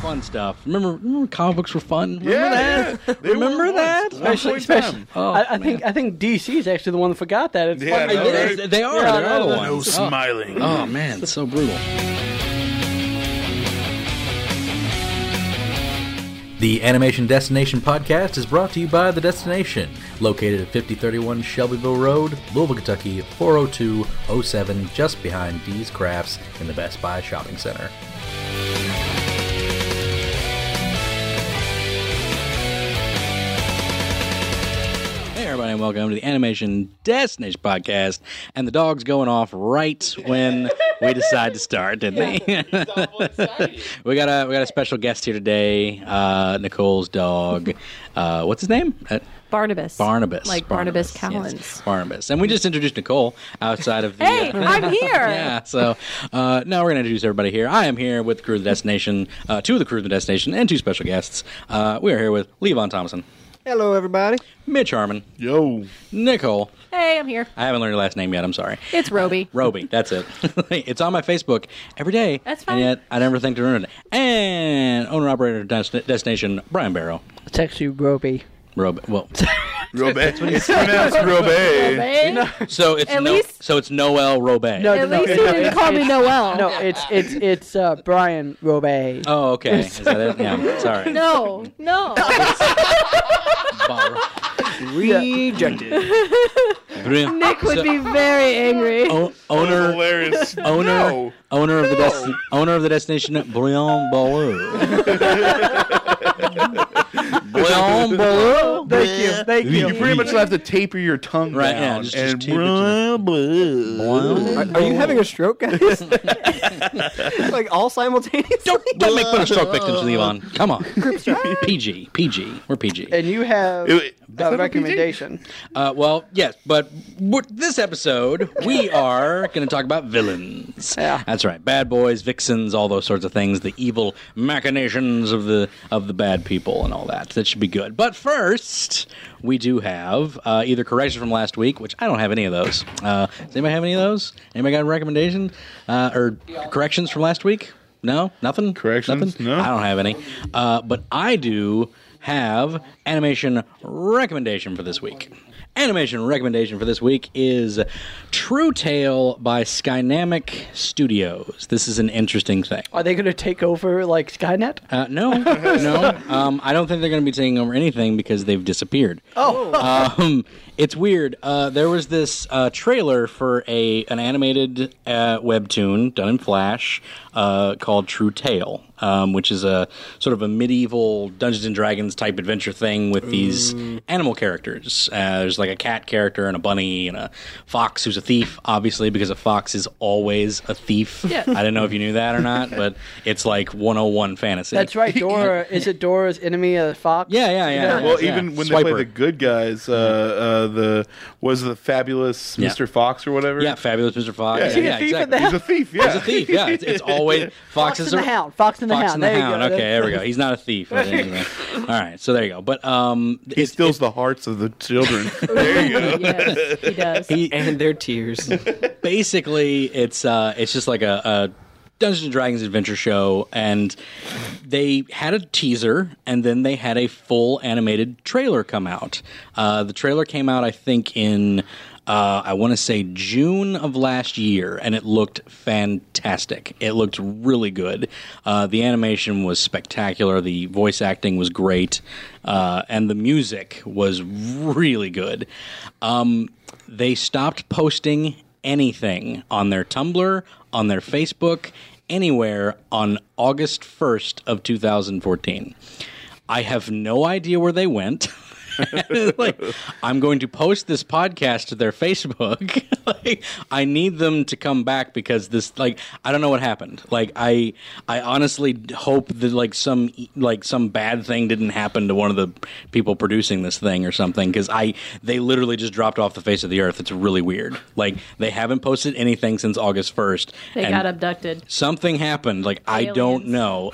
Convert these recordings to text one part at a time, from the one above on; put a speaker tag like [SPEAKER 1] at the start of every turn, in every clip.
[SPEAKER 1] fun stuff. Remember, remember comic books were fun. Remember
[SPEAKER 2] Yeah,
[SPEAKER 1] that?
[SPEAKER 2] yeah. They
[SPEAKER 1] remember
[SPEAKER 2] were
[SPEAKER 1] that?
[SPEAKER 2] once. One
[SPEAKER 3] Especially,
[SPEAKER 2] point
[SPEAKER 3] especially
[SPEAKER 2] time.
[SPEAKER 1] Oh,
[SPEAKER 3] I, I think I think DC is actually the one that forgot that. It's
[SPEAKER 2] Yeah,
[SPEAKER 3] fucking
[SPEAKER 2] I know,
[SPEAKER 1] It
[SPEAKER 3] hilarious.
[SPEAKER 1] is. They are.
[SPEAKER 3] Yeah,
[SPEAKER 1] They're all the
[SPEAKER 3] no,
[SPEAKER 1] ones.
[SPEAKER 3] no
[SPEAKER 1] Oh.
[SPEAKER 2] smiling.
[SPEAKER 1] Oh man, it's so brutal.
[SPEAKER 4] The Animation Destination podcast is brought to you by The Destination, located at 5031 Shelbyville Road, Louisville, Kentucky, 40207, just behind D's Crafts in the Best Buy Shopping Center.
[SPEAKER 1] Hey everybody, and welcome to the Animation Destination podcast. And the dog's going off right when we decide to start, didn't they? we got a we got a special guest here today, uh, Nicole's dog. Uh, what's his name? Uh,
[SPEAKER 5] Barnabas.
[SPEAKER 1] Barnabas.
[SPEAKER 5] Like Barnabas, Cowens.
[SPEAKER 1] yes, Barnabas. And we just introduced Nicole outside of the.
[SPEAKER 5] Hey,
[SPEAKER 1] uh,
[SPEAKER 5] I'm here.
[SPEAKER 1] Yeah, so uh, now we're going to introduce everybody here. I am here with the crew of the destination, uh, two of the crew of the destination, and two special guests. Uh, we are here with Levon Thomason,
[SPEAKER 3] Hello, everybody.
[SPEAKER 1] Mitch Harmon,
[SPEAKER 2] Yo.
[SPEAKER 1] Nicole.
[SPEAKER 5] Hey, I'm here.
[SPEAKER 1] I haven't learned her last name yet. I'm sorry.
[SPEAKER 5] It's Roby.
[SPEAKER 1] Roby, that's it. it's on my Facebook every day.
[SPEAKER 5] That's
[SPEAKER 1] And
[SPEAKER 5] fine.
[SPEAKER 1] yet I never think to ruin it. And owner operator of Dest- destination Brian Barrow.
[SPEAKER 3] It's actually Roby.
[SPEAKER 1] Roby. Well,
[SPEAKER 2] Robet. It's pronounced Robet.
[SPEAKER 5] Hey.
[SPEAKER 1] so it's
[SPEAKER 5] At
[SPEAKER 1] no,
[SPEAKER 5] least-
[SPEAKER 1] so it's Noel Robe.
[SPEAKER 3] No,
[SPEAKER 5] At
[SPEAKER 3] no,
[SPEAKER 5] least
[SPEAKER 3] no.
[SPEAKER 5] you didn't call me Noel.
[SPEAKER 3] No, it's it's it's uh, Brian Roby.
[SPEAKER 1] Oh, okay. Is that it? Yeah. Sorry.
[SPEAKER 5] No, no.
[SPEAKER 1] Bar-
[SPEAKER 6] Rejected.
[SPEAKER 1] Brilliant.
[SPEAKER 5] Nick would
[SPEAKER 1] So-
[SPEAKER 5] be very angry.
[SPEAKER 1] O-
[SPEAKER 2] Owner.
[SPEAKER 1] owner,
[SPEAKER 2] Hilarious.
[SPEAKER 1] owner,
[SPEAKER 2] No.
[SPEAKER 1] owner of the desti- owner of the destination, Brian Baloo. Brian Baloo.
[SPEAKER 3] Thank you, thank you.
[SPEAKER 2] You pretty much have to taper your tongue
[SPEAKER 1] Right, yeah,
[SPEAKER 2] down
[SPEAKER 1] just- just
[SPEAKER 2] and
[SPEAKER 1] tape it to
[SPEAKER 6] Are, are you having a stroke, guys? like all simultaneously?
[SPEAKER 1] Don't, don't make fun of stroke victims, Levon. Come on. PG. PG. We're PG.
[SPEAKER 3] And you have
[SPEAKER 2] It-
[SPEAKER 3] a recommendation.
[SPEAKER 1] Uh, well, yes, but what, this episode, we are going to talk about villains.
[SPEAKER 3] Yeah.
[SPEAKER 1] That's right. Bad boys, vixens, all those sorts of things, the evil machinations of the of the bad people and all that. That should be good. But first, we do have uh, either correction from last week, which I don't have any of those. Uh, does anybody have any of those? Anybody got a recommendation uh, or corrections from last week? No, nothing.
[SPEAKER 2] Corrections?
[SPEAKER 1] Nothing?
[SPEAKER 2] No.
[SPEAKER 1] I don't have any. Uh, but I do have animation recommendation for this week. Animation recommendation for this week is True Tale by Skynamic Studios. This is an interesting thing.
[SPEAKER 3] Are they going to take over like Skynet?
[SPEAKER 1] Uh, no, no. Um, I don't think they're going to be taking over anything because they've disappeared. Oh, um, it's weird. Uh, there was this uh, trailer for a an animated uh, webtoon done in Flash uh, called True Tale, um, which is a sort of a medieval Dungeons and Dragons type adventure thing with these animal characters. Uh, there's like a cat character and a bunny and a fox who's a thief, obviously because a fox is always a thief.
[SPEAKER 5] Yeah.
[SPEAKER 1] I don't know if you knew that or not, but it's like 101 fantasy.
[SPEAKER 3] That's right. Dora is it Dora's enemy a fox?
[SPEAKER 1] Yeah, yeah, yeah. yeah,
[SPEAKER 2] Well,
[SPEAKER 1] yeah.
[SPEAKER 2] even
[SPEAKER 1] Swiper.
[SPEAKER 2] when
[SPEAKER 1] Mm-hmm.
[SPEAKER 2] they play the good guys, uh, uh, the was the fabulous
[SPEAKER 1] Yeah.
[SPEAKER 2] Mr. Fox or whatever.
[SPEAKER 1] yeah, fabulous Mr. Fox. Yeah,
[SPEAKER 2] Yeah. Is he a
[SPEAKER 1] yeah,
[SPEAKER 3] thief in
[SPEAKER 1] exactly.
[SPEAKER 3] that?
[SPEAKER 2] he's a thief. Yeah,
[SPEAKER 1] He's a thief. Yeah, it's, it's always
[SPEAKER 3] Fox
[SPEAKER 1] foxes
[SPEAKER 3] and the
[SPEAKER 1] are-
[SPEAKER 3] Hound. Fox and the
[SPEAKER 1] Fox
[SPEAKER 3] Hound.
[SPEAKER 1] and the
[SPEAKER 3] there
[SPEAKER 1] Hound.
[SPEAKER 3] you go.
[SPEAKER 1] Okay, there we go. He's not a thief. All right, so there you go. But um,
[SPEAKER 2] He
[SPEAKER 1] it's-
[SPEAKER 2] steals the hearts of the children. there you go.
[SPEAKER 5] yes, he does.
[SPEAKER 6] and their tears.
[SPEAKER 1] basically it's uh it's just like a, a Dungeons and Dragons adventure show and they had a teaser and then they had a full animated trailer come out. Uh, the trailer came out I think in uh, I want to say June of last year, and it looked fantastic. It looked really good. Uh, the animation was spectacular. The voice acting was great, uh, and the music was really good. Um, they stopped posting anything on their Tumblr, on their Facebook, anywhere on August 1st of 2014. I have no idea where they went. like I'm going to post this podcast to their Facebook. like I need them to come back because this like I don't know what happened. Like I I honestly hope that like some like some bad thing didn't happen to one of the people producing this thing or something cuz I they literally just dropped off the face of the earth. It's really weird. Like they haven't posted anything since August 1st.
[SPEAKER 5] They
[SPEAKER 1] and-
[SPEAKER 5] got abducted.
[SPEAKER 1] something happened like i
[SPEAKER 5] Aliens.
[SPEAKER 1] don't know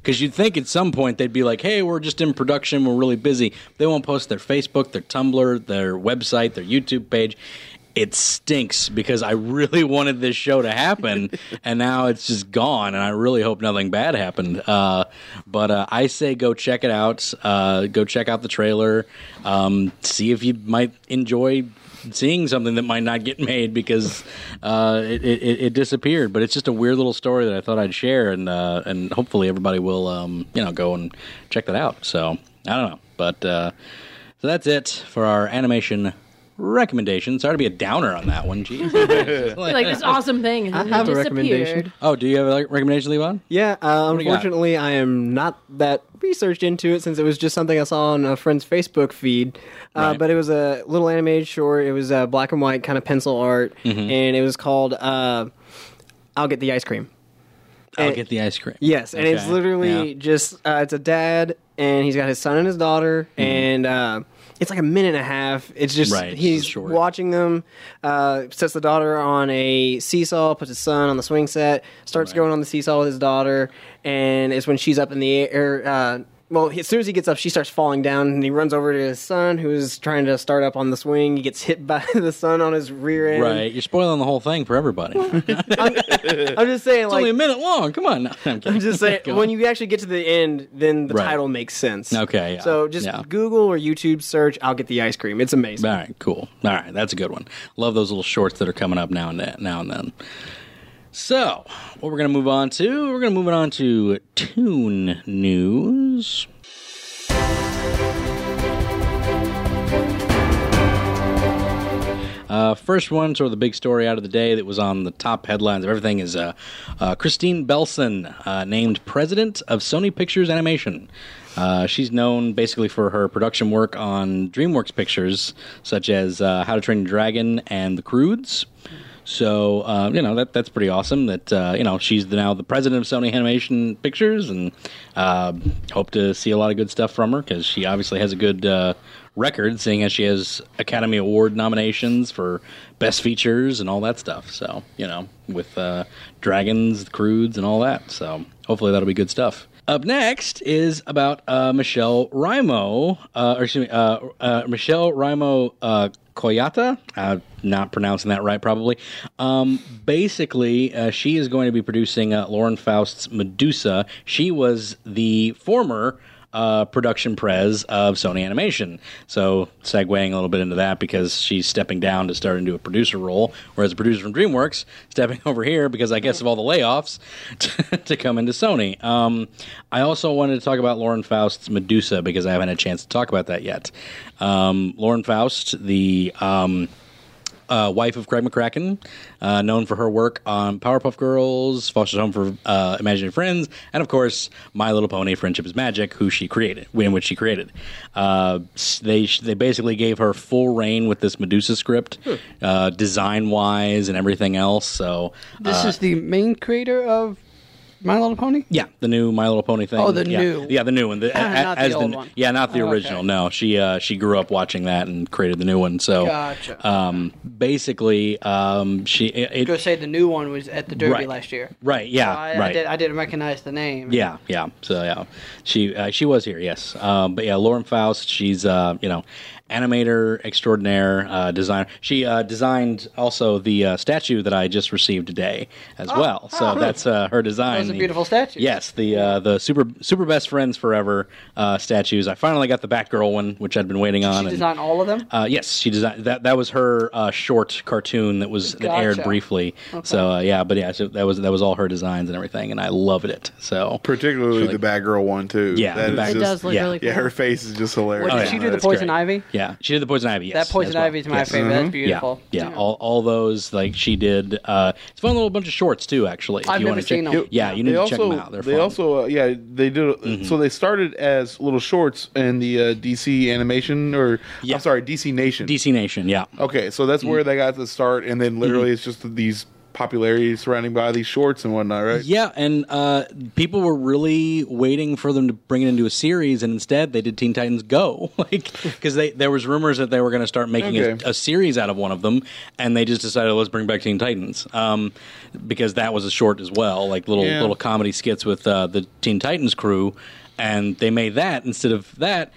[SPEAKER 1] because you'd think at some point they'd be like hey we're just in production we're really busy they won't post their facebook their tumblr their website their youtube page it stinks because I really wanted this show to happen, and now it's just gone. And I really hope nothing bad happened. Uh, but uh, I say go check it out. Uh, go check out the trailer. Um, see if you might enjoy seeing something that might not get made because uh, it, it, it disappeared. But it's just a weird little story that I thought I'd share, and uh, and hopefully everybody will um, you know go and check that out. So I don't know, but uh, so that's it for our animation recommendation. Sorry to be a downer on that one. Jeez.
[SPEAKER 5] like this awesome thing. And
[SPEAKER 6] I
[SPEAKER 5] then
[SPEAKER 6] have
[SPEAKER 5] it
[SPEAKER 6] a
[SPEAKER 5] disappeared.
[SPEAKER 6] recommendation.
[SPEAKER 1] oh, do you have a like, recommendation, Levon?
[SPEAKER 6] Yeah, uh,
[SPEAKER 1] do you got?
[SPEAKER 6] unfortunately, I am not that researched into it since it was just something I saw on a friend's Facebook feed. Uh,
[SPEAKER 1] Right.
[SPEAKER 6] But it was a little animated short. It was uh, black and white, kind of pencil art,
[SPEAKER 1] Mm-hmm.
[SPEAKER 6] and it was called uh, "I'll Get the Ice Cream."
[SPEAKER 1] I'll
[SPEAKER 6] Eh,
[SPEAKER 1] get the ice cream.
[SPEAKER 6] Yes, and it's
[SPEAKER 1] Okay.
[SPEAKER 6] literally
[SPEAKER 1] Yeah.
[SPEAKER 6] just uh, it's a dad and he's got his son and his daughter, and uh, it's like a minute and a half. It's just
[SPEAKER 1] Mm-hmm. Right, it's
[SPEAKER 6] he's
[SPEAKER 1] short.
[SPEAKER 6] watching them. Uh, sets the daughter on a seesaw, puts his son on the swing set, starts going on the seesaw with his daughter, and it's when she's up in the air. Uh, well, as soon as he gets up, she starts falling down, and he runs over to his son, who's trying to start up on the swing. He gets hit by the son on his rear end.
[SPEAKER 1] Right, you're spoiling the whole thing for everybody. it's
[SPEAKER 6] I'm just saying, like,
[SPEAKER 1] only a minute long. Come on. No, I'm kidding.
[SPEAKER 6] I'm just saying,
[SPEAKER 1] Go
[SPEAKER 6] when
[SPEAKER 1] on.
[SPEAKER 6] you actually get to the end, then the
[SPEAKER 1] Right.
[SPEAKER 6] title makes sense.
[SPEAKER 1] Okay, yeah,
[SPEAKER 6] So just
[SPEAKER 1] yeah.
[SPEAKER 6] Google or YouTube search, I'll get the ice cream. It's amazing.
[SPEAKER 1] All right, cool. All right, that's a good one. Love those little shorts that are coming up now and then, now and then. So, what we're gonna move on to? We're gonna move it on to tune news. Uh, first one, sort of the big story out of the day that was on the top headlines of everything is uh, uh, Christine Belson, uh, named president of Sony Pictures Animation. Uh, she's known basically for her production work on DreamWorks pictures, such as uh, How to Train Your Dragon and The Crudes. So uh, you know that that's pretty awesome. That uh, you know she's the, now the president of Sony Animation Pictures, and uh, hope to see a lot of good stuff from her because she obviously has a good uh, record, seeing as she has Academy Award nominations for best features and all that stuff. So you know with uh, Dragons, Crudes, and all that. So hopefully that'll be good stuff. Up next is about uh, Michelle Rimo, uh, or excuse me, uh, uh, Michelle Rimo uh, Koyata. Uh, not pronouncing that right, probably. Um, basically, uh, she is going to be producing uh, Lauren Faust's Medusa. She was the former uh, production prez of Sony Animation. So, segueing a little bit into that because she's stepping down to start into a producer role, whereas a producer from DreamWorks stepping over here because I guess of all the layoffs to, to come into Sony. Um, I also wanted to talk about Lauren Faust's Medusa because I haven't had a chance to talk about that yet. Um, Lauren Faust, the. Um, uh, wife of Craig McCracken, uh, known for her work on Powerpuff Girls, Foster's Home for uh, Imaginary Friends, and of course My Little Pony: Friendship is Magic, who she created, in which she created. Uh, s- they they basically gave her full reign with this Medusa script,
[SPEAKER 3] Hmm.
[SPEAKER 1] uh, design wise and everything else. So
[SPEAKER 3] This is the main creator of My Little Pony.
[SPEAKER 1] Uh, yeah, the new My Little Pony thing.
[SPEAKER 3] Oh, the
[SPEAKER 1] yeah.
[SPEAKER 3] new.
[SPEAKER 1] yeah, the new one. The,
[SPEAKER 3] Not the
[SPEAKER 1] as
[SPEAKER 3] old one.
[SPEAKER 1] Yeah, not the
[SPEAKER 3] Oh, okay.
[SPEAKER 1] original. No, she uh, she grew up watching that and created the new one. So
[SPEAKER 3] Gotcha.
[SPEAKER 1] um, basically, um, she it,
[SPEAKER 3] Go say the new one was at the Derby
[SPEAKER 1] Right.
[SPEAKER 3] last year.
[SPEAKER 1] Right. Yeah.
[SPEAKER 3] So I,
[SPEAKER 1] right.
[SPEAKER 3] I, did, I didn't recognize the name.
[SPEAKER 1] Yeah. Yeah. So yeah, she uh, she was here. Yes. Um, but yeah, Lauren Faust. She's uh, you know animator extraordinaire, uh, designer. She uh, designed also the uh, statue that I just received today as well. So that's uh, her design.
[SPEAKER 3] Oh, Those are
[SPEAKER 1] The-
[SPEAKER 3] beautiful statues.
[SPEAKER 1] Yes, the uh, the super super best friends forever uh, statues. I finally got the Batgirl one, which I'd been waiting on.
[SPEAKER 3] She
[SPEAKER 1] and-
[SPEAKER 3] designed all of them.
[SPEAKER 1] uh, yes, she designed that. That was her uh, short cartoon that was that aired
[SPEAKER 3] Gotcha.
[SPEAKER 1] briefly. So uh, yeah, but yeah, so that was that was all her designs and everything, and I loved it. So
[SPEAKER 2] Particularly
[SPEAKER 1] Sure.
[SPEAKER 2] the Batgirl one too.
[SPEAKER 1] Yeah, the
[SPEAKER 2] That is
[SPEAKER 1] Batgirl.
[SPEAKER 5] It
[SPEAKER 2] just-
[SPEAKER 5] does look
[SPEAKER 1] yeah.
[SPEAKER 5] really cool.
[SPEAKER 2] Yeah, her face is just
[SPEAKER 3] What,
[SPEAKER 2] hilarious.
[SPEAKER 3] did
[SPEAKER 1] yeah.
[SPEAKER 3] she do the
[SPEAKER 1] That's
[SPEAKER 3] poison
[SPEAKER 1] great.
[SPEAKER 3] ivy?
[SPEAKER 1] yeah, she did the poison ivy. Yes,
[SPEAKER 3] that poison
[SPEAKER 1] as well.
[SPEAKER 3] ivy is my
[SPEAKER 1] Yes.
[SPEAKER 2] Mm-hmm.
[SPEAKER 1] Mm-hmm.
[SPEAKER 3] favorite. That's beautiful.
[SPEAKER 1] Yeah, yeah, all all those like she did. Uh, it's a fun little bunch of shorts too. Actually, if
[SPEAKER 3] I've
[SPEAKER 1] you
[SPEAKER 3] never
[SPEAKER 1] wanna check-
[SPEAKER 3] seen 'em.
[SPEAKER 1] Yeah, you need
[SPEAKER 2] they
[SPEAKER 1] to
[SPEAKER 2] also,
[SPEAKER 1] check them out. They're
[SPEAKER 2] they
[SPEAKER 1] fun. Mm-hmm.
[SPEAKER 2] also, uh, yeah, they did. So they started as little shorts in the uh, DC animation, or
[SPEAKER 1] Yeah. Mm-hmm.
[SPEAKER 2] I'm sorry, DC Nation.
[SPEAKER 1] DC Nation. Yeah,
[SPEAKER 2] Okay, so that's where they got the start, and then literally
[SPEAKER 1] Mm-hmm.
[SPEAKER 2] it's just these popularity surrounding by these shorts and whatnot, right?
[SPEAKER 1] Yeah, and uh, people were really waiting for them to bring it into a series, and instead they did Teen Titans Go, like because they there was rumors that they were going to start making
[SPEAKER 2] Okay.
[SPEAKER 1] a, a series out of one of them, and they just decided let's bring back Teen Titans um, because that was a short as well, like little
[SPEAKER 2] Yeah.
[SPEAKER 1] little comedy skits with uh, the Teen Titans crew, and they made that instead of that.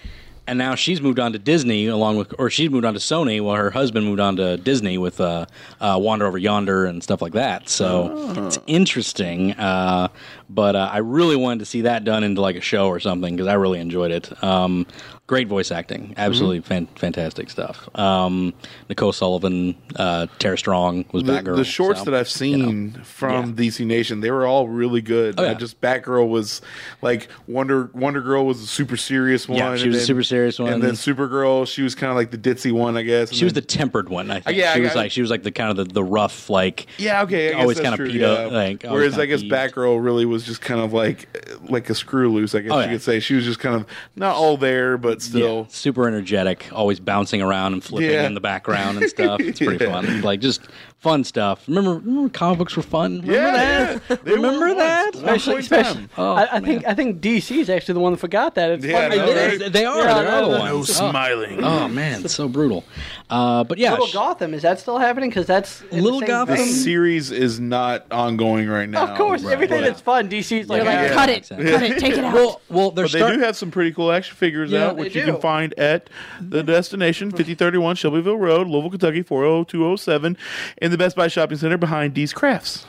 [SPEAKER 1] and now she's moved on to Disney along with, or she's moved on to Sony, while her husband moved on to Disney with uh, uh, Wander Over Yonder and stuff like that. So
[SPEAKER 2] Oh.
[SPEAKER 1] it's interesting, uh, but uh, I really wanted to see that done into like a show or something because I really enjoyed it. Um, great voice acting,
[SPEAKER 2] Mm-hmm.
[SPEAKER 1] absolutely fan- fantastic stuff. Um, Nicole Sullivan, uh, Tara Strong was
[SPEAKER 2] the,
[SPEAKER 1] Batgirl.
[SPEAKER 2] the shorts
[SPEAKER 1] so,
[SPEAKER 2] that I've seen from DC Nation, they were all really good.
[SPEAKER 1] Oh, yeah.
[SPEAKER 2] I just Batgirl was like Wonder Wonder Girl was a super serious one.
[SPEAKER 1] Yeah, she
[SPEAKER 2] and
[SPEAKER 1] was a super serious one.
[SPEAKER 2] And then Supergirl, she was kind of like the ditzy one, I guess. and
[SPEAKER 1] She was the
[SPEAKER 2] then-
[SPEAKER 1] tempered one. I think.
[SPEAKER 2] yeah,
[SPEAKER 1] she
[SPEAKER 2] I-
[SPEAKER 1] was
[SPEAKER 2] I-
[SPEAKER 1] like she was like the kind of the, the rough like.
[SPEAKER 2] yeah, okay. I guess
[SPEAKER 1] always
[SPEAKER 2] that's
[SPEAKER 1] kinda
[SPEAKER 2] true,
[SPEAKER 1] beat
[SPEAKER 2] yeah.
[SPEAKER 1] up, like, always
[SPEAKER 2] Whereas
[SPEAKER 1] kinda
[SPEAKER 2] I guess
[SPEAKER 1] beat.
[SPEAKER 2] Batgirl really was just kind of like like a screw loose. I guess
[SPEAKER 1] Oh,
[SPEAKER 2] you
[SPEAKER 1] yeah.
[SPEAKER 2] could say she was just kind of not all there, but
[SPEAKER 1] Yeah,
[SPEAKER 2] still.
[SPEAKER 1] super energetic, always bouncing around and flipping
[SPEAKER 2] Yeah.
[SPEAKER 1] in the background and stuff. It's pretty
[SPEAKER 2] Yeah.
[SPEAKER 1] fun, like just fun stuff. Remember, remember comic books were fun. Remember that?
[SPEAKER 2] Yeah, yeah. They were
[SPEAKER 1] Remember
[SPEAKER 2] once,
[SPEAKER 1] that?
[SPEAKER 2] one
[SPEAKER 3] Especially,
[SPEAKER 2] point
[SPEAKER 3] especially
[SPEAKER 2] time.
[SPEAKER 1] Oh,
[SPEAKER 3] I, I think I think DC is actually the one that forgot that. It's
[SPEAKER 2] Yeah,
[SPEAKER 3] fucking
[SPEAKER 2] no,
[SPEAKER 3] hilarious.
[SPEAKER 2] right?
[SPEAKER 1] They, they are.
[SPEAKER 3] Yeah,
[SPEAKER 1] they're all the
[SPEAKER 3] no,
[SPEAKER 1] ones.
[SPEAKER 3] no,
[SPEAKER 1] Oh.
[SPEAKER 2] smiling.
[SPEAKER 1] Oh, man, it's so brutal. Uh, but yeah,
[SPEAKER 3] Little
[SPEAKER 1] sh-
[SPEAKER 3] Gotham is that still happening? Because that's in the
[SPEAKER 1] Little
[SPEAKER 3] same
[SPEAKER 1] Gotham?
[SPEAKER 2] The
[SPEAKER 3] vein.
[SPEAKER 2] series is not ongoing right now.
[SPEAKER 3] Of course,
[SPEAKER 2] but-
[SPEAKER 3] everything
[SPEAKER 1] Yeah.
[SPEAKER 3] that's fun, DC's
[SPEAKER 5] They're
[SPEAKER 3] like,
[SPEAKER 5] like,
[SPEAKER 3] "Ah,
[SPEAKER 2] Yeah.
[SPEAKER 5] cut it, cut it, take it out.
[SPEAKER 1] Well, well, they're
[SPEAKER 2] But they
[SPEAKER 1] start-
[SPEAKER 2] do have some pretty cool action figures
[SPEAKER 1] Yeah,
[SPEAKER 2] out, which
[SPEAKER 3] they
[SPEAKER 2] you
[SPEAKER 3] do.
[SPEAKER 2] can find at the destination, 5031 Shelbyville Road, Louisville, Kentucky, 40207, in the Best Buy Shopping Center behind D's Crafts.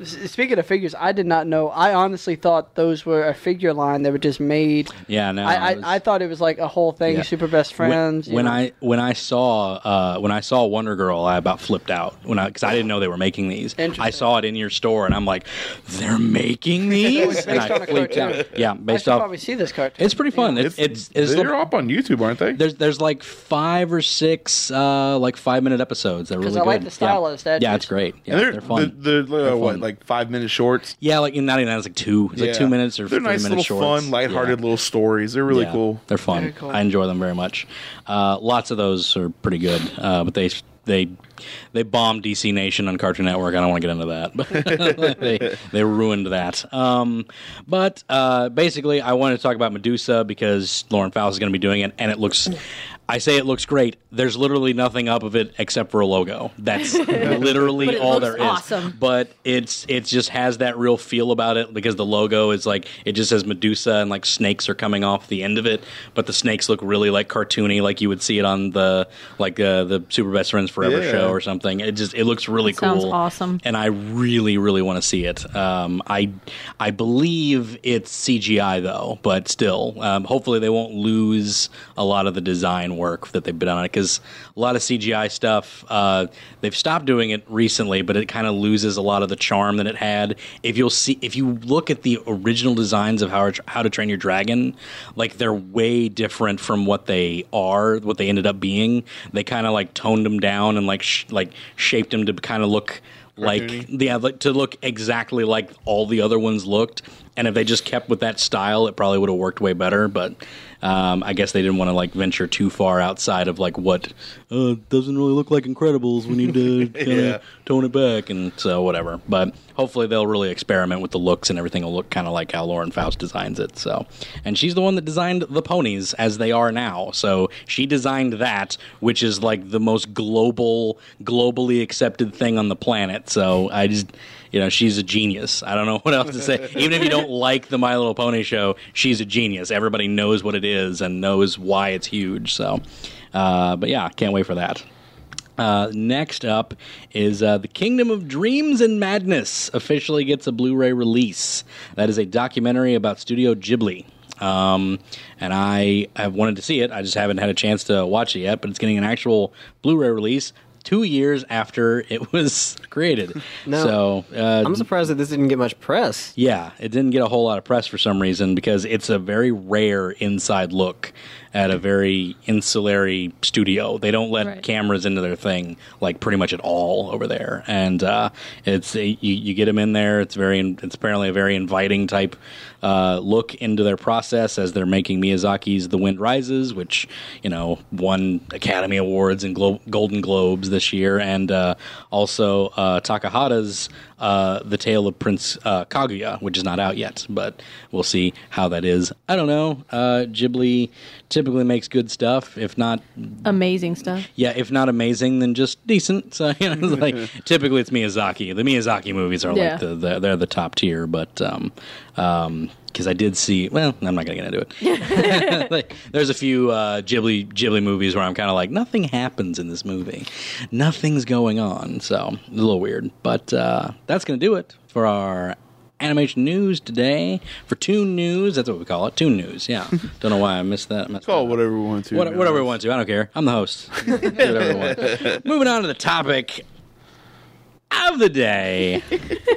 [SPEAKER 3] S- Speaking of figures, I did not know. I honestly thought those were a figure line that were just made.
[SPEAKER 1] Yeah, no,
[SPEAKER 3] I,
[SPEAKER 1] it was-
[SPEAKER 3] I, I thought it was like a whole thing.
[SPEAKER 1] Yeah.
[SPEAKER 3] Super best friends. you
[SPEAKER 1] When, when
[SPEAKER 3] know.
[SPEAKER 1] I when I saw uh, when I saw Wonder Girl, I about flipped out when I because I didn't know they were making these.
[SPEAKER 3] Interesting.
[SPEAKER 1] I saw it in your store, and I'm like, they're making these.
[SPEAKER 3] based
[SPEAKER 1] and I
[SPEAKER 3] on a
[SPEAKER 1] flipped
[SPEAKER 3] cartoon.
[SPEAKER 1] out. Yeah,
[SPEAKER 3] I
[SPEAKER 1] based
[SPEAKER 3] should
[SPEAKER 1] off.
[SPEAKER 3] probably see this cartoon.
[SPEAKER 1] It's pretty fun. It's it's, it's
[SPEAKER 2] they're
[SPEAKER 1] little-
[SPEAKER 2] up on YouTube, aren't they?
[SPEAKER 1] there's there's like five or six uh, like five minute episodes. They're really
[SPEAKER 3] I
[SPEAKER 1] good.
[SPEAKER 3] like the style
[SPEAKER 1] yeah.
[SPEAKER 3] of the statues.
[SPEAKER 1] Yeah, it's great. Yeah,
[SPEAKER 2] And
[SPEAKER 1] they're,
[SPEAKER 2] the-
[SPEAKER 1] fun.
[SPEAKER 2] the- uh, what,
[SPEAKER 1] fun.
[SPEAKER 2] like five minute shorts?
[SPEAKER 1] yeah, like in ninety nine, it's like two. It's like
[SPEAKER 2] Yeah.
[SPEAKER 1] two minutes or
[SPEAKER 2] They're
[SPEAKER 1] three
[SPEAKER 2] nice
[SPEAKER 1] minute
[SPEAKER 2] little
[SPEAKER 1] shorts.
[SPEAKER 2] fun, lighthearted
[SPEAKER 1] Yeah.
[SPEAKER 2] little stories. They're really
[SPEAKER 1] Yeah,
[SPEAKER 2] cool.
[SPEAKER 1] They're fun.
[SPEAKER 3] Very cool.
[SPEAKER 1] I enjoy them very much. Uh, lots of those are pretty good, uh, but they they they bombed DC Nation on Cartoon Network. I don't want to get into that, but they they ruined that. Um, but uh, basically, I wanted to talk about Medusa because Lauren Faust is going to be doing it, and it looks. I say it looks great. There's literally nothing up of it except for a logo. That's literally
[SPEAKER 5] But it
[SPEAKER 1] all
[SPEAKER 5] looks
[SPEAKER 1] there is
[SPEAKER 5] awesome.
[SPEAKER 1] but it's it just has that real feel about it because the logo is like it just says Medusa and like snakes are coming off the end of it, but the snakes look really like cartoony, like you would see it on the like uh, the Super Best Friends Forever
[SPEAKER 2] Yeah.
[SPEAKER 1] show or something. It just it looks really
[SPEAKER 5] That
[SPEAKER 1] cool,
[SPEAKER 5] sounds awesome.
[SPEAKER 1] and I really really want to see it. Um, I I believe it's CGI though, but still, um, hopefully they won't lose a lot of the design work that they've been on it because a lot of CGI stuff uh, they've stopped doing it recently, but it kind of loses a lot of the charm that it had. If you'll see, if you look at the original designs of how How to Train Your Dragon, like they're way different from what they are, what they ended up being. They kind of like toned them down and like sh- like shaped them to kind of look like
[SPEAKER 2] Cartoony.
[SPEAKER 1] yeah like, to look exactly like all the other ones looked and if they just kept with that style it probably would have worked way better but um, i guess they didn't want to like venture too far outside of like what uh, doesn't really look like incredibles we need to kinda
[SPEAKER 2] Yeah.
[SPEAKER 1] tone it back and so whatever but hopefully they'll really experiment with the looks and everything will look kind of like how lauren faust designs it so and she's the one that designed the ponies as they are now so she designed that which is like the most global globally accepted thing on the planet so i just you know she's a genius i don't know what else to say even if you don't like the my little pony show she's a genius everybody knows what it is and knows why it's huge so uh, but yeah can't wait for that uh, next up is uh, The Kingdom of Dreams and Madness officially gets a Blu ray release. That is a documentary about Studio Ghibli. Um, and I have wanted to see it. I just haven't had a chance to watch it yet, but it's getting an actual Blu ray release two years after it was created.
[SPEAKER 6] No.
[SPEAKER 1] so uh,
[SPEAKER 6] I'm surprised that this didn't get much press.
[SPEAKER 1] yeah, it didn't get a whole lot of press for some reason because it's a very rare inside look at a very insulary studio. They don't let
[SPEAKER 5] Right.
[SPEAKER 1] cameras into their thing like pretty much at all over there, and uh, it's you, you get them in there. It's very it's apparently a very inviting type uh, look into their process as they're making Miyazaki's The Wind Rises, which you know won Academy Awards and Glo- Golden Globes this year, and uh, also uh, Takahata's uh, The Tale of Prince uh, Kaguya, which is not out yet, but we'll see how that is. I don't know. Uh, Ghibli typically makes good stuff, if not
[SPEAKER 5] Amazing stuff.
[SPEAKER 1] yeah, if not amazing, then just decent. So you know, it's like typically it's Miyazaki. The Miyazaki movies are
[SPEAKER 5] Yeah.
[SPEAKER 1] like the, the they're the top tier, but um, because I did see. Well, I'm not gonna get into it. Like, There's a few uh, Ghibli Ghibli movies where I'm kind of like, nothing happens in this movie, nothing's going on, so a little weird. But uh, that's gonna do it for our animation news today. For Toon News, that's what we call it. Toon News, yeah. Don't know why I missed that. I messed that
[SPEAKER 2] Call it
[SPEAKER 1] up.
[SPEAKER 2] whatever we want to.
[SPEAKER 1] What,
[SPEAKER 2] to be
[SPEAKER 1] whatever we
[SPEAKER 2] honest.
[SPEAKER 1] want to. I don't care. I'm the host. Do whatever we want. Moving on to the topic of the day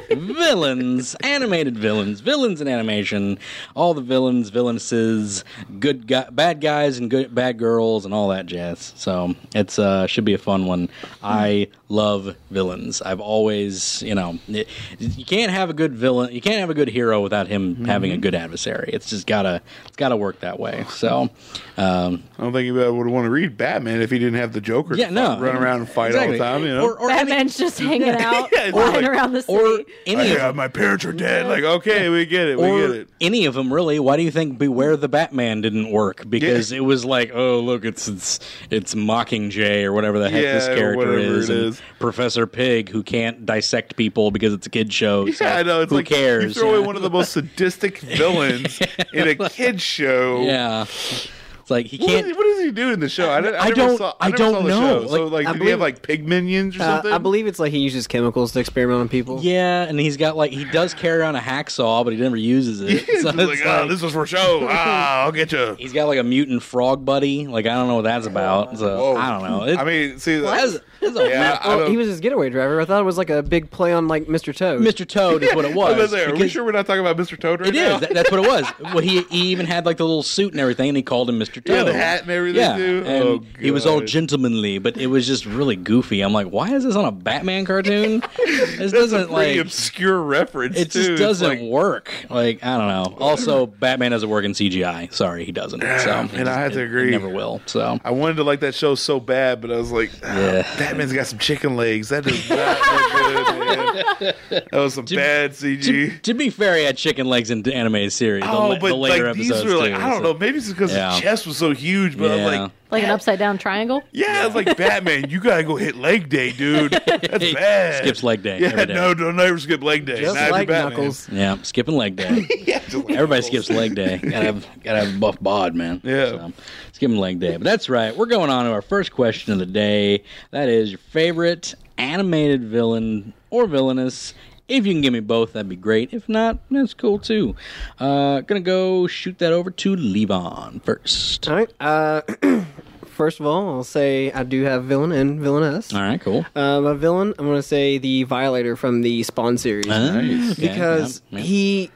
[SPEAKER 1] villains, animated villains, villains in animation, all the villains, villainesses, good guy, bad guys, and good bad girls, and all that jazz. So it's uh, should be a fun one. I love villains. I've always, you know, it, you can't have a good villain, you can't have a good hero without him having
[SPEAKER 2] Mm-hmm.
[SPEAKER 1] a good adversary. It's just gotta, it's gotta work that way. So. Um,
[SPEAKER 2] I don't think anybody would want to read Batman if he didn't have the Joker.
[SPEAKER 1] yeah,
[SPEAKER 2] to
[SPEAKER 1] no.
[SPEAKER 2] fuck- run around and fight
[SPEAKER 1] Exactly.
[SPEAKER 2] all the time. You know,
[SPEAKER 1] Or, or any-
[SPEAKER 5] Batman's just hanging out,
[SPEAKER 2] Yeah, it's
[SPEAKER 5] flying
[SPEAKER 2] like-
[SPEAKER 5] around the city.
[SPEAKER 1] or any
[SPEAKER 2] I-
[SPEAKER 1] of
[SPEAKER 2] uh, my parents are dead. Like, okay, we get it. We
[SPEAKER 1] or
[SPEAKER 2] get it.
[SPEAKER 1] any of them really why do you think beware the batman didn't work because
[SPEAKER 2] Yeah.
[SPEAKER 1] it was like oh look it's it's it's mockingjay or whatever the heck
[SPEAKER 2] Yeah,
[SPEAKER 1] this
[SPEAKER 2] or
[SPEAKER 1] character
[SPEAKER 2] whatever
[SPEAKER 1] is,
[SPEAKER 2] it
[SPEAKER 1] and
[SPEAKER 2] is.
[SPEAKER 1] professor pig who can't dissect people because it's a kid show so
[SPEAKER 2] Yeah, I know. It's
[SPEAKER 1] who
[SPEAKER 2] like
[SPEAKER 1] cares
[SPEAKER 2] you throw away
[SPEAKER 1] Yeah.
[SPEAKER 2] one of the most sadistic villains in a kid show.
[SPEAKER 1] yeah it's like he
[SPEAKER 2] What,
[SPEAKER 1] can't
[SPEAKER 2] does- what does he do in the show? I, don't-
[SPEAKER 1] I
[SPEAKER 2] never
[SPEAKER 1] don't-
[SPEAKER 2] Saw,
[SPEAKER 1] I
[SPEAKER 2] never
[SPEAKER 1] don't
[SPEAKER 2] saw the
[SPEAKER 1] know.
[SPEAKER 2] Show. So,
[SPEAKER 1] Like,
[SPEAKER 2] like,
[SPEAKER 6] I
[SPEAKER 2] did he have
[SPEAKER 6] believe-
[SPEAKER 2] like pig minions or
[SPEAKER 6] Uh,
[SPEAKER 2] something?
[SPEAKER 6] I believe it's like he uses chemicals to experiment on people.
[SPEAKER 1] yeah and he's got like he does carry on a hacksaw but he never uses it
[SPEAKER 2] It's
[SPEAKER 1] So
[SPEAKER 2] just
[SPEAKER 1] it's
[SPEAKER 2] like, oh,
[SPEAKER 1] like-
[SPEAKER 2] this was for show. Ah, I'll get you.
[SPEAKER 1] he's got like a mutant frog buddy like i don't know what that's about so
[SPEAKER 2] Whoa.
[SPEAKER 1] i don't know It-
[SPEAKER 2] I mean, see,
[SPEAKER 1] that's, that's a
[SPEAKER 2] yeah, I
[SPEAKER 6] Oh,
[SPEAKER 2] don't-
[SPEAKER 6] he was his getaway driver. I thought it was like a big play on like Mr. Toad.
[SPEAKER 1] Mr. Toad is what it was.
[SPEAKER 2] I was gonna say, are we
[SPEAKER 1] because-
[SPEAKER 2] sure we're not talking about Mr. Toad
[SPEAKER 1] It
[SPEAKER 2] right now?
[SPEAKER 1] is. That, that's what it was. Well, he, he even had like the little suit and everything, and he called him Mr. Toad.
[SPEAKER 2] Yeah, the hat and everything,
[SPEAKER 1] Yeah,
[SPEAKER 2] too.
[SPEAKER 1] and
[SPEAKER 2] Oh,
[SPEAKER 1] he was all
[SPEAKER 2] God.
[SPEAKER 1] gentlemanly, but it was just really goofy. I'm like, why is this on a Batman cartoon? This doesn't
[SPEAKER 2] Pretty
[SPEAKER 1] like.
[SPEAKER 2] obscure reference.
[SPEAKER 1] It
[SPEAKER 2] too.
[SPEAKER 1] just
[SPEAKER 2] It's
[SPEAKER 1] doesn't
[SPEAKER 2] like-
[SPEAKER 1] work. Like I don't know. Also, Batman doesn't work in CGI. Sorry, he doesn't. So
[SPEAKER 2] and
[SPEAKER 1] it just-
[SPEAKER 2] I have to
[SPEAKER 1] it- it
[SPEAKER 2] agree.
[SPEAKER 1] never will. So
[SPEAKER 2] I wanted to like that show so bad, but I was like, ah,
[SPEAKER 1] Yeah.
[SPEAKER 2] Batman's got some chicken legs. That does not look good, man. That was some bad CG.
[SPEAKER 1] to, to be fair, he had chicken legs in the animated series.
[SPEAKER 2] oh,
[SPEAKER 1] the, la-
[SPEAKER 2] but
[SPEAKER 1] the later
[SPEAKER 2] like these
[SPEAKER 1] episodes
[SPEAKER 2] were like,
[SPEAKER 1] too,
[SPEAKER 2] I don't
[SPEAKER 1] so-
[SPEAKER 2] know. Maybe it's because
[SPEAKER 1] Yeah.
[SPEAKER 2] his chest was so huge, but I'm
[SPEAKER 1] Yeah.
[SPEAKER 2] like,
[SPEAKER 5] like an upside down triangle.
[SPEAKER 2] yeah, it's like Batman. You gotta go hit leg day, dude. That's
[SPEAKER 1] He
[SPEAKER 2] bad.
[SPEAKER 1] skips leg day
[SPEAKER 2] Yeah,
[SPEAKER 1] every day.
[SPEAKER 2] no, don't ever skip leg day.
[SPEAKER 6] Just
[SPEAKER 2] Not if you're
[SPEAKER 6] like
[SPEAKER 2] Batman.
[SPEAKER 6] Knuckles.
[SPEAKER 1] Yeah, skipping leg day.
[SPEAKER 2] Yeah, just like
[SPEAKER 1] Everybody
[SPEAKER 2] Knuckles.
[SPEAKER 1] skips leg day. Gotta have gotta have a buff bod, man.
[SPEAKER 2] Yeah.
[SPEAKER 1] skip leg day. But that's right. We're going on to our first question of the day. That is your favorite animated villain or villainous. If you can give me both, that'd be great. If not, that's cool too. Uh, gonna go shoot that over to Levon first.
[SPEAKER 6] All right. Uh, first of all, I'll say I do have villain and villainess.
[SPEAKER 1] All right, cool.
[SPEAKER 6] Uh, my villain, I'm going to say the Violator from the Spawn series.
[SPEAKER 1] Nice.
[SPEAKER 6] because he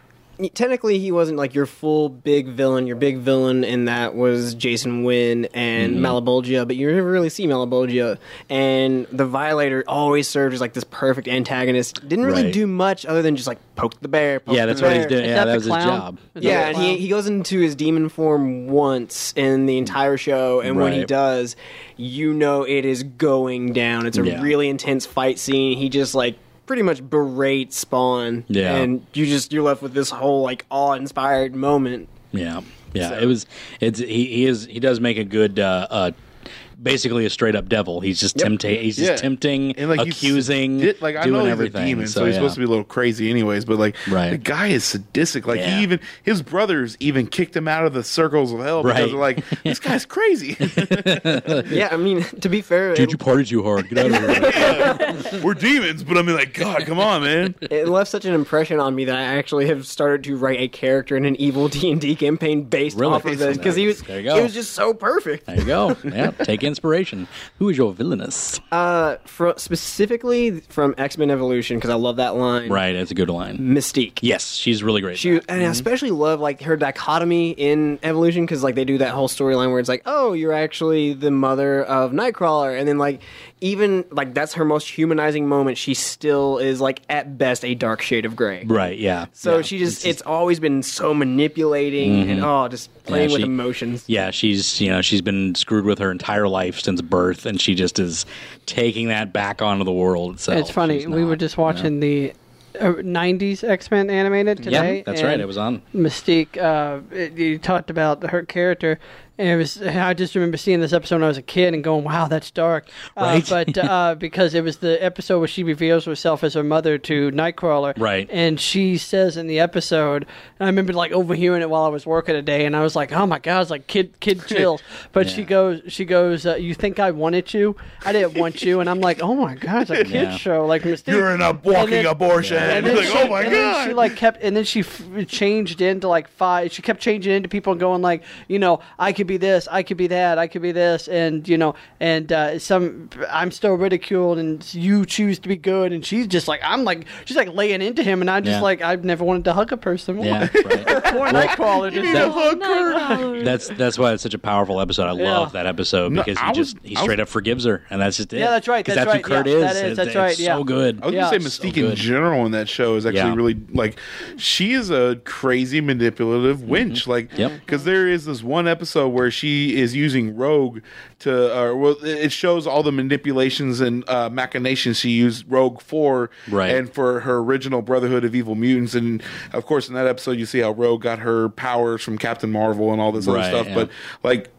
[SPEAKER 6] technically he wasn't like your full big villain your big villain in that was jason Wynn and malabolgia but you never really see malabolgia and the violator always served as like this perfect antagonist didn't really
[SPEAKER 1] Right.
[SPEAKER 6] do much other than just like poke the bear poke
[SPEAKER 1] yeah,
[SPEAKER 6] the
[SPEAKER 1] that's what he's
[SPEAKER 6] bear.
[SPEAKER 1] doing.
[SPEAKER 5] Is
[SPEAKER 1] Yeah,
[SPEAKER 5] that
[SPEAKER 1] that,
[SPEAKER 5] the
[SPEAKER 1] was his
[SPEAKER 5] clown?
[SPEAKER 1] job.
[SPEAKER 5] Is that
[SPEAKER 6] Yeah,
[SPEAKER 5] the
[SPEAKER 6] and he,
[SPEAKER 5] clown?
[SPEAKER 6] he goes into his demon form once in the entire show, and when he
[SPEAKER 1] Right.
[SPEAKER 6] does, you know it is going down. It's a
[SPEAKER 1] Yeah.
[SPEAKER 6] really intense fight scene. He just like pretty much berates Spawn,
[SPEAKER 1] Yeah.
[SPEAKER 6] and you just you're left with this whole like awe inspired moment.
[SPEAKER 1] Yeah, yeah.
[SPEAKER 6] So-
[SPEAKER 1] It was. It's he, he is he does make a good. Uh, uh, Basically, a straight up devil. He's just tempting. He's just
[SPEAKER 2] Yeah.
[SPEAKER 1] tempting,
[SPEAKER 2] and like he's
[SPEAKER 1] accusing,
[SPEAKER 2] sadi- like I
[SPEAKER 1] doing
[SPEAKER 2] know he's
[SPEAKER 1] everything.
[SPEAKER 2] a demon, so,
[SPEAKER 1] yeah.
[SPEAKER 2] he's supposed to be a little crazy, anyways. But like,
[SPEAKER 1] Right.
[SPEAKER 2] the guy is sadistic. Like
[SPEAKER 1] Yeah.
[SPEAKER 2] he even his brothers even kicked him out of the circles of hell
[SPEAKER 1] Right.
[SPEAKER 2] because they're like, this guy's crazy.
[SPEAKER 6] Yeah, I mean to be fair,
[SPEAKER 1] Dude,
[SPEAKER 6] it,
[SPEAKER 1] you party too hard. Get out of here.
[SPEAKER 2] We're demons, but I mean, like, God, come on, man.
[SPEAKER 6] it left such an impression on me that I actually have started to write a character in an evil D and D campaign based
[SPEAKER 1] Really?
[SPEAKER 6] off of this because he was
[SPEAKER 1] There you go.
[SPEAKER 6] it was just so perfect.
[SPEAKER 1] there you go. Yeah, take inspiration. Who is your villainous?
[SPEAKER 6] Uh, fro- specifically from X Men Evolution because I love that line.
[SPEAKER 1] right, that's a good line.
[SPEAKER 6] Mystique.
[SPEAKER 1] Yes, she's really great.
[SPEAKER 6] She, and I especially love like her dichotomy in Evolution because like they do that whole storyline where it's like, oh, you're actually the mother of Nightcrawler, and then like even like that's her most humanizing moment. She still is like at best a dark shade of gray.
[SPEAKER 1] right, yeah.
[SPEAKER 6] So
[SPEAKER 1] yeah. Mm-hmm.
[SPEAKER 6] she just, it's always been so manipulating and oh, just playing
[SPEAKER 1] Yeah,
[SPEAKER 6] with
[SPEAKER 1] she-
[SPEAKER 6] emotions.
[SPEAKER 1] yeah, she's you know she's been screwed with her entire life since birth, and she just is taking that back onto the world. itself.
[SPEAKER 3] it's funny.
[SPEAKER 1] She's
[SPEAKER 3] We were
[SPEAKER 1] not,
[SPEAKER 3] just
[SPEAKER 1] you know.
[SPEAKER 3] watching the uh, '90s X-Men animated
[SPEAKER 1] Yeah,
[SPEAKER 3] today.
[SPEAKER 1] that's right.
[SPEAKER 3] and
[SPEAKER 1] It was on.
[SPEAKER 3] Mystique. Uh, it- you talked about her character. And it was. I just remember seeing this episode when I was a kid and going, "Wow, that's dark."
[SPEAKER 1] Right.
[SPEAKER 3] Uh, but uh, because it was the episode where she reveals herself as her mother to Nightcrawler,
[SPEAKER 1] Right.
[SPEAKER 3] And she says in the episode, and I remember like overhearing it while I was working a day, and I was like, "Oh my god!" It's like kid, kid chills. But she goes, she goes, uh, "You think I wanted you? I didn't want you." And I'm like, "Oh my god, it's a kid
[SPEAKER 1] Yeah.
[SPEAKER 3] show!" Like mistake.
[SPEAKER 2] You're an ab- walking
[SPEAKER 3] then-
[SPEAKER 2] abortion. It's
[SPEAKER 3] And then
[SPEAKER 2] like,
[SPEAKER 3] she,
[SPEAKER 2] oh my
[SPEAKER 3] and then
[SPEAKER 2] god.
[SPEAKER 3] she like kept, and then she f- changed into like five. She kept changing into people and going like, you know, I could be this, I could be that, I could be this, and you know, and uh, some I'm still ridiculed, and you choose to be good, and she's just like, I'm like, she's like laying into him, and I'm just
[SPEAKER 1] Yeah.
[SPEAKER 3] like, I've never wanted to hug a person. More.
[SPEAKER 1] Yeah, right.
[SPEAKER 3] More Nightcrawler just
[SPEAKER 2] a
[SPEAKER 3] said-
[SPEAKER 2] hooker.
[SPEAKER 5] Nightcrawler.
[SPEAKER 1] That's that's why it's such a powerful episode. I love that episode
[SPEAKER 2] No,
[SPEAKER 1] because
[SPEAKER 2] I
[SPEAKER 1] he
[SPEAKER 2] was-
[SPEAKER 1] just he
[SPEAKER 2] I was-
[SPEAKER 1] straight up forgives her, and that's just it.
[SPEAKER 3] Yeah, that's right,
[SPEAKER 1] 'Cause
[SPEAKER 3] that's
[SPEAKER 1] that's who
[SPEAKER 3] right,
[SPEAKER 1] Kurt
[SPEAKER 3] yeah,
[SPEAKER 1] is.
[SPEAKER 3] that is,
[SPEAKER 1] It's-
[SPEAKER 3] that's
[SPEAKER 1] it's
[SPEAKER 3] right,
[SPEAKER 1] So
[SPEAKER 3] yeah.
[SPEAKER 1] good.
[SPEAKER 2] I was
[SPEAKER 3] Yeah,
[SPEAKER 2] gonna say
[SPEAKER 3] it's
[SPEAKER 1] so
[SPEAKER 2] Mystique in
[SPEAKER 1] good.
[SPEAKER 2] general in that show is actually
[SPEAKER 1] Yeah.
[SPEAKER 2] really like she is a crazy manipulative winch. Like, because
[SPEAKER 1] Mm-hmm. Yep.
[SPEAKER 2] there is this one episode where she is using Rogue to, uh, well, it shows all the manipulations and uh, machinations she used Rogue for,
[SPEAKER 1] Right.
[SPEAKER 2] and for her original Brotherhood of Evil Mutants. And of course, in that episode, you see how Rogue got her powers from Captain Marvel and all this other
[SPEAKER 1] Right,
[SPEAKER 2] stuff.
[SPEAKER 1] yeah.
[SPEAKER 2] But like.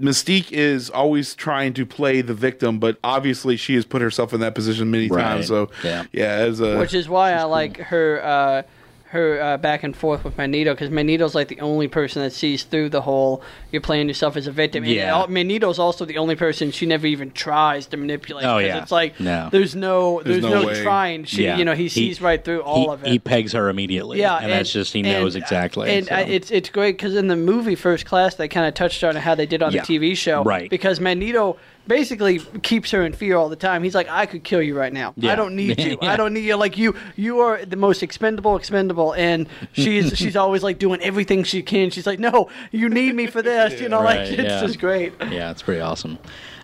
[SPEAKER 2] Mystique is always trying to play the victim, but obviously she has put herself in that position many
[SPEAKER 1] Right.
[SPEAKER 2] times. So
[SPEAKER 1] Yeah.
[SPEAKER 2] yeah, as a
[SPEAKER 3] which is why I like her uh, her uh, back and forth with Magneto because Magneto's like the only person that sees through the whole you're playing yourself as a victim. And
[SPEAKER 1] Yeah.
[SPEAKER 3] al- Magneto's also the only person she never even tries to manipulate.
[SPEAKER 1] Oh,
[SPEAKER 3] 'cause
[SPEAKER 1] yeah.
[SPEAKER 3] It's like
[SPEAKER 1] No.
[SPEAKER 3] there's no there's,
[SPEAKER 2] no
[SPEAKER 3] no,
[SPEAKER 2] way.
[SPEAKER 3] trying. She you know he sees right through all
[SPEAKER 1] he-
[SPEAKER 3] of it.
[SPEAKER 1] He pegs her immediately.
[SPEAKER 3] yeah,
[SPEAKER 1] and, that's just he knows
[SPEAKER 3] and-
[SPEAKER 1] exactly.
[SPEAKER 3] And
[SPEAKER 1] so.
[SPEAKER 3] I, it's it's great because in the movie First Class, they kind of touched on how they did on
[SPEAKER 1] Yeah,
[SPEAKER 3] the TV show,
[SPEAKER 1] right.
[SPEAKER 3] Because Magneto basically keeps her in fear all the time. He's like, I could kill you right now.
[SPEAKER 1] Yeah.
[SPEAKER 3] I don't need you.
[SPEAKER 1] Yeah.
[SPEAKER 3] I don't need you. Like you, you are the most expendable, expendable. And she's she's always like doing everything she can. She's like, no, you need me for this. You know,
[SPEAKER 1] Right,
[SPEAKER 3] like it's
[SPEAKER 1] yeah.
[SPEAKER 3] just great.
[SPEAKER 1] yeah, it's pretty awesome.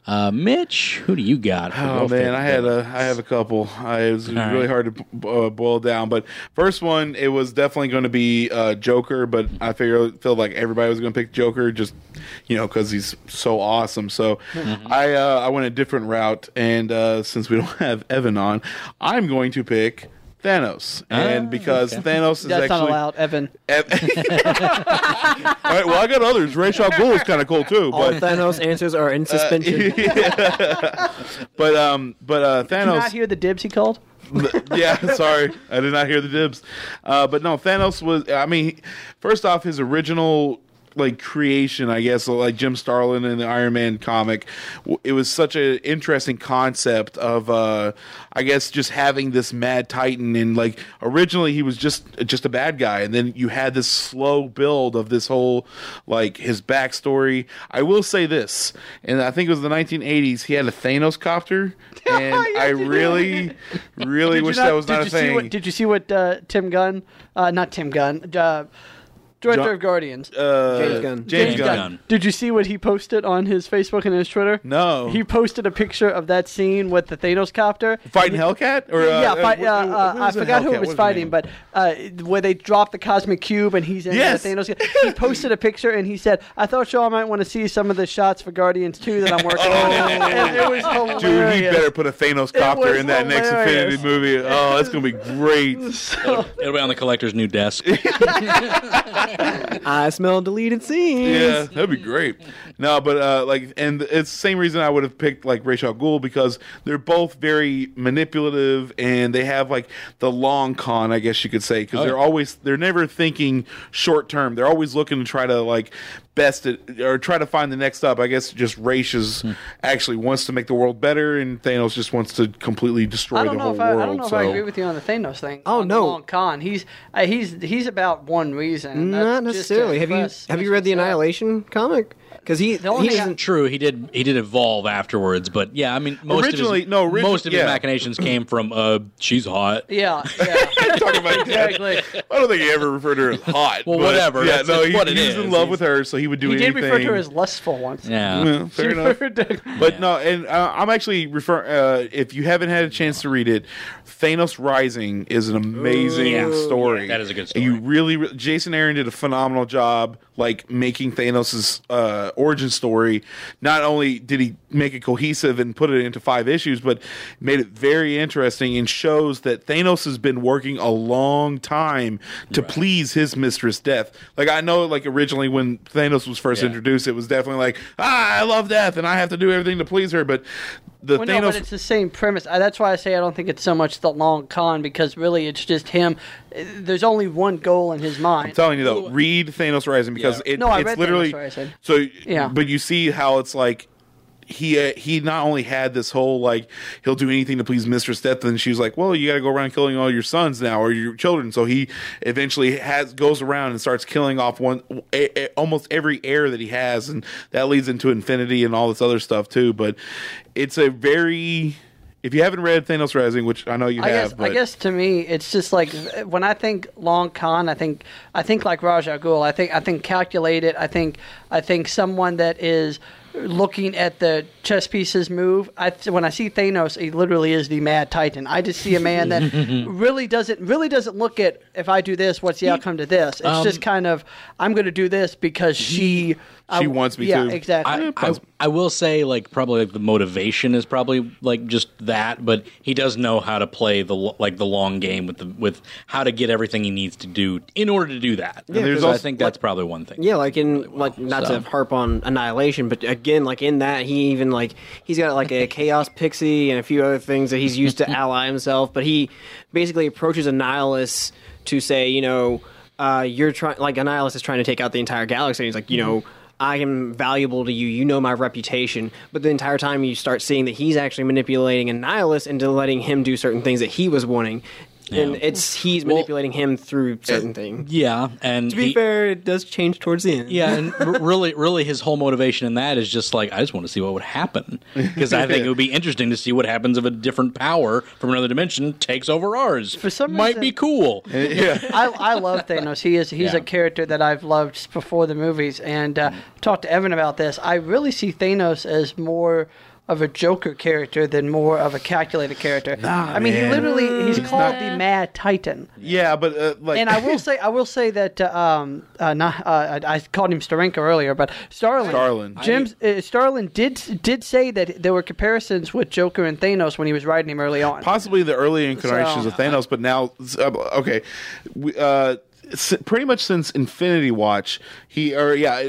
[SPEAKER 1] Uh, Mitch, who do you got? for
[SPEAKER 2] Oh
[SPEAKER 1] your
[SPEAKER 2] man,
[SPEAKER 1] favorite
[SPEAKER 2] I had
[SPEAKER 1] villain?
[SPEAKER 2] a I have a couple. I, it was
[SPEAKER 1] right.
[SPEAKER 2] really hard to b- uh, boil down, but first one it was definitely going to be uh, Joker, but I figure felt like everybody was going to pick Joker just you know because he's so awesome. So I uh, I went a different route, and uh, since we don't have Evan on, I'm going to pick Thanos, and because Thanos is
[SPEAKER 3] That's
[SPEAKER 2] actually
[SPEAKER 3] not allowed, Evan.
[SPEAKER 2] all right. Well, I got others. Ray Shaw Ghul is kind of cool too,
[SPEAKER 6] All
[SPEAKER 2] but.
[SPEAKER 6] Thanos answers are
[SPEAKER 1] Uh,
[SPEAKER 6] in suspension.
[SPEAKER 2] but um, but uh,
[SPEAKER 3] Did you not
[SPEAKER 2] Thanos.
[SPEAKER 3] hear the dibs he called?
[SPEAKER 2] yeah, sorry, I did not hear the dibs. Uh, but no, Thanos was. I mean, first off, his original like creation, I guess, like Jim Starlin in the Iron Man comic, w- it was such an interesting concept of, uh, I guess, just having this mad titan and like originally he was just just a bad guy, and then you had this slow build of this whole like his backstory. I will say this, and I think it was the 1980s. He had a Thanos copter, and I really, really
[SPEAKER 3] Did you
[SPEAKER 2] wish
[SPEAKER 3] not-
[SPEAKER 2] that was
[SPEAKER 3] did
[SPEAKER 2] not a
[SPEAKER 3] you
[SPEAKER 2] thing.
[SPEAKER 3] See what, did you see what uh, Tim Gunn, uh, not Tim Gunn, uh, director
[SPEAKER 2] John-
[SPEAKER 3] of Guardians,
[SPEAKER 2] uh,
[SPEAKER 6] James Gunn.
[SPEAKER 2] James
[SPEAKER 1] James
[SPEAKER 2] Gunn.
[SPEAKER 1] Gunn.
[SPEAKER 3] Did you see what he posted on his Facebook and his Twitter?
[SPEAKER 2] No.
[SPEAKER 3] He posted a picture of that scene with the Thanos copter.
[SPEAKER 2] Fighting Hellcat? Or, uh,
[SPEAKER 3] yeah, fight,
[SPEAKER 2] uh,
[SPEAKER 3] uh,
[SPEAKER 2] wh- wh- who
[SPEAKER 3] uh, I
[SPEAKER 2] was the
[SPEAKER 3] forgot who
[SPEAKER 2] Hellcat?
[SPEAKER 3] it was
[SPEAKER 2] What the
[SPEAKER 3] fighting,
[SPEAKER 2] name?
[SPEAKER 3] but uh, where they dropped the cosmic cube and he's in
[SPEAKER 2] Yes.
[SPEAKER 3] the Thanos. He posted a picture and he said, "I thought y'all might want to see some of the shots for Guardians 2 that I'm working on." And it was hilarious.
[SPEAKER 2] Oh. Dude, he better put a Thanos copter
[SPEAKER 3] was
[SPEAKER 2] in that next
[SPEAKER 3] hilarious.
[SPEAKER 2] Infinity movie. Oh, that's gonna be great.
[SPEAKER 1] It'll be on the collector's new desk.
[SPEAKER 6] I smell deleted scenes.
[SPEAKER 2] Yeah, that'd be great. No, but uh, like, and it's the same reason I would have picked like Rachel Gould because they're both very manipulative and they have like the long con, I guess you could say, because
[SPEAKER 1] Oh,
[SPEAKER 2] they're
[SPEAKER 1] yeah.
[SPEAKER 2] always they're never thinking short term. They're always looking to try to like best it or try to find the next up. I guess just Rach is
[SPEAKER 1] Hmm.
[SPEAKER 2] actually wants to make the world better, and Thanos just wants to completely destroy
[SPEAKER 3] I
[SPEAKER 2] the
[SPEAKER 3] don't know
[SPEAKER 2] whole
[SPEAKER 3] if I,
[SPEAKER 2] world.
[SPEAKER 3] I don't know if
[SPEAKER 2] so.
[SPEAKER 3] I agree with you on the Thanos thing.
[SPEAKER 6] Oh,
[SPEAKER 3] on the
[SPEAKER 6] no.
[SPEAKER 3] long con. He's uh, he's he's about one reason. and that's
[SPEAKER 6] Not
[SPEAKER 3] just to
[SPEAKER 6] necessarily. Have you
[SPEAKER 3] impress
[SPEAKER 6] have you read the
[SPEAKER 3] Mr. Stark.
[SPEAKER 6] Annihilation comic? Because he
[SPEAKER 3] The only
[SPEAKER 6] he
[SPEAKER 3] thing I-
[SPEAKER 6] doesn't
[SPEAKER 1] True, he did. He did evolve afterwards, but yeah, I mean, most of
[SPEAKER 2] Originally-
[SPEAKER 1] his,
[SPEAKER 2] no, origi-
[SPEAKER 1] most of his
[SPEAKER 2] yeah.
[SPEAKER 1] machinations came from uh, she's hot.
[SPEAKER 3] Yeah, yeah,
[SPEAKER 2] Talking about that.
[SPEAKER 3] exactly.
[SPEAKER 2] I don't think he ever referred to her as hot.
[SPEAKER 1] Well,
[SPEAKER 2] but
[SPEAKER 1] whatever.
[SPEAKER 2] Yeah,
[SPEAKER 1] That's-
[SPEAKER 2] no,
[SPEAKER 1] that's
[SPEAKER 2] he,
[SPEAKER 1] what it
[SPEAKER 2] he was
[SPEAKER 1] is.
[SPEAKER 2] in love with her, so he would do
[SPEAKER 3] He
[SPEAKER 2] anything.
[SPEAKER 3] did refer to her as lustful once.
[SPEAKER 1] Yeah,
[SPEAKER 2] Well, fair enough. But no, and uh, I'm actually refer. Uh, if you haven't had a chance to read it, Thanos Rising is an amazing
[SPEAKER 1] Yeah.
[SPEAKER 2] story.
[SPEAKER 1] That is a good
[SPEAKER 2] And You
[SPEAKER 1] story.
[SPEAKER 2] really, re- Jason Aaron did a phenomenal job, like making Thanos' uh, origin story. Not only did he make it cohesive and put it into five issues, but made it very interesting and shows that Thanos has been working a long time to please his mistress Death. Like I know, like originally when Thanos Thanos was first
[SPEAKER 1] Yeah.
[SPEAKER 2] introduced, it was definitely like, ah, I love death, and I have to do everything to please her. But the
[SPEAKER 3] Well,
[SPEAKER 2] Thanos,
[SPEAKER 3] no, but it's the same premise. I, that's why I say I don't think it's so much the long con because really it's just him. Uh, There's only one goal in his mind.
[SPEAKER 2] I'm telling you though, read Thanos Rising because
[SPEAKER 1] Yeah.
[SPEAKER 2] it,
[SPEAKER 3] No, I
[SPEAKER 2] it's
[SPEAKER 3] read Thanos
[SPEAKER 2] literally
[SPEAKER 3] Rising.
[SPEAKER 2] so.
[SPEAKER 3] Yeah.
[SPEAKER 2] but you see how it's like he uh, he not only had this whole like he'll do anything to please Mistress Death, and she's like, well, you got to go around killing all your sons now or your children. So he eventually has goes around and starts killing off one a, a- almost every heir that he has, and that leads into Infinity and all this other stuff too. But it's a very if you haven't read Thanos Rising, which I know you
[SPEAKER 3] I
[SPEAKER 2] have,
[SPEAKER 3] guess,
[SPEAKER 2] but
[SPEAKER 3] I guess to me, it's just like uh, when I think long con, I think I think like Raja Ghul. I think I think calculated. I think I think someone that is looking at the chess pieces move. I th- when I see Thanos, he literally is the mad titan. I just see a man that really doesn't really doesn't look at if I do this, what's the outcome to this. It's just kind of I'm going to do this because she
[SPEAKER 2] um, she wants me
[SPEAKER 3] yeah,
[SPEAKER 2] to.
[SPEAKER 3] exactly.
[SPEAKER 6] Eh,
[SPEAKER 1] I, I, I will say like probably like the motivation is probably like just that, but he does know how to play the lo- like the long game with the with how to get everything he needs to do in order to do that.
[SPEAKER 2] Yeah, there's
[SPEAKER 1] So I
[SPEAKER 2] also-
[SPEAKER 1] think that's probably one thing.
[SPEAKER 6] Yeah, like in like not
[SPEAKER 1] so.
[SPEAKER 6] to harp on Annihilation, but again, like in that he even like he's got like a Chaos Pixie and a few other things that he's used to ally himself, but he basically approaches a nihilist to say, you know, uh, you're trying like a nihilist is trying to take out the entire galaxy. And he's like, you
[SPEAKER 1] Mm-hmm.
[SPEAKER 6] know. I am valuable to you. You know my reputation. But the entire time you start seeing that he's actually manipulating a nihilist into letting him do certain things that he was wanting. And it's he's manipulating him through certain things.
[SPEAKER 1] Yeah, and
[SPEAKER 6] To be
[SPEAKER 1] he-
[SPEAKER 6] fair, it does change towards the end.
[SPEAKER 1] Yeah, and r- really, really, his whole motivation in that is just like I just want to see what would happen because I think it would be interesting to see what happens if a different power from another dimension takes over ours. For
[SPEAKER 3] some
[SPEAKER 1] might
[SPEAKER 3] reason-
[SPEAKER 1] be cool.
[SPEAKER 2] yeah.
[SPEAKER 3] I, I love Thanos. He is he's
[SPEAKER 1] Yeah.
[SPEAKER 3] a character that I've loved s- before the movies, and
[SPEAKER 2] Mm.
[SPEAKER 3] uh, talked to Evan about this. I really see Thanos as more of a Joker character than more of a calculated character. I mean,
[SPEAKER 2] man.
[SPEAKER 3] he literally he's called
[SPEAKER 5] not-
[SPEAKER 3] the Mad Titan.
[SPEAKER 2] Yeah, but uh, like,
[SPEAKER 3] And I will say, I will say that uh, um, uh, not, uh, I I called him Starenko earlier, but Starlin,
[SPEAKER 2] Starlin.
[SPEAKER 3] Jim's, uh, Starlin did did say that there were comparisons with Joker and Thanos when he was writing him early on.
[SPEAKER 2] possibly the early incarnations
[SPEAKER 3] So-
[SPEAKER 2] of Thanos, but now uh, okay, we, uh, s- pretty much since Infinity Watch, he or yeah, uh,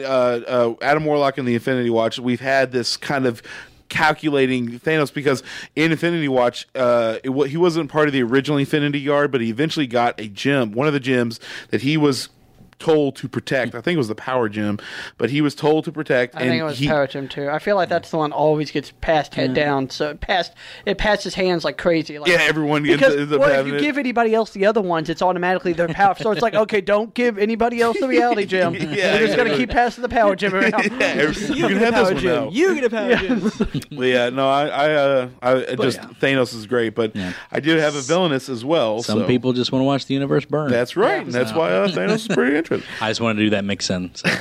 [SPEAKER 2] uh, Adam Warlock and the Infinity Watch, we've had this kind of calculating Thanos because in Infinity Watch, uh, it, wa- he wasn't part of the original Infinity Yard, but he eventually got a gem, one of the gems that he was. Told to protect. I think it was the power gem, but he was told to protect.
[SPEAKER 3] I
[SPEAKER 2] and
[SPEAKER 3] think it was
[SPEAKER 2] he,
[SPEAKER 3] Power Gym too. I feel like that's the one always gets passed head down. So it passed it passes hands like crazy. Like,
[SPEAKER 2] Yeah, everyone ends-
[SPEAKER 3] because,
[SPEAKER 2] ends up
[SPEAKER 3] well, if
[SPEAKER 2] having
[SPEAKER 3] you
[SPEAKER 2] it.
[SPEAKER 3] give anybody else the other ones, it's automatically their power. so it's like, okay, don't give anybody else the reality gym.
[SPEAKER 2] Yeah,
[SPEAKER 3] You're just gonna
[SPEAKER 2] exactly.
[SPEAKER 3] keep passing the power gym around.
[SPEAKER 2] Yeah, every- you can have this one now.
[SPEAKER 6] You get a power gym.
[SPEAKER 2] Well, yeah, no, I, I, uh, I I just Thanos is great, but I do have a villainous as well.
[SPEAKER 1] Some
[SPEAKER 2] so-
[SPEAKER 1] people just want to watch the universe burn.
[SPEAKER 2] That's right, and that's why uh, Thanos is pretty interesting.
[SPEAKER 1] I just wanted to do that mix in. So. All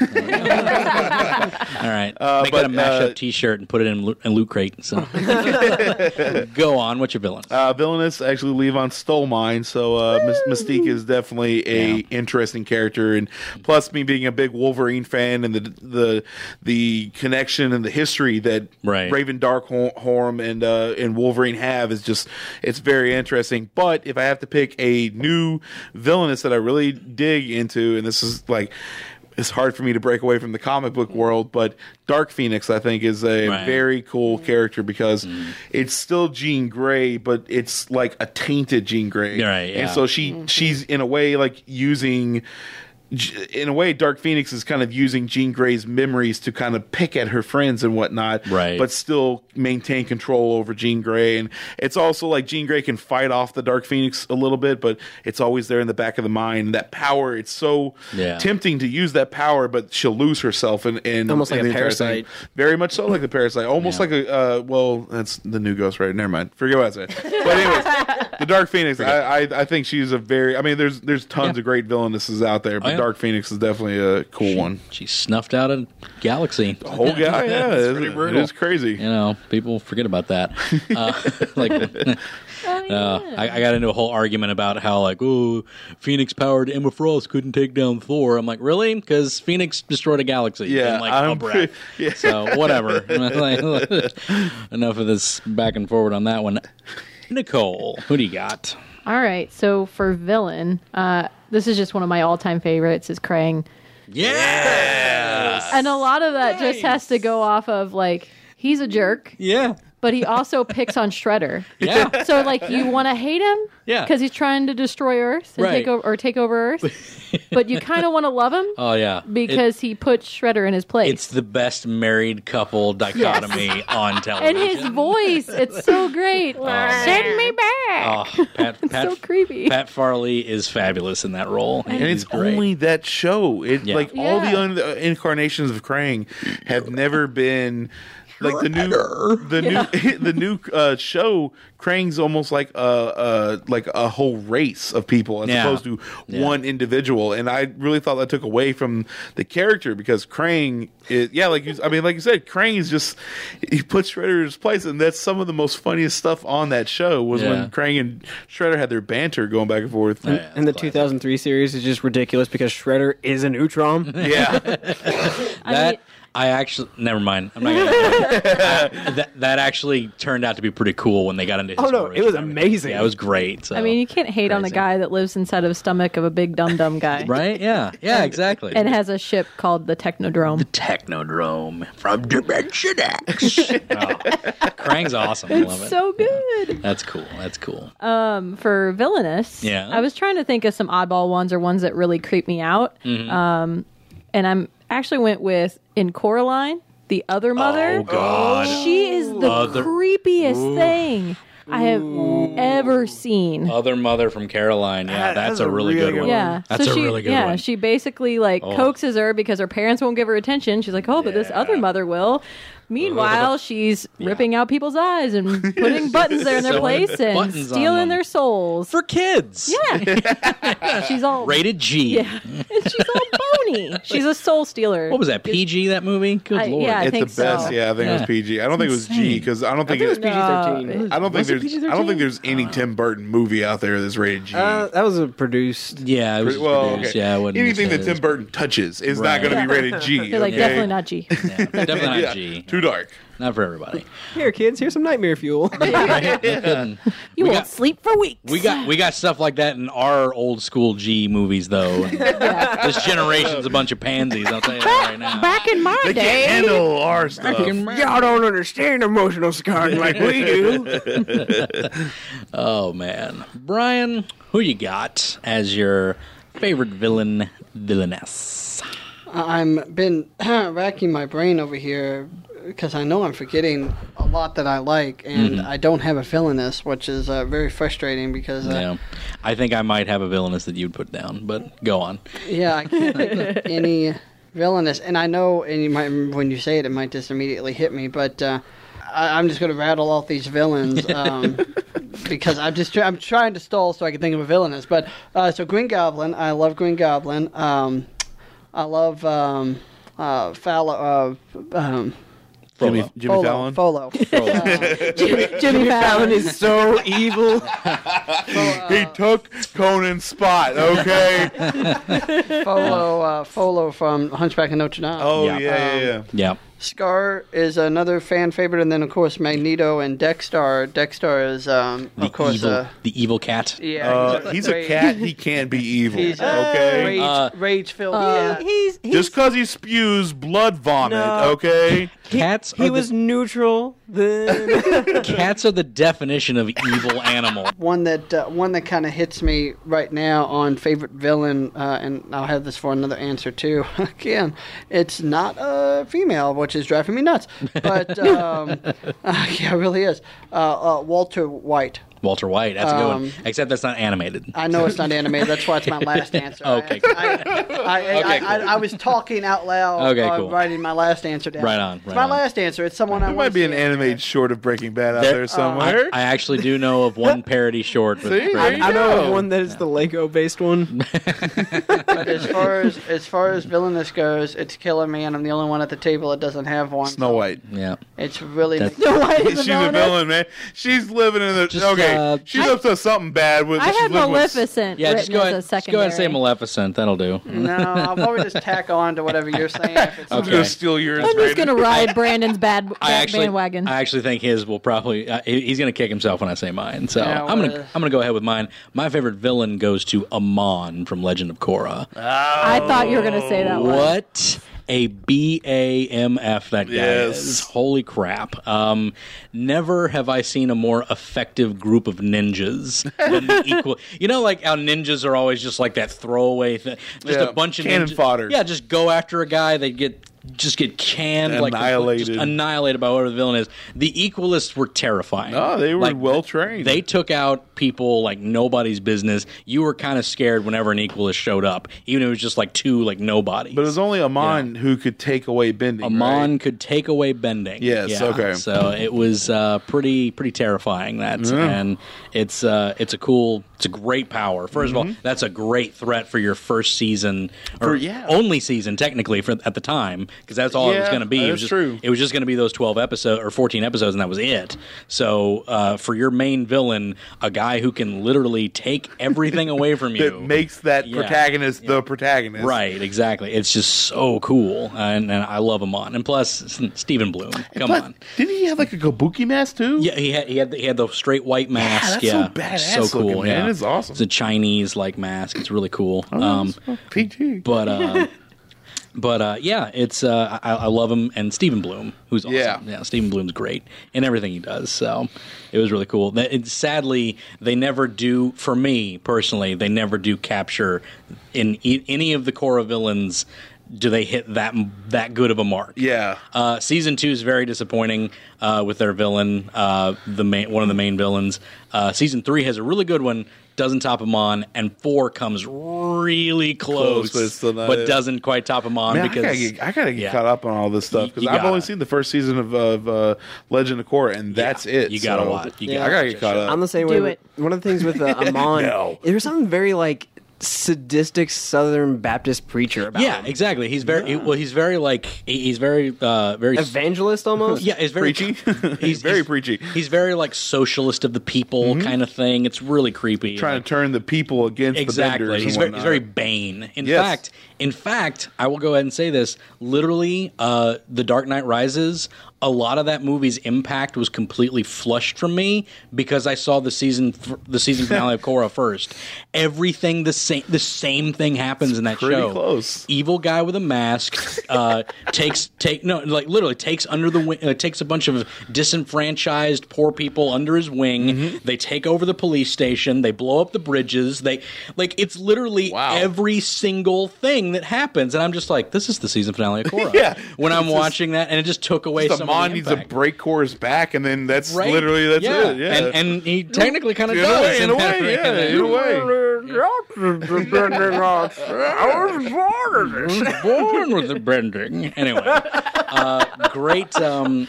[SPEAKER 1] right, make
[SPEAKER 2] but,
[SPEAKER 1] that a mashup
[SPEAKER 2] uh,
[SPEAKER 1] T-shirt and put it in, Lo- in Loot Crate. So go on. What's your villain?
[SPEAKER 2] Uh, villainous actually Levon stole mine, so uh, Mys- Mystique is definitely a
[SPEAKER 1] Yeah.
[SPEAKER 2] interesting character, and plus me being a big Wolverine fan and the the the connection and the history that
[SPEAKER 1] Right.
[SPEAKER 2] Raven Darkhorn and uh, and Wolverine have is just it's very interesting. But if I have to pick a new villainous that I really dig into, and this is like. It's hard for me to break away from the comic book world, but Dark Phoenix, I think, is a
[SPEAKER 1] Right. Mm-hmm.
[SPEAKER 2] very very cool character because it's still Jean Grey, but it's like a tainted Jean Grey.
[SPEAKER 1] Right, yeah.
[SPEAKER 2] And so she she's in a way like using J- in a way Dark Phoenix is kind of using Jean Grey's memories to kind of pick at her friends and whatnot.
[SPEAKER 1] Right.
[SPEAKER 2] But still maintain control over Jean Grey. And it's also like Jean Grey can fight off the Dark Phoenix a little bit, but it's always there in the back of the mind. That power, it's so
[SPEAKER 1] Yeah.
[SPEAKER 2] tempting to use that power, but she'll lose herself in, in
[SPEAKER 6] Almost like
[SPEAKER 2] in
[SPEAKER 6] a
[SPEAKER 2] the entire thing.
[SPEAKER 6] parasite.
[SPEAKER 2] Very much so like the parasite. Almost
[SPEAKER 1] Yeah.
[SPEAKER 2] like a uh, well, that's the new Ghost Rider. Never mind. Forget what I said. But anyways, the Dark Phoenix. I, I I think she's a very. I mean, there's there's tons of great villainesses out there, but
[SPEAKER 1] Oh, yeah.
[SPEAKER 2] Dark Phoenix is definitely a cool one.
[SPEAKER 1] She snuffed out a galaxy.
[SPEAKER 2] Whole guy, yeah,
[SPEAKER 1] It's
[SPEAKER 2] it's,
[SPEAKER 1] pretty
[SPEAKER 2] it
[SPEAKER 1] brutal.
[SPEAKER 2] is crazy.
[SPEAKER 1] you know, people forget about that. Uh, like, uh, I, I got into a whole argument about how like, ooh, Phoenix powered Emma Frost couldn't take down Thor. I'm like, really? Because Phoenix destroyed a galaxy.
[SPEAKER 2] Yeah,
[SPEAKER 1] in, like a
[SPEAKER 2] I'm
[SPEAKER 1] breath.
[SPEAKER 2] pretty- yeah.
[SPEAKER 1] So whatever. Like, Enough of this back and forward on that one. Nicole, who do you got?
[SPEAKER 5] All right. So for villain, uh, this is just one of my all-time favorites. Is Krang.
[SPEAKER 1] Yeah,
[SPEAKER 5] and a lot of that just has to go off of like he's a jerk,
[SPEAKER 1] Yeah.
[SPEAKER 5] but he also picks on Shredder.
[SPEAKER 1] Yeah.
[SPEAKER 5] So like you want to hate him,
[SPEAKER 1] Yeah.
[SPEAKER 5] because he's trying to destroy Earth and
[SPEAKER 1] Right.
[SPEAKER 5] take over or take over Earth, but you kind of want to love him
[SPEAKER 1] Oh yeah.
[SPEAKER 5] because he put Shredder in his place.
[SPEAKER 1] It- it's the best married couple dichotomy on
[SPEAKER 5] and
[SPEAKER 1] television.
[SPEAKER 5] his voice, it's so great. Send me back.
[SPEAKER 1] Oh, Pat, Pat,
[SPEAKER 5] so creepy.
[SPEAKER 1] Pat Farley is fabulous in that role.
[SPEAKER 2] and it's only that show. It
[SPEAKER 1] Yeah.
[SPEAKER 2] like all the
[SPEAKER 5] Yeah.
[SPEAKER 2] un- uh, incarnations of Krang have never been like the new the new the new uh, show. Krang's almost like a, a like a whole race of people as
[SPEAKER 1] Yeah.
[SPEAKER 2] opposed to
[SPEAKER 1] Yeah.
[SPEAKER 2] one individual. And I really thought that took away from the character because Krang is yeah like you, I mean like you said Krang is just he puts Shredder in his place, and that's some of the most funniest stuff on that show was
[SPEAKER 1] Yeah.
[SPEAKER 2] when Krang and Shredder had their banter going back and forth.
[SPEAKER 1] Yeah,
[SPEAKER 6] And the
[SPEAKER 1] classic.
[SPEAKER 6] 2003 series is just ridiculous because Shredder is an Utrom.
[SPEAKER 2] Yeah.
[SPEAKER 5] I
[SPEAKER 1] that
[SPEAKER 5] mean-
[SPEAKER 1] I actually never mind. I'm not gonna, that that actually turned out to be pretty cool when they got into. His
[SPEAKER 6] Oh, no,
[SPEAKER 1] origin
[SPEAKER 6] it was
[SPEAKER 1] and everything.
[SPEAKER 6] amazing.
[SPEAKER 1] Yeah, it was great. so.
[SPEAKER 5] I mean, you can't hate on a
[SPEAKER 1] Uh, Crazy.
[SPEAKER 5] guy that lives inside of the stomach of a big dumb dumb guy,
[SPEAKER 1] right? Yeah, yeah, exactly.
[SPEAKER 5] And has a ship called the Technodrome.
[SPEAKER 1] Technodrome from Dimension X. oh, Krang's awesome. I love it.
[SPEAKER 5] So good.
[SPEAKER 1] That's cool. That's cool.
[SPEAKER 5] for villainous.
[SPEAKER 1] Yeah.
[SPEAKER 5] I was trying to think of some oddball ones or ones that really creep me out.
[SPEAKER 1] Mm-hmm.
[SPEAKER 5] Um, and I'm actually went with in Coraline, the other mother.
[SPEAKER 1] oh God.
[SPEAKER 5] She is the
[SPEAKER 1] Other-
[SPEAKER 5] creepiest thing I have ever seen.
[SPEAKER 1] Other mother from Caroline. Yeah,
[SPEAKER 6] That-
[SPEAKER 1] that's, a really, good, one.
[SPEAKER 5] Yeah,
[SPEAKER 1] That's
[SPEAKER 5] so
[SPEAKER 1] a
[SPEAKER 5] she,
[SPEAKER 1] really good
[SPEAKER 5] yeah,
[SPEAKER 1] one. Oh.
[SPEAKER 5] she basically like coaxes her because her parents won't give her attention. She's like, "Oh, but this other mother will." Meanwhile, she's ripping out people's eyes and putting buttons there in their
[SPEAKER 1] Sewing
[SPEAKER 5] place and
[SPEAKER 1] buttons on them.
[SPEAKER 5] stealing their souls.
[SPEAKER 1] for kids.
[SPEAKER 5] Yeah, she's all
[SPEAKER 1] Rated G.
[SPEAKER 5] Yeah, and she's all bony. She's a soul stealer.
[SPEAKER 1] What was that? PG that movie? Good
[SPEAKER 5] I-
[SPEAKER 1] lord.
[SPEAKER 5] yeah, I
[SPEAKER 2] it's
[SPEAKER 5] think
[SPEAKER 2] the best.
[SPEAKER 5] so.
[SPEAKER 2] Yeah, I think it was
[SPEAKER 1] Yeah.
[SPEAKER 2] PG. I don't think it was G
[SPEAKER 1] insane.
[SPEAKER 2] because I don't think, it was
[SPEAKER 6] PG 13.
[SPEAKER 2] I don't think
[SPEAKER 1] Was it
[SPEAKER 2] there's. I don't
[SPEAKER 1] PG-13?
[SPEAKER 2] think there's any Tim Burton movie out there that's rated G.
[SPEAKER 6] Uh, that was a produced.
[SPEAKER 1] Yeah, it was just
[SPEAKER 2] well,
[SPEAKER 1] produced.
[SPEAKER 2] okay.
[SPEAKER 1] Yeah, I wouldn't
[SPEAKER 2] anything
[SPEAKER 1] say
[SPEAKER 2] that
[SPEAKER 1] it
[SPEAKER 2] Tim
[SPEAKER 1] was-
[SPEAKER 2] Burton touches is
[SPEAKER 1] Right.
[SPEAKER 2] not going to be rated G.
[SPEAKER 5] They're like
[SPEAKER 2] okay?
[SPEAKER 5] definitely not G.
[SPEAKER 1] Yeah, definitely
[SPEAKER 2] Yeah,
[SPEAKER 1] not G.
[SPEAKER 2] Too dark.
[SPEAKER 1] Not for everybody.
[SPEAKER 6] Here, kids, here's some nightmare fuel.
[SPEAKER 5] You
[SPEAKER 1] We
[SPEAKER 5] won't
[SPEAKER 1] got-
[SPEAKER 5] sleep for weeks.
[SPEAKER 1] We got we got stuff like that in our old school G movies though. this generation's a bunch of pansies. I'll tell you that right now.
[SPEAKER 5] back in my
[SPEAKER 2] They
[SPEAKER 5] day.
[SPEAKER 2] can't handle our stuff.
[SPEAKER 6] Y'all don't understand emotional scarring like we do.
[SPEAKER 1] Oh man, Brian, who you got as your favorite villain villainess?
[SPEAKER 3] I'm been racking my brain over here because I know I'm forgetting a lot that I like, and
[SPEAKER 2] Mm-hmm.
[SPEAKER 3] I don't have a villainess, which is uh, very frustrating because uh,
[SPEAKER 1] Yeah, I think I might have a villainess that you'd put down, but go on.
[SPEAKER 3] yeah. I can't think of any villainous, and I know, and you might when you say it, it might just immediately hit me, but. Uh, I, I'm just going to rattle off these villains um, because I'm just try- I'm trying to stall so I can think of a villainous. But uh, so Green Goblin, I love Green Goblin. Um, I love um, uh, Fallow. Uh, um,
[SPEAKER 2] Jimmy, Jimmy Fallon.
[SPEAKER 3] Folo, Folo.
[SPEAKER 5] Jimmy Fallon is.
[SPEAKER 6] It's so evil.
[SPEAKER 2] He took Conan's spot. Okay.
[SPEAKER 3] Folo, uh, Folo from Hunchback of Notre Dame.
[SPEAKER 2] oh
[SPEAKER 1] Yeah.
[SPEAKER 2] yeah, yeah, yeah.
[SPEAKER 1] Yeah,
[SPEAKER 3] Scar is another fan favorite, and then of course Magneto and Dexter. Dexter is, um,
[SPEAKER 1] the
[SPEAKER 3] of course,
[SPEAKER 1] evil,
[SPEAKER 3] uh,
[SPEAKER 1] the evil cat.
[SPEAKER 3] yeah,
[SPEAKER 2] Uh, he's a
[SPEAKER 3] rage-
[SPEAKER 2] cat. He can't be evil.
[SPEAKER 3] Um, He's a
[SPEAKER 2] okay.
[SPEAKER 3] rage,
[SPEAKER 1] Uh,
[SPEAKER 3] rage-filled cat.
[SPEAKER 6] He's he,
[SPEAKER 2] Just because he spews blood vomit.
[SPEAKER 6] No.
[SPEAKER 2] Okay.
[SPEAKER 1] Cats are
[SPEAKER 6] he was neutral then.
[SPEAKER 1] the, cats are the definition of evil animal.
[SPEAKER 3] One that uh, one that kind of hits me right now on favorite villain, uh, and I'll have this for another answer too. Again, it's not a female, which is driving me nuts. But um, uh, yeah, it really is. Uh, uh, Walter White.
[SPEAKER 1] Walter White. That's a good
[SPEAKER 3] Um,
[SPEAKER 1] one. Except that's not animated.
[SPEAKER 3] I know it's not animated. That's why it's my last answer.
[SPEAKER 1] Okay,
[SPEAKER 3] I, I, I,
[SPEAKER 1] Okay,
[SPEAKER 3] I,
[SPEAKER 1] cool.
[SPEAKER 3] I, I was talking out loud
[SPEAKER 1] Okay,
[SPEAKER 3] while
[SPEAKER 1] cool.
[SPEAKER 3] writing my last answer down.
[SPEAKER 1] Right on,
[SPEAKER 3] It's
[SPEAKER 1] right
[SPEAKER 3] my
[SPEAKER 1] on.
[SPEAKER 3] last answer. It's someone I
[SPEAKER 2] There might
[SPEAKER 3] want
[SPEAKER 2] be an
[SPEAKER 3] to
[SPEAKER 2] anime short of Breaking Bad out
[SPEAKER 1] There-
[SPEAKER 2] there somewhere.
[SPEAKER 1] uh, I actually do know of one parody short. With
[SPEAKER 2] See?
[SPEAKER 1] Brad
[SPEAKER 2] There
[SPEAKER 1] Pitt.
[SPEAKER 2] you
[SPEAKER 6] I know
[SPEAKER 2] go.
[SPEAKER 6] of one that is the Lego based one.
[SPEAKER 3] As far as as far as villainous goes, it's killing me, and I'm the only one at the table that doesn't have one.
[SPEAKER 2] Snow White.
[SPEAKER 1] Yeah.
[SPEAKER 3] It's really
[SPEAKER 1] That's-
[SPEAKER 3] no,
[SPEAKER 2] She's a villain, man. She's living in the
[SPEAKER 1] Just,
[SPEAKER 2] okay.
[SPEAKER 1] uh,
[SPEAKER 2] she's up to something bad. With
[SPEAKER 5] I
[SPEAKER 2] she's
[SPEAKER 5] had
[SPEAKER 2] living with-
[SPEAKER 5] Maleficent
[SPEAKER 1] Yeah,
[SPEAKER 5] written
[SPEAKER 1] just go,
[SPEAKER 5] as
[SPEAKER 1] ahead,
[SPEAKER 5] a
[SPEAKER 1] just
[SPEAKER 5] secondary.
[SPEAKER 1] go ahead and say Maleficent. That'll do.
[SPEAKER 3] I'll probably just tack on to whatever you're saying. If it's
[SPEAKER 2] I'm
[SPEAKER 1] Okay.
[SPEAKER 2] gonna steal yours.
[SPEAKER 5] I'm just
[SPEAKER 2] Brandon.
[SPEAKER 5] gonna ride Brandon's bad, bad
[SPEAKER 1] I actually,
[SPEAKER 5] bandwagon.
[SPEAKER 1] I actually think his will probably. Uh, he- he's going to kick himself when I say mine. So
[SPEAKER 3] Yeah,
[SPEAKER 1] I'm going
[SPEAKER 3] well, uh,
[SPEAKER 1] to. I'm going to go ahead with mine. My favorite villain goes to Amon from Legend of Korra.
[SPEAKER 2] Ah.
[SPEAKER 5] I thought you were gonna say that one.
[SPEAKER 1] what a BAMF that guy
[SPEAKER 2] Yes.
[SPEAKER 1] is. Holy crap. Um, never have I seen a more effective group of ninjas than the equal. You know, like how ninjas are always just like that throwaway thing. Just
[SPEAKER 2] Yeah,
[SPEAKER 1] a bunch of
[SPEAKER 2] cannon
[SPEAKER 1] ninja-
[SPEAKER 2] fodder.
[SPEAKER 1] Yeah, just go after a guy, they get. Just get canned, like
[SPEAKER 2] Annihilated.
[SPEAKER 1] just annihilated by whatever the villain is. The Equalists were terrifying.
[SPEAKER 2] Oh, they were
[SPEAKER 1] Like,
[SPEAKER 2] well trained.
[SPEAKER 1] They took out people like nobody's business. You were kind of scared whenever an equalist showed up, even if it was just like two like nobody.
[SPEAKER 2] but it was only Amon who could take away bending.
[SPEAKER 1] Amon
[SPEAKER 2] right?
[SPEAKER 1] could take away bending.
[SPEAKER 2] Yes, okay.
[SPEAKER 1] So it was uh, pretty pretty terrifying that, and it's uh, it's a cool, it's a great power. 1st of all, that's a great threat for your first season or
[SPEAKER 2] Mm-hmm. For- yeah.
[SPEAKER 1] only season technically for at the time because that's all it was
[SPEAKER 2] Yeah,
[SPEAKER 1] going to be. it was
[SPEAKER 2] that's
[SPEAKER 1] just,
[SPEAKER 2] true.
[SPEAKER 1] It was just going to be those twelve episodes or fourteen episodes, and that was it. So uh, for your main villain, a guy who can literally take everything away from you
[SPEAKER 2] that makes that
[SPEAKER 1] Yeah.
[SPEAKER 2] protagonist the protagonist.
[SPEAKER 1] Right, exactly. It's just so cool, and, and I love him on. And plus, Stephen Bloom. Come
[SPEAKER 2] But
[SPEAKER 1] on.
[SPEAKER 2] Didn't he have like a kabuki mask too?
[SPEAKER 1] Yeah, he had he had the, he had the straight white mask.
[SPEAKER 2] that's
[SPEAKER 1] Yeah,
[SPEAKER 2] so badass looking, man. It is awesome. Oh,
[SPEAKER 1] It's a Chinese like mask. It's really cool. Um,
[SPEAKER 2] PG.
[SPEAKER 1] but uh, but uh, yeah, it's uh, I, I love him and Stephen Bloom, who's awesome.
[SPEAKER 2] Yeah.
[SPEAKER 1] Stephen Bloom's great in everything he does. So it was really cool. That- It, sadly, they never do. For me personally, they never do capture in e- any of the core villains. Do they hit that that good of a mark?
[SPEAKER 2] Yeah.
[SPEAKER 1] Uh, season two is very disappointing uh, with their villain, uh, the main, one of the main villains. Uh, season three has a really good one, doesn't top him on, and four comes really close,
[SPEAKER 2] Close, but it's still not
[SPEAKER 1] but
[SPEAKER 2] it.
[SPEAKER 1] doesn't quite top him on
[SPEAKER 2] Man,
[SPEAKER 1] because
[SPEAKER 2] I gotta get, I gotta get
[SPEAKER 1] yeah.
[SPEAKER 2] caught up on all this stuff because
[SPEAKER 1] You
[SPEAKER 2] I've only
[SPEAKER 1] gotta.
[SPEAKER 2] seen the first season of, of uh, Legend of Korra, and that's it.
[SPEAKER 1] you gotta
[SPEAKER 2] so
[SPEAKER 1] watch. You
[SPEAKER 2] I
[SPEAKER 1] gotta
[SPEAKER 2] gotta
[SPEAKER 1] watch
[SPEAKER 2] get caught up.
[SPEAKER 6] I'm the same
[SPEAKER 5] Do
[SPEAKER 6] way.
[SPEAKER 5] it.
[SPEAKER 6] One of the things with uh, Amon,
[SPEAKER 2] No.
[SPEAKER 6] there was something very like sadistic Southern Baptist preacher about
[SPEAKER 1] yeah,
[SPEAKER 6] him.
[SPEAKER 1] exactly. He's very he- well. He's very like he- he's very uh, very s-
[SPEAKER 6] evangelist almost.
[SPEAKER 1] Yeah, it's very
[SPEAKER 2] Preachy? Very preachy. Mm-hmm.
[SPEAKER 1] He's very like socialist of the people kind of thing. It's really creepy.
[SPEAKER 2] trying
[SPEAKER 1] Like,
[SPEAKER 2] to turn the people against the
[SPEAKER 1] Exactly.
[SPEAKER 2] benders.
[SPEAKER 1] He's
[SPEAKER 2] and
[SPEAKER 1] very, he's
[SPEAKER 2] whatnot.
[SPEAKER 1] very Bane. In
[SPEAKER 2] Yes.
[SPEAKER 1] fact, in fact, I will go ahead and say this. Literally, uh, The Dark Knight Rises. A lot of that movie's impact was completely flushed from me because I saw the season f- the season finale of Korra first. Everything the same the same thing happens in that
[SPEAKER 2] pretty
[SPEAKER 1] show.
[SPEAKER 2] close.
[SPEAKER 1] Evil guy with a mask uh, takes take no like literally takes under the wing uh, takes a bunch of disenfranchised poor people under his wing.
[SPEAKER 2] Mm-hmm.
[SPEAKER 1] They take over the police station. They blow up the bridges. They like it's literally
[SPEAKER 2] Wow.
[SPEAKER 1] every single thing that happens. And I'm just like, this is the season finale of Korra.
[SPEAKER 2] Yeah.
[SPEAKER 1] when I'm
[SPEAKER 2] It's just-
[SPEAKER 1] watching that, and it just took away
[SPEAKER 2] The
[SPEAKER 1] some
[SPEAKER 2] Mon
[SPEAKER 1] of the
[SPEAKER 2] needs
[SPEAKER 1] impact.
[SPEAKER 2] to break Korra's back, and then that's
[SPEAKER 1] Right?
[SPEAKER 2] literally that's
[SPEAKER 1] yeah.
[SPEAKER 2] it. Yeah,
[SPEAKER 1] and, and he technically kind of
[SPEAKER 2] in a
[SPEAKER 1] does
[SPEAKER 2] way, in a way,
[SPEAKER 1] that-
[SPEAKER 2] yeah, in a way.
[SPEAKER 1] born with the bending. Anyway, uh, great, um,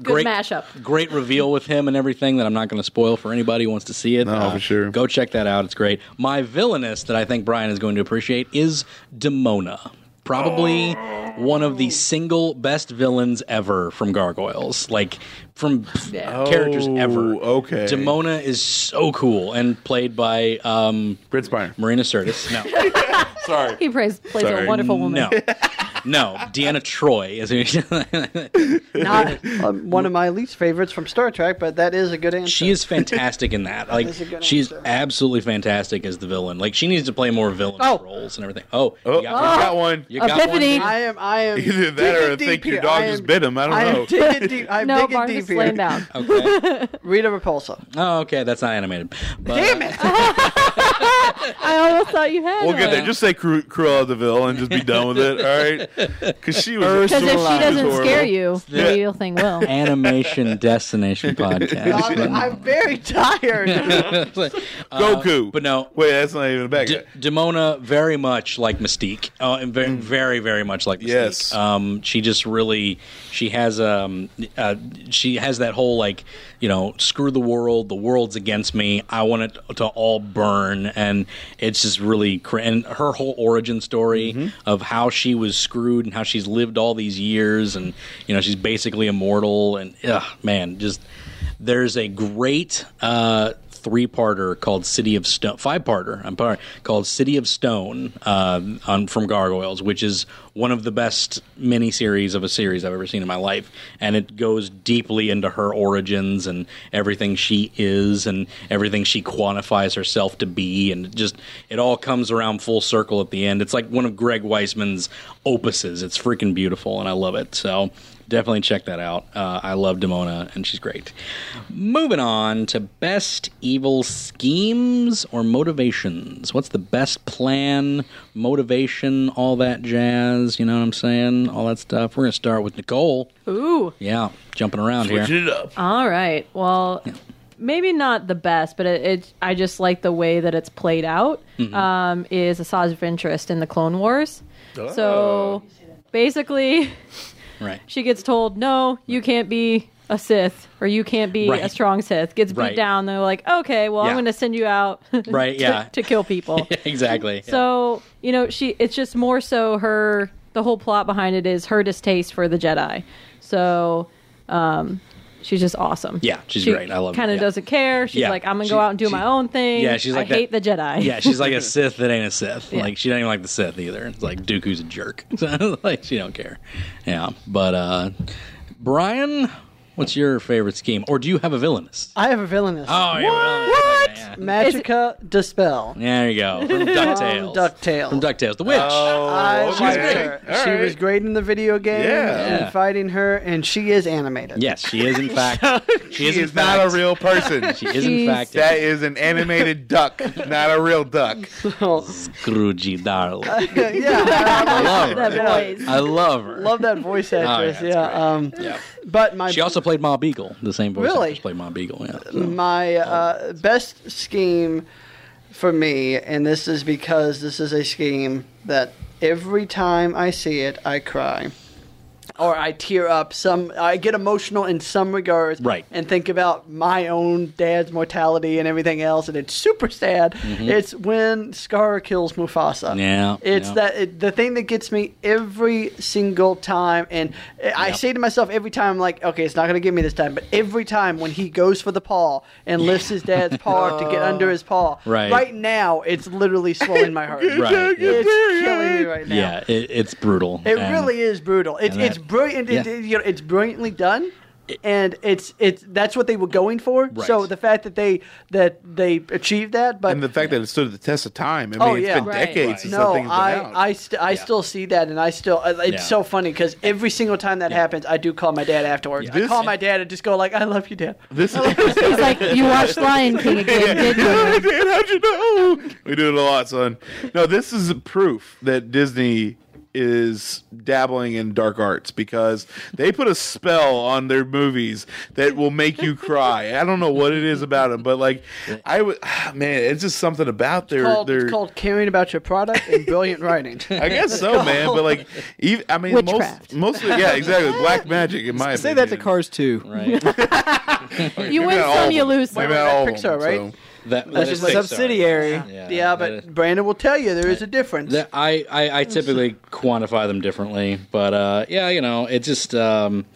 [SPEAKER 1] great
[SPEAKER 5] mashup.
[SPEAKER 1] great reveal with him and everything that I'm not going to spoil for anybody who wants to see it. Uh,
[SPEAKER 2] No, for sure.
[SPEAKER 1] Go check that out. It's great. My villainous that I think Brian is going to appreciate is Demona. Probably one of the single best villains ever from Gargoyles, like from characters ever.
[SPEAKER 2] Oh, okay.
[SPEAKER 1] Demona is so cool and played by um,
[SPEAKER 2] Brent Spiner.
[SPEAKER 1] Marina Sirtis. No.
[SPEAKER 2] Sorry.
[SPEAKER 5] He plays plays
[SPEAKER 2] Sorry.
[SPEAKER 5] a wonderful woman.
[SPEAKER 1] No. No, Deanna Troy is
[SPEAKER 3] Not um, one of my least favorites from Star Trek, but that is a good answer.
[SPEAKER 1] she is fantastic in that. Like
[SPEAKER 3] That's a good
[SPEAKER 1] she's
[SPEAKER 3] answer.
[SPEAKER 1] absolutely fantastic as the villain. Like she needs to play more villain
[SPEAKER 3] Oh.
[SPEAKER 1] roles and everything. Oh,
[SPEAKER 2] Oh,
[SPEAKER 1] you
[SPEAKER 2] we
[SPEAKER 1] got,
[SPEAKER 2] got one.
[SPEAKER 1] you got one
[SPEAKER 5] Epiphany.
[SPEAKER 1] there?
[SPEAKER 3] I am. I am.
[SPEAKER 2] Either that or I
[SPEAKER 3] digging deep
[SPEAKER 2] think your
[SPEAKER 3] here.
[SPEAKER 2] dog
[SPEAKER 3] I
[SPEAKER 2] just
[SPEAKER 3] am-
[SPEAKER 2] bit him. I don't
[SPEAKER 3] I
[SPEAKER 2] know.
[SPEAKER 3] am digging deep. I'm
[SPEAKER 5] No,
[SPEAKER 3] digging deep
[SPEAKER 5] Barnabas
[SPEAKER 3] here.
[SPEAKER 5] laying down.
[SPEAKER 1] Okay.
[SPEAKER 3] Rita Repulsa.
[SPEAKER 1] Oh, okay. That's not animated. But,
[SPEAKER 3] Damn it!
[SPEAKER 5] I almost thought you had
[SPEAKER 2] We'll get
[SPEAKER 5] one.
[SPEAKER 2] there. Just say Cru- Cruella Deville and just be done with it. All right, because she was
[SPEAKER 5] Because if she doesn't
[SPEAKER 2] Horrible.
[SPEAKER 5] scare you, the
[SPEAKER 2] Yeah.
[SPEAKER 5] real thing will.
[SPEAKER 1] Animation Destination
[SPEAKER 3] I'm,
[SPEAKER 1] podcast.
[SPEAKER 3] I'm very tired.
[SPEAKER 2] Uh, Goku.
[SPEAKER 1] but no.
[SPEAKER 2] wait, that's not even a bad
[SPEAKER 1] D-
[SPEAKER 2] guy.
[SPEAKER 1] Demona very much like Mystique, uh, and very, very, very much like Mystique.
[SPEAKER 2] Yes.
[SPEAKER 1] um, she just really she has um, uh, she has that whole like you know screw the world, the world's against me. I want it to all burn, and it's just really cr- and her whole origin story of how she was screwed and how she's lived all these years, and you know she's basically immortal, and ugh, man, just there's a great uh, three-parter called City of Stone, five-parter, I'm sorry, called City of Stone uh, on from Gargoyles, which is one of the best miniseries of a series I've ever seen in my life, and it goes deeply into her origins and everything she is and everything she quantifies herself to be, and it just it all comes around full circle at the end. It's like one of Greg Weisman's opuses. It's freaking beautiful, and I love it. So definitely check that out. Uh, I love Demona, and she's great. Moving on to best evil schemes or motivations. What's the best plan, motivation, all that jazz? You know what I'm saying? All that stuff. We're gonna start with Nicole.
[SPEAKER 5] Ooh.
[SPEAKER 1] Yeah, jumping around here.
[SPEAKER 2] Switching it
[SPEAKER 3] Uh,
[SPEAKER 2] up.
[SPEAKER 5] All right. Well, maybe not the best, but it, it I just like the way that it's played out.
[SPEAKER 1] Mm-hmm.
[SPEAKER 5] Um, is a source of interest in the Clone Wars.
[SPEAKER 1] Oh.
[SPEAKER 5] So basically,
[SPEAKER 1] Right.
[SPEAKER 5] she gets told, "No, you can't be a Sith, or you can't be a
[SPEAKER 1] Right.
[SPEAKER 5] strong Sith." Gets beat
[SPEAKER 1] Right.
[SPEAKER 5] down. They're like, "Okay, well, I'm
[SPEAKER 1] Yeah.
[SPEAKER 5] going to send you out,
[SPEAKER 1] Right,
[SPEAKER 5] to,
[SPEAKER 1] yeah.
[SPEAKER 5] to kill people."
[SPEAKER 1] Exactly.
[SPEAKER 5] So you know, she it's just more so her the whole plot behind it is her distaste for the Jedi. So um, she's just awesome.
[SPEAKER 1] Yeah, she's
[SPEAKER 5] she
[SPEAKER 1] great. I love her,
[SPEAKER 5] Kind of
[SPEAKER 1] yeah.
[SPEAKER 5] doesn't care. She's
[SPEAKER 1] Yeah.
[SPEAKER 5] like, I'm gonna
[SPEAKER 1] She-
[SPEAKER 5] go out and do
[SPEAKER 1] she-
[SPEAKER 5] my own thing.
[SPEAKER 1] yeah, she's like
[SPEAKER 5] I
[SPEAKER 1] that-
[SPEAKER 5] hate the Jedi.
[SPEAKER 1] Yeah, she's like a Sith that ain't a Sith.
[SPEAKER 5] Yeah.
[SPEAKER 1] Like she doesn't even like the Sith either. It's like Dooku's a jerk. So like she don't care. Yeah. But uh Brian, what's your favorite scheme? Or do you have a villainous?
[SPEAKER 3] I have a villainous.
[SPEAKER 1] Oh yeah. What? Yeah.
[SPEAKER 3] Magica Dispel. Um,
[SPEAKER 1] There you go. From DuckTales.
[SPEAKER 3] DuckTales.
[SPEAKER 1] From DuckTales. The Witch.
[SPEAKER 3] I
[SPEAKER 2] Oh,
[SPEAKER 3] liked
[SPEAKER 2] okay.
[SPEAKER 3] her.
[SPEAKER 2] All
[SPEAKER 3] She
[SPEAKER 2] right.
[SPEAKER 3] was great in the video game
[SPEAKER 2] Yeah.
[SPEAKER 1] Yeah.
[SPEAKER 3] and fighting her, and she is animated.
[SPEAKER 1] Yes, she is in fact she is,
[SPEAKER 2] She
[SPEAKER 1] in
[SPEAKER 2] is not a
[SPEAKER 1] fact-
[SPEAKER 2] real person.
[SPEAKER 1] she is in
[SPEAKER 5] She's-
[SPEAKER 1] fact
[SPEAKER 2] that is an animated duck, not a real duck.
[SPEAKER 3] So,
[SPEAKER 1] Scroogey darling.
[SPEAKER 3] yeah,
[SPEAKER 1] I love
[SPEAKER 5] that
[SPEAKER 1] her.
[SPEAKER 5] voice.
[SPEAKER 1] I love her.
[SPEAKER 3] I love that voice actress.
[SPEAKER 1] Oh, that's great.
[SPEAKER 3] yeah, um, But my
[SPEAKER 1] she also played Ma Beagle, the same voice
[SPEAKER 3] Really? Mm-hmm.
[SPEAKER 1] actress played Ma Beagle, yeah. So.
[SPEAKER 3] my uh, best scheme for me, and this is because this is a scheme that every time I see it, I cry. Or I tear up. Some I get emotional in some regards,
[SPEAKER 1] Right.
[SPEAKER 3] And think about my own dad's mortality and everything else, and it's super sad. It's when Scar kills Mufasa.
[SPEAKER 1] Mm-hmm. Yeah,
[SPEAKER 3] it's
[SPEAKER 1] yeah.
[SPEAKER 3] that Uh, it, the thing that gets me every single time, and uh, I
[SPEAKER 1] Yep.
[SPEAKER 3] say to myself every time, I'm like, okay, it's not going to get me this time, but every time when he goes for the paw and lifts his dad's paw to get under his paw,
[SPEAKER 1] Right.
[SPEAKER 3] now it's literally swelling my heart.
[SPEAKER 1] Right. Yeah.
[SPEAKER 3] It's killing me right now.
[SPEAKER 1] Yeah, it, it's brutal.
[SPEAKER 3] It
[SPEAKER 1] And-
[SPEAKER 3] really is brutal. It's
[SPEAKER 1] and that-
[SPEAKER 3] it's brilliant. It,
[SPEAKER 1] yeah.
[SPEAKER 3] it- you know, it's brilliantly done, and it's it's that's what they were going for.
[SPEAKER 1] Right.
[SPEAKER 3] So the fact that they that they achieved that, but
[SPEAKER 2] And the fact that it stood the test of time. I mean,
[SPEAKER 3] Oh,
[SPEAKER 2] it's
[SPEAKER 3] yeah.
[SPEAKER 2] been
[SPEAKER 5] Right.
[SPEAKER 2] decades since that
[SPEAKER 3] no,
[SPEAKER 2] thing's been out.
[SPEAKER 3] I I, st- I still see that, and I still uh, it's
[SPEAKER 1] Yeah.
[SPEAKER 3] so funny because every single time that happens, I do call my dad afterwards. I
[SPEAKER 2] This-
[SPEAKER 3] call my dad and just go like, "I love you, dad."
[SPEAKER 2] this
[SPEAKER 5] He's like, you watched Lion King again, did
[SPEAKER 2] Yeah,
[SPEAKER 5] you?
[SPEAKER 2] I did. How'd you know? We do it a lot, son. No, this is proof that Disney is dabbling in dark arts because they put a spell on their movies that will make you cry. I don't know what it is about them, but like, I would, man, it's just something about their
[SPEAKER 3] Called,
[SPEAKER 2] their.
[SPEAKER 3] it's called caring about your product and brilliant writing.
[SPEAKER 2] I guess so, man. But like, even, I mean,
[SPEAKER 5] Witchcraft.
[SPEAKER 2] most, mostly, yeah, exactly. Black magic, in my
[SPEAKER 6] Say
[SPEAKER 2] opinion.
[SPEAKER 6] that to Cars too.
[SPEAKER 1] Right.
[SPEAKER 5] You win
[SPEAKER 2] Maybe not all
[SPEAKER 5] some, you
[SPEAKER 2] of them.
[SPEAKER 5] lose some.
[SPEAKER 2] Maybe not all of
[SPEAKER 3] Pixar,
[SPEAKER 2] them,
[SPEAKER 3] right?
[SPEAKER 2] so.
[SPEAKER 1] That,
[SPEAKER 6] That's just subsidiary.
[SPEAKER 1] Yeah,
[SPEAKER 3] Yeah,
[SPEAKER 1] that is-
[SPEAKER 3] but Brandon will tell you there is a difference.
[SPEAKER 1] That- I, I, I typically quantify them differently, but uh, yeah, you know, it just um,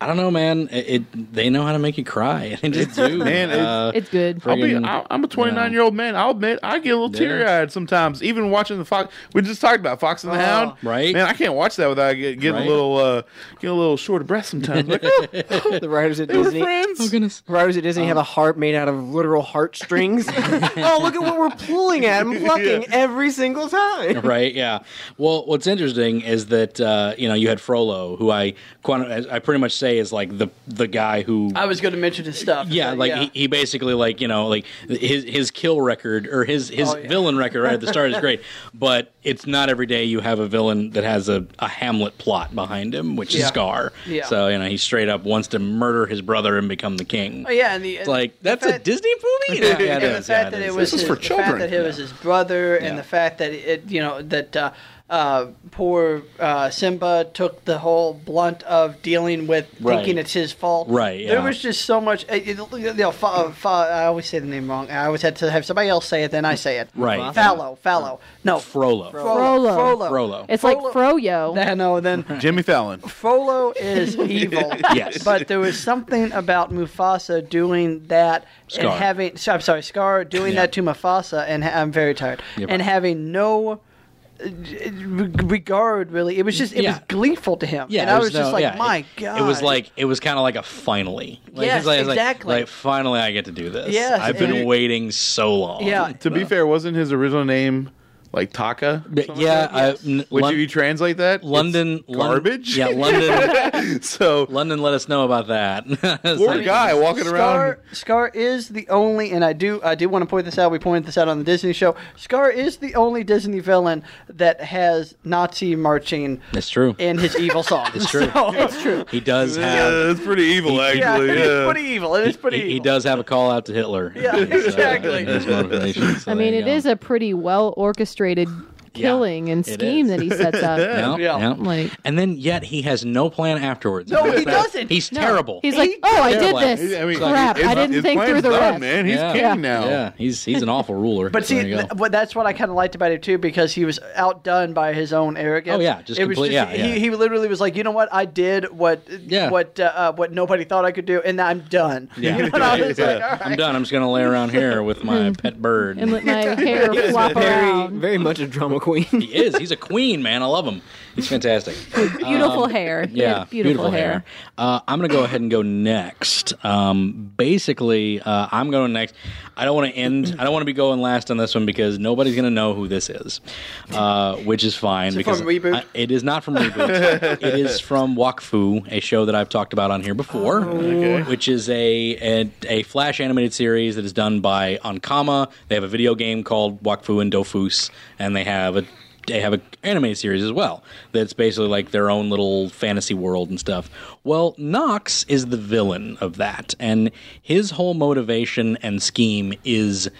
[SPEAKER 1] I don't know, man. It, it they know how to make you cry. They just do,
[SPEAKER 2] Man, it's-
[SPEAKER 1] Uh,
[SPEAKER 5] It's good.
[SPEAKER 1] I'll
[SPEAKER 2] I'll be,
[SPEAKER 1] friggin',
[SPEAKER 2] I- I'm a 29 year old man. I'll admit I get a little teary eyed sometimes, even watching the Fox. We just talked about Fox and the Hound,
[SPEAKER 1] Oh. Right.
[SPEAKER 2] Man, I can't watch that without get, getting
[SPEAKER 1] Right.
[SPEAKER 2] a little uh, getting a little short of breath sometimes. Like, oh,
[SPEAKER 6] The writers at
[SPEAKER 2] they were
[SPEAKER 6] Disney.
[SPEAKER 2] friends.
[SPEAKER 5] Oh,
[SPEAKER 1] goodness.
[SPEAKER 6] Writers at Disney
[SPEAKER 1] Um,
[SPEAKER 6] have a heart made out of literal heartstrings. oh, look at what we're pulling at and plucking every single time.
[SPEAKER 1] right? Yeah. Well, what's interesting is that uh, you know you had Frollo, who I quanti- I pretty much say is like the the guy who
[SPEAKER 3] I was going to mention his stuff.
[SPEAKER 1] Yeah,
[SPEAKER 3] but
[SPEAKER 1] like He, he basically like you know like his his kill record or his his
[SPEAKER 3] Oh, yeah.
[SPEAKER 1] villain record right at the start is great, but it's not every day you have a villain that has a, a Hamlet plot behind him, which is
[SPEAKER 3] Yeah.
[SPEAKER 1] Scar.
[SPEAKER 3] Yeah.
[SPEAKER 1] So you know he straight up wants to murder his brother and become the king.
[SPEAKER 3] Oh, yeah, and the
[SPEAKER 1] It's like
[SPEAKER 3] the
[SPEAKER 1] that's a
[SPEAKER 3] fact-
[SPEAKER 1] Disney movie.
[SPEAKER 3] Yeah, and the
[SPEAKER 1] is,
[SPEAKER 3] fact
[SPEAKER 1] yeah,
[SPEAKER 3] that
[SPEAKER 1] is.
[SPEAKER 3] it was
[SPEAKER 2] This
[SPEAKER 3] his,
[SPEAKER 2] is for
[SPEAKER 3] The
[SPEAKER 2] children.
[SPEAKER 3] fact that it was his brother, and the fact that it, you know, that uh, uh, poor uh, Simba took the whole blunt of dealing with
[SPEAKER 1] Right.
[SPEAKER 3] thinking it's his fault.
[SPEAKER 1] Right,
[SPEAKER 3] There
[SPEAKER 1] yeah.
[SPEAKER 3] was just so much. It, it, you know, fa, fa, I always say the name wrong. I always had to have somebody else say it, then I say it.
[SPEAKER 1] Right.
[SPEAKER 3] Fallow. Fallow. No.
[SPEAKER 1] Frollo.
[SPEAKER 5] Frollo.
[SPEAKER 3] Frollo.
[SPEAKER 1] Frollo.
[SPEAKER 5] It's like
[SPEAKER 3] Frollo-
[SPEAKER 5] Froyo.
[SPEAKER 3] Yeah, no, then
[SPEAKER 2] Jimmy Fallon.
[SPEAKER 3] Frollo is evil.
[SPEAKER 1] Yes.
[SPEAKER 3] But there was something about Mufasa doing that
[SPEAKER 1] Scar.
[SPEAKER 3] and having. so- I'm sorry, Scar doing
[SPEAKER 1] Yeah.
[SPEAKER 3] that to Mufasa, and ha- I'm very tired.
[SPEAKER 1] You're
[SPEAKER 3] and
[SPEAKER 1] fine.
[SPEAKER 3] having no uh, re- regard, really. It was just, it
[SPEAKER 1] Yeah.
[SPEAKER 3] was gleeful to him.
[SPEAKER 1] Yeah,
[SPEAKER 3] and I
[SPEAKER 1] it
[SPEAKER 3] was, just
[SPEAKER 1] no-
[SPEAKER 3] like,
[SPEAKER 1] yeah,
[SPEAKER 3] my
[SPEAKER 1] it,
[SPEAKER 3] God.
[SPEAKER 1] It was like it was kind of like a finally. Like,
[SPEAKER 3] Yes,
[SPEAKER 1] it's like, it's like-
[SPEAKER 3] exactly.
[SPEAKER 1] Like finally, I get to do this.
[SPEAKER 3] Yes,
[SPEAKER 1] I've been
[SPEAKER 3] and-
[SPEAKER 1] waiting so long.
[SPEAKER 3] Yeah.
[SPEAKER 2] To be fair, wasn't his original name like Taka.
[SPEAKER 1] But yeah, uh, n-
[SPEAKER 2] Would
[SPEAKER 1] Lon-
[SPEAKER 2] you translate that? It's
[SPEAKER 1] London Lon-
[SPEAKER 2] garbage.
[SPEAKER 1] yeah, London.
[SPEAKER 2] so
[SPEAKER 1] London let us know about that. It's
[SPEAKER 2] poor
[SPEAKER 1] like-
[SPEAKER 2] guy walking around.
[SPEAKER 3] Scar, Scar is the only, and I do, I do want to point this out. We pointed this out on the Disney show. Scar is the only Disney villain that has Nazi marching
[SPEAKER 1] That's true.
[SPEAKER 3] in his evil song.
[SPEAKER 1] It's true.
[SPEAKER 3] So, it's true.
[SPEAKER 1] He does have.
[SPEAKER 2] Yeah, it's pretty evil,
[SPEAKER 3] Yeah,
[SPEAKER 2] actually.
[SPEAKER 3] it is
[SPEAKER 2] Yeah,
[SPEAKER 3] pretty evil. It is pretty
[SPEAKER 1] He, he
[SPEAKER 3] evil.
[SPEAKER 1] does have a call out to Hitler.
[SPEAKER 3] Yeah,
[SPEAKER 1] in his, uh,
[SPEAKER 3] exactly.
[SPEAKER 1] in his motivation. So
[SPEAKER 5] I mean,
[SPEAKER 1] there
[SPEAKER 5] it
[SPEAKER 1] you
[SPEAKER 5] is
[SPEAKER 1] go.
[SPEAKER 5] a pretty well orchestrated killing and
[SPEAKER 1] it
[SPEAKER 5] scheme
[SPEAKER 1] is.
[SPEAKER 5] that he sets up.
[SPEAKER 1] Yeah,
[SPEAKER 3] Yeah.
[SPEAKER 1] yeah.
[SPEAKER 5] Like-
[SPEAKER 1] and then yet he has no plan afterwards.
[SPEAKER 3] No, he
[SPEAKER 1] That-
[SPEAKER 3] doesn't.
[SPEAKER 1] He's
[SPEAKER 5] No,
[SPEAKER 1] terrible.
[SPEAKER 5] He's like, oh, I did
[SPEAKER 1] Terrible.
[SPEAKER 5] this.
[SPEAKER 2] I mean,
[SPEAKER 5] Crap,
[SPEAKER 2] his-
[SPEAKER 5] I didn't
[SPEAKER 2] his
[SPEAKER 5] think through
[SPEAKER 2] plan's
[SPEAKER 5] the
[SPEAKER 2] done,
[SPEAKER 5] rest.
[SPEAKER 2] Man, he's
[SPEAKER 1] yeah.
[SPEAKER 2] king
[SPEAKER 1] yeah.
[SPEAKER 2] now.
[SPEAKER 1] Yeah, he's he's an awful ruler.
[SPEAKER 3] But
[SPEAKER 1] So
[SPEAKER 3] see,
[SPEAKER 1] there you go.
[SPEAKER 3] th- but that's what I kind of liked about it too, because he was outdone by his own arrogance.
[SPEAKER 1] Oh, yeah, just
[SPEAKER 3] it was
[SPEAKER 1] complete-
[SPEAKER 3] just,
[SPEAKER 1] yeah, yeah.
[SPEAKER 3] He, he literally was like, you know what, I did what,
[SPEAKER 1] Yeah.
[SPEAKER 3] what, uh, uh, what nobody thought I could do, and I'm done.
[SPEAKER 1] Yeah.
[SPEAKER 3] You know what I was like,
[SPEAKER 2] Yeah.
[SPEAKER 3] all right.
[SPEAKER 1] I'm done. I'm just gonna lay around here with my pet bird.
[SPEAKER 5] and let my hair flop
[SPEAKER 6] Very,
[SPEAKER 5] around.
[SPEAKER 6] very much a drama queen.
[SPEAKER 1] he is. He's a queen, man. I love him. He's fantastic.
[SPEAKER 5] Beautiful hair. He had
[SPEAKER 1] Um, Yeah,
[SPEAKER 5] beautiful, hair.
[SPEAKER 1] Uh, I'm going to go ahead and go next. Um, basically, uh, I'm going next. I don't want to end. I don't want to be going last on this one because nobody's going to know who this is, uh, which is fine. because
[SPEAKER 6] from Reboot?
[SPEAKER 1] I- it is not from reboot. it is from Wakfu, a show that I've talked about on here before, which is a, a a Flash animated series that is done by Onkama. They have a video game called Wakfu and Dofus, and they have a they have an anime series as well that's basically like their own little fantasy world and stuff. Well, Nox is the villain of that, and his whole motivation and scheme is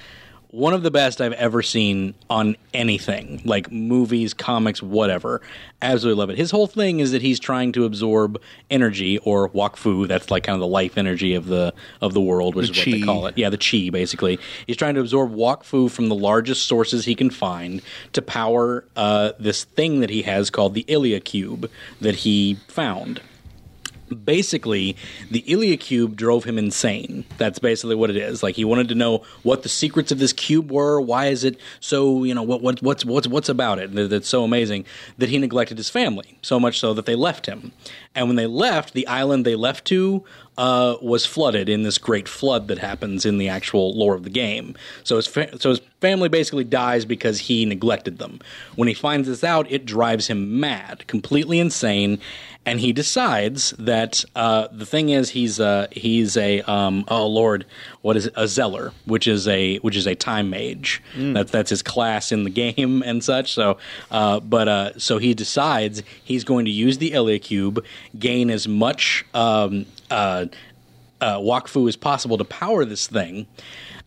[SPEAKER 1] one of the best I've ever seen on anything, like movies, comics, whatever. Absolutely love it. His whole thing is that he's trying to absorb energy or wakfu, that's like kind of the life energy of the of the world, which is what they
[SPEAKER 2] chi.
[SPEAKER 1] call it. Yeah, the chi basically. He's trying to absorb wakfu from the largest sources he can find to power uh, this thing that he has called the Ilia cube that he found basically the Ilia cube drove him insane. That's basically what it is. Like he wanted to know what the secrets of this cube were. Why is it so? You know what? What? What's what's what's about it that- that's so amazing that he neglected his family so much so that they left him. And when they left, the island they left to uh, was flooded in this great flood that happens in the actual lore of the game. So his fa- so his family basically dies because he neglected them. When he finds this out, it drives him mad, completely insane, and he decides that uh, the thing is he's a, he's a um, oh lord what is it? a zeller which is a which is a time mage that's that's his class in the game and such so uh, but uh, so he decides he's going to use the Elia cube gain as much um, uh, uh, Wakfu as possible to power this thing.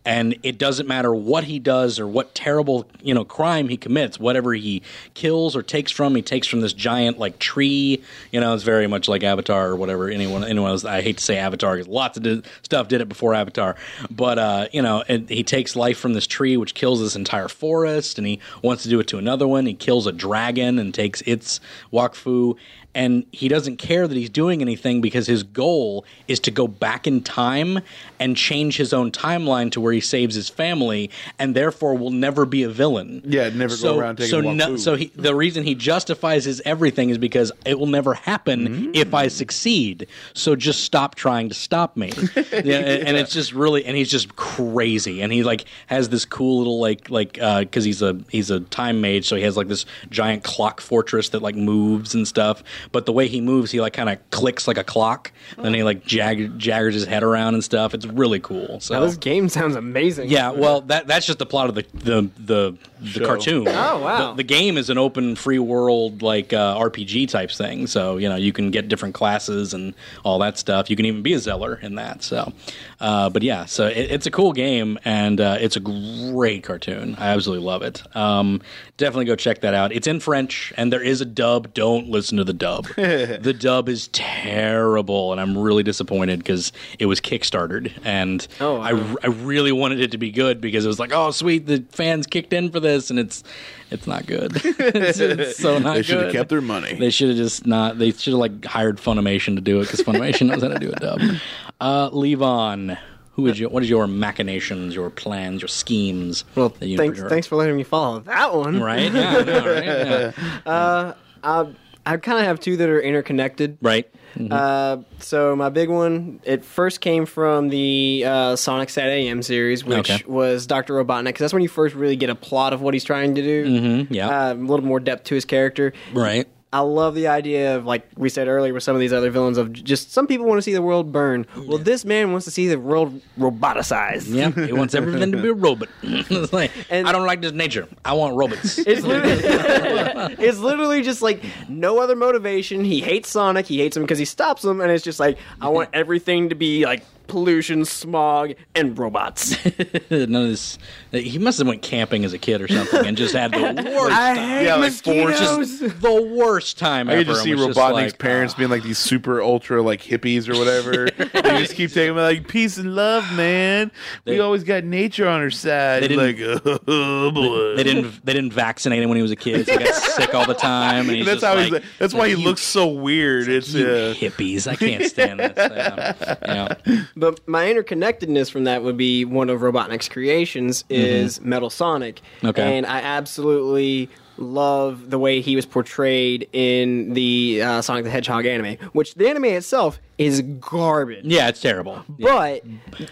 [SPEAKER 1] And it doesn't matter what he does or what terrible you know crime he commits, whatever he kills or takes from, he takes from this giant like tree. You know, it's very much like Avatar or whatever. Anyone, anyone else? I hate to say Avatar because lots of di- stuff did it before Avatar, but uh, you know, and he takes life from this tree, which kills this entire forest, and he wants to do it to another one. He kills a dragon and takes its Wakfu, and he doesn't care that he's doing anything because his goal is to go back in time and change his own timeline to where he saves his family and therefore will never be a villain.
[SPEAKER 2] Yeah, never go around taking
[SPEAKER 1] so
[SPEAKER 2] one
[SPEAKER 1] no-
[SPEAKER 2] food.
[SPEAKER 1] so he, the reason he justifies his everything is because it will never happen if I succeed. So just stop trying to stop me. yeah, and, and it's just really and he's just crazy and he like has this cool little like like uh 'cause cuz he's a he's a time mage so he has like this giant clock fortress that like moves and stuff. But the way he moves, he like kind of clicks like a clock. Then he like jag- jaggers his head around and stuff. It's really cool. So
[SPEAKER 6] Now, this game sounds amazing.
[SPEAKER 1] yeah, well, that that's just the plot of the the the, the cartoon.
[SPEAKER 6] Oh, wow.
[SPEAKER 1] The, the game is an open free world like uh, RPG type thing, so you know you can get different classes and all that stuff. You can even be a zeller in that. So, uh, but yeah, so it, it's a cool game and uh, it's a great cartoon. I absolutely love it. Um, definitely go check that out. It's in French and there is a dub. Don't listen to the dub. the dub is terrible, and I'm really disappointed because it was kickstarted and
[SPEAKER 6] Oh,
[SPEAKER 1] I
[SPEAKER 6] wow.
[SPEAKER 1] I really wanted it to be good because it was like, oh, sweet, the fans kicked in for this, and it's it's not good. it's, it's so not
[SPEAKER 2] They
[SPEAKER 1] should have
[SPEAKER 2] kept their money.
[SPEAKER 1] They should have just not. They should have like hired Funimation to do it because Funimation knows how to do a dub. Uh, Levon, who is your? What is your machinations, your plans, your schemes?
[SPEAKER 6] Well,
[SPEAKER 1] that you
[SPEAKER 6] thanks,
[SPEAKER 1] enjoy?
[SPEAKER 6] thanks for letting me follow that one.
[SPEAKER 1] Right? Yeah, I know, right? Yeah.
[SPEAKER 6] Uh, I kind of have two that are interconnected.
[SPEAKER 1] right? Mm-hmm.
[SPEAKER 6] Uh, so my big one, it first came from the uh, Sonic Sat AM series, which
[SPEAKER 1] Okay.
[SPEAKER 6] was Doctor Robotnik, because that's when you first really get a plot of what he's trying to do. Mm-hmm,
[SPEAKER 1] Mm, yeah.
[SPEAKER 6] uh, a little more depth to his character.
[SPEAKER 1] Right.
[SPEAKER 6] I love the idea of like we said earlier with some of these other villains of j- just some people want to see the world burn. Well, this man wants to see the world roboticized.
[SPEAKER 1] Yeah, he wants everything to be a robot. It's like,
[SPEAKER 6] And-
[SPEAKER 1] I don't like this nature. I want robots.
[SPEAKER 6] It's literally, it's literally just like no other motivation. He hates Sonic. He hates him because he stops him, and it's just like I want everything to be like pollution, smog, and robots.
[SPEAKER 1] None of this. He must have went camping as a kid or something and just had the worst.
[SPEAKER 6] hate
[SPEAKER 2] Yeah, like four-
[SPEAKER 1] just the worst time
[SPEAKER 2] I
[SPEAKER 1] ever.
[SPEAKER 2] could just see
[SPEAKER 1] and was
[SPEAKER 2] Robotnik's
[SPEAKER 1] just like,
[SPEAKER 2] parents being like these super ultra like hippies or whatever. they just keep taking like peace and love, man.
[SPEAKER 1] They-
[SPEAKER 2] we always got nature on our side.
[SPEAKER 1] They
[SPEAKER 2] like oh, boy.
[SPEAKER 1] They didn't. They didn't vaccinate him when he was a kid. So he got sick all the time. And he's
[SPEAKER 2] that's
[SPEAKER 1] just
[SPEAKER 2] how
[SPEAKER 1] like,
[SPEAKER 2] he's. That's why he
[SPEAKER 1] "You
[SPEAKER 2] looks so weird. It's
[SPEAKER 1] you
[SPEAKER 2] uh,
[SPEAKER 1] hippies. I can't stand this. Yeah. Yeah.
[SPEAKER 6] But my interconnectedness from that would be one of Robotnik's creations is Metal Sonic.
[SPEAKER 1] Mm-hmm. Okay.
[SPEAKER 6] And I absolutely love the way he was portrayed in the uh, Sonic the Hedgehog anime, which the anime itself is garbage.
[SPEAKER 1] Yeah, it's terrible.
[SPEAKER 6] But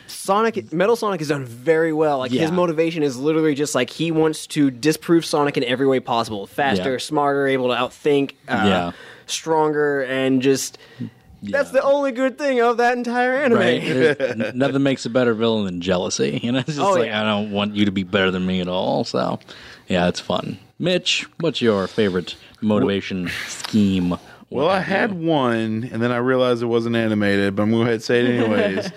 [SPEAKER 6] Sonic, Metal Sonic is done very well. Like
[SPEAKER 1] Yeah.
[SPEAKER 6] his motivation is literally just like he wants to disprove Sonic in every way possible: faster,
[SPEAKER 1] Yeah.
[SPEAKER 6] smarter, able to outthink, uh,
[SPEAKER 1] Yeah.
[SPEAKER 6] stronger, and just. That's the only good thing of that entire anime.
[SPEAKER 1] Right? There's- nothing makes a better villain than jealousy. You know, it's just
[SPEAKER 6] Oh,
[SPEAKER 1] like
[SPEAKER 6] yeah.
[SPEAKER 1] I don't want you to be better than me at all. So, yeah, it's fun. Mitch, what's your favorite motivation scheme? What
[SPEAKER 2] Well, I
[SPEAKER 1] have
[SPEAKER 2] had
[SPEAKER 1] you?
[SPEAKER 2] one, and then I realized it wasn't animated, but I'm going to go ahead and say it anyways.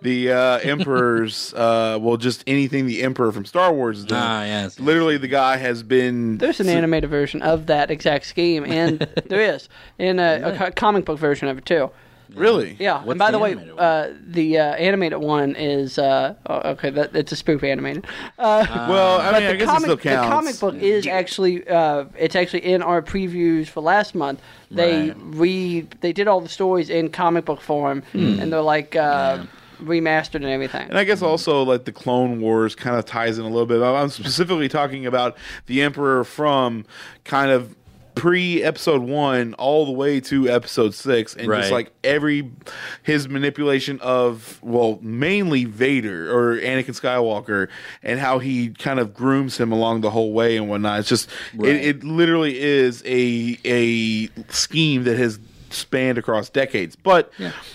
[SPEAKER 2] the uh, Emperor's, uh, well, just anything the Emperor from Star Wars has done.
[SPEAKER 1] Ah, yes.
[SPEAKER 2] Literally, the guy has been.
[SPEAKER 3] There's an animated version of that exact scheme, and there is in a, a co- comic book version of it too.
[SPEAKER 2] Really?
[SPEAKER 3] Yeah,
[SPEAKER 1] What's
[SPEAKER 3] and by
[SPEAKER 1] the
[SPEAKER 3] the, way,
[SPEAKER 1] animated one?
[SPEAKER 3] uh, the uh, animated one is uh, oh, okay. That, it's a spoof animated. Uh,
[SPEAKER 2] Well, I mean, I guess it
[SPEAKER 3] comic,
[SPEAKER 2] still
[SPEAKER 3] the comic
[SPEAKER 2] counts.
[SPEAKER 3] book is actually uh, it's actually in our previews for last month. They
[SPEAKER 1] Right.
[SPEAKER 3] re they did all the stories in comic book form,
[SPEAKER 1] Hmm.
[SPEAKER 3] and they're like uh, remastered and everything.
[SPEAKER 2] And I guess also like the Clone Wars kind of ties in a little bit. I'm I'm specifically talking about the Emperor from kind of pre episode one all the way to episode six, and
[SPEAKER 1] Right.
[SPEAKER 2] just like every his manipulation of well mainly Vader or Anakin Skywalker, and how he kind of grooms him along the whole way and whatnot. It's just
[SPEAKER 1] Right.
[SPEAKER 2] it, it literally is a a scheme that has spanned across decades, but.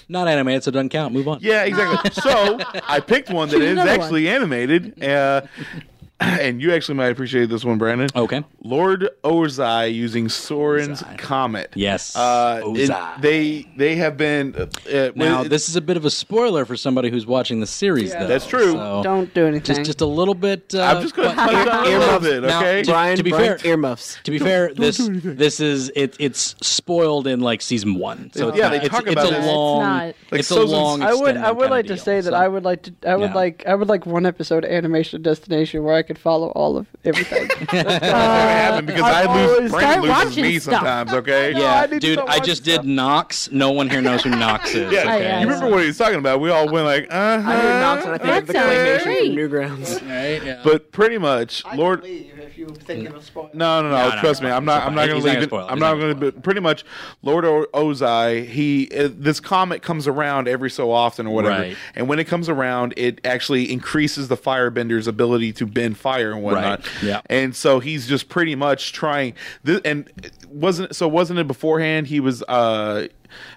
[SPEAKER 1] Not animated, so it doesn't count. Move on.
[SPEAKER 2] Yeah, exactly. so I picked one that
[SPEAKER 5] Choose
[SPEAKER 2] is
[SPEAKER 5] another one.
[SPEAKER 2] actually animated, uh, and you actually might appreciate this one, Brandon.
[SPEAKER 1] Okay.
[SPEAKER 2] Lord Ozai using Soren's
[SPEAKER 1] Ozai.
[SPEAKER 2] comet.
[SPEAKER 1] Yes.
[SPEAKER 2] uh, it-
[SPEAKER 1] Ozai.
[SPEAKER 2] they they have been uh, uh,
[SPEAKER 1] Now,
[SPEAKER 2] it-
[SPEAKER 1] this is a bit of a spoiler for somebody who's watching the series, though.
[SPEAKER 2] That's true.
[SPEAKER 1] so-
[SPEAKER 3] Don't do anything.
[SPEAKER 1] Just, just a little bit. Uh,
[SPEAKER 2] I'm just going to
[SPEAKER 1] but-
[SPEAKER 2] touch on it a little
[SPEAKER 6] earmuffs.
[SPEAKER 2] bit,
[SPEAKER 1] Now,
[SPEAKER 2] okay?
[SPEAKER 1] to-
[SPEAKER 6] Brian,
[SPEAKER 1] to be
[SPEAKER 6] Brian,
[SPEAKER 1] fair,
[SPEAKER 6] earmuffs.
[SPEAKER 1] To be fair, this this is it. It's spoiled in like season one, so it's
[SPEAKER 2] Yeah,
[SPEAKER 1] not-
[SPEAKER 2] they
[SPEAKER 1] it's,
[SPEAKER 2] talk
[SPEAKER 1] it's
[SPEAKER 2] about
[SPEAKER 1] a
[SPEAKER 2] it.
[SPEAKER 1] long,
[SPEAKER 5] It's not.
[SPEAKER 2] Like,
[SPEAKER 1] it's a
[SPEAKER 2] Sozin's-
[SPEAKER 1] long.
[SPEAKER 3] I would I
[SPEAKER 1] extended
[SPEAKER 3] would
[SPEAKER 1] kinda
[SPEAKER 3] like to
[SPEAKER 1] deal,
[SPEAKER 3] say that
[SPEAKER 1] so.
[SPEAKER 3] I would like to I would
[SPEAKER 1] Yeah.
[SPEAKER 3] like I would like one episode of Animation Destination where I could follow all of everything.
[SPEAKER 2] Never happened because I, lose.
[SPEAKER 3] always-
[SPEAKER 2] Brandon
[SPEAKER 5] Uh, Start
[SPEAKER 2] loses me
[SPEAKER 5] watching stuff.
[SPEAKER 2] sometimes, okay?
[SPEAKER 1] Yeah,
[SPEAKER 3] I need to
[SPEAKER 1] dude,
[SPEAKER 3] start
[SPEAKER 1] I
[SPEAKER 3] watching
[SPEAKER 1] just
[SPEAKER 3] stuff.
[SPEAKER 1] did Knox. No one here knows who Knox is.
[SPEAKER 2] Yeah,
[SPEAKER 1] okay?
[SPEAKER 5] yeah,
[SPEAKER 2] you remember what he was talking about? We all went like, uh
[SPEAKER 6] I hear Knox
[SPEAKER 2] huh.
[SPEAKER 6] and I think of the
[SPEAKER 5] That sounds
[SPEAKER 6] claymation from Newgrounds.
[SPEAKER 1] Right, yeah.
[SPEAKER 2] But pretty much, Lord.
[SPEAKER 3] if you think it'll spoil.
[SPEAKER 2] No, no, no.
[SPEAKER 1] No, no,
[SPEAKER 2] trust
[SPEAKER 1] no.
[SPEAKER 2] me, I'm not. I'm not
[SPEAKER 1] He's not
[SPEAKER 2] going to leave
[SPEAKER 1] gonna
[SPEAKER 2] it.
[SPEAKER 1] spoil it.
[SPEAKER 2] I'm
[SPEAKER 1] He's
[SPEAKER 2] not
[SPEAKER 1] not gonna
[SPEAKER 2] going to. Pretty much, Lord o- Ozai. He uh, this comet comes around every so often or whatever,
[SPEAKER 1] Right.
[SPEAKER 2] and when it comes around, it actually increases the firebender's ability to bend fire and whatnot.
[SPEAKER 1] Right. Yeah.
[SPEAKER 2] And so he's just pretty much trying. This, and wasn't so wasn't it beforehand? He was. uh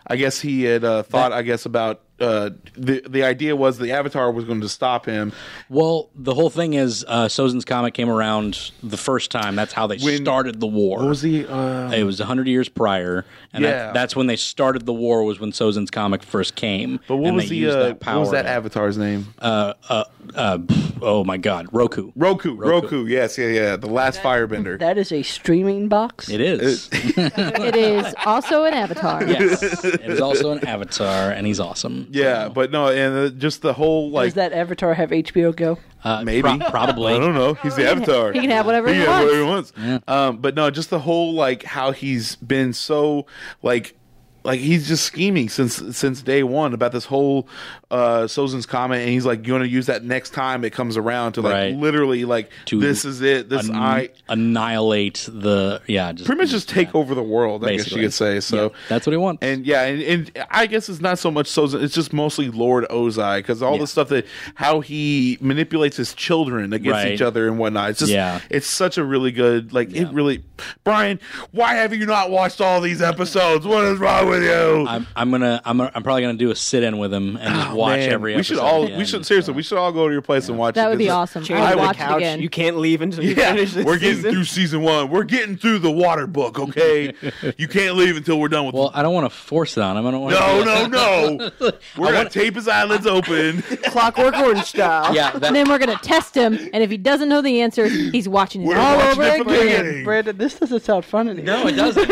[SPEAKER 2] I guess he had uh, thought. I guess about. Uh, the the idea was the avatar was going to stop him
[SPEAKER 1] Well, the whole thing is uh, Sozin's comet came around the first time. That's how they
[SPEAKER 2] When-
[SPEAKER 1] started the war.
[SPEAKER 2] What was the uh,
[SPEAKER 1] It was 100 years prior, and
[SPEAKER 2] Yeah.
[SPEAKER 1] that, that's when they started the war. Was when Sozin's comic first came.
[SPEAKER 2] but what
[SPEAKER 1] and
[SPEAKER 2] was
[SPEAKER 1] they
[SPEAKER 2] the
[SPEAKER 1] used
[SPEAKER 2] uh,
[SPEAKER 1] that power
[SPEAKER 2] what was that
[SPEAKER 1] to-
[SPEAKER 2] avatar's name?
[SPEAKER 1] uh, uh, uh, oh my God, Roku.
[SPEAKER 2] Roku, Roku, yes, yeah, yeah, the last Firebender.
[SPEAKER 3] That is a streaming box.
[SPEAKER 1] It is.
[SPEAKER 5] it is also an avatar.
[SPEAKER 1] yes, it was also an avatar, and he's awesome.
[SPEAKER 2] yeah, but no, and uh, just the whole like
[SPEAKER 3] Does that Avatar have HBO Go?
[SPEAKER 1] uh,
[SPEAKER 2] maybe.
[SPEAKER 1] pro- probably.
[SPEAKER 2] I don't know. He's the Avatar.
[SPEAKER 5] Oh, He can have whatever he
[SPEAKER 2] can have
[SPEAKER 5] wants.
[SPEAKER 2] whatever he wants. Um, but no, just the whole like how he's been so like like he's just scheming since since day one about this whole uh Sozin's comment, and he's like, "You want to use that next time it comes around to like
[SPEAKER 1] Right.
[SPEAKER 2] literally like
[SPEAKER 1] To
[SPEAKER 2] this is it. This
[SPEAKER 1] An-
[SPEAKER 2] I
[SPEAKER 1] annihilate the yeah. Just,
[SPEAKER 2] pretty much just take over the world. I guess
[SPEAKER 1] Basically.
[SPEAKER 2] you could say so.
[SPEAKER 1] Yeah, that's what he wants.
[SPEAKER 2] And yeah, and, and I guess it's not so much Sozin. It's just mostly Lord Ozai because all
[SPEAKER 1] Yeah.
[SPEAKER 2] the stuff that how he manipulates his children against
[SPEAKER 1] Right.
[SPEAKER 2] each other and whatnot. It's just
[SPEAKER 1] Yeah.
[SPEAKER 2] it's such a really good like it really. Brian, why have you not watched all these episodes? What is wrong with you?
[SPEAKER 1] I'm, I'm gonna I'm gonna, I'm probably gonna do a sit in with him and just watch
[SPEAKER 2] Oh, Man,
[SPEAKER 1] every.
[SPEAKER 2] we should
[SPEAKER 1] episode
[SPEAKER 2] all
[SPEAKER 1] again,
[SPEAKER 2] we should
[SPEAKER 1] just,
[SPEAKER 2] seriously
[SPEAKER 1] uh,
[SPEAKER 2] we should all go to your place and watch.
[SPEAKER 5] That
[SPEAKER 2] it.
[SPEAKER 5] would
[SPEAKER 2] This
[SPEAKER 5] be
[SPEAKER 2] is-
[SPEAKER 5] awesome.
[SPEAKER 6] Chained
[SPEAKER 5] I
[SPEAKER 6] to
[SPEAKER 5] would
[SPEAKER 6] the
[SPEAKER 5] watch
[SPEAKER 6] couch.
[SPEAKER 5] it again.
[SPEAKER 6] You can't leave until you
[SPEAKER 2] Yeah,
[SPEAKER 6] finish this
[SPEAKER 2] we're getting
[SPEAKER 6] season.
[SPEAKER 2] through season one. We're getting through the water book. Okay, you can't leave until we're done with
[SPEAKER 1] Well, I don't want to force it on him. I don't want.
[SPEAKER 2] No,
[SPEAKER 1] to
[SPEAKER 2] no, no. We're gonna tape his eyelids open.
[SPEAKER 6] Clockwork Orange style.
[SPEAKER 1] Yeah,
[SPEAKER 5] and
[SPEAKER 1] that,
[SPEAKER 5] then we're gonna test him, and if he doesn't know the answer, he's watching it
[SPEAKER 2] We're
[SPEAKER 3] Oh,
[SPEAKER 5] all
[SPEAKER 2] watching
[SPEAKER 5] over
[SPEAKER 2] it from the
[SPEAKER 5] again.
[SPEAKER 2] beginning.
[SPEAKER 3] Brandon, this doesn't sound fun anymore.
[SPEAKER 1] no, it doesn't.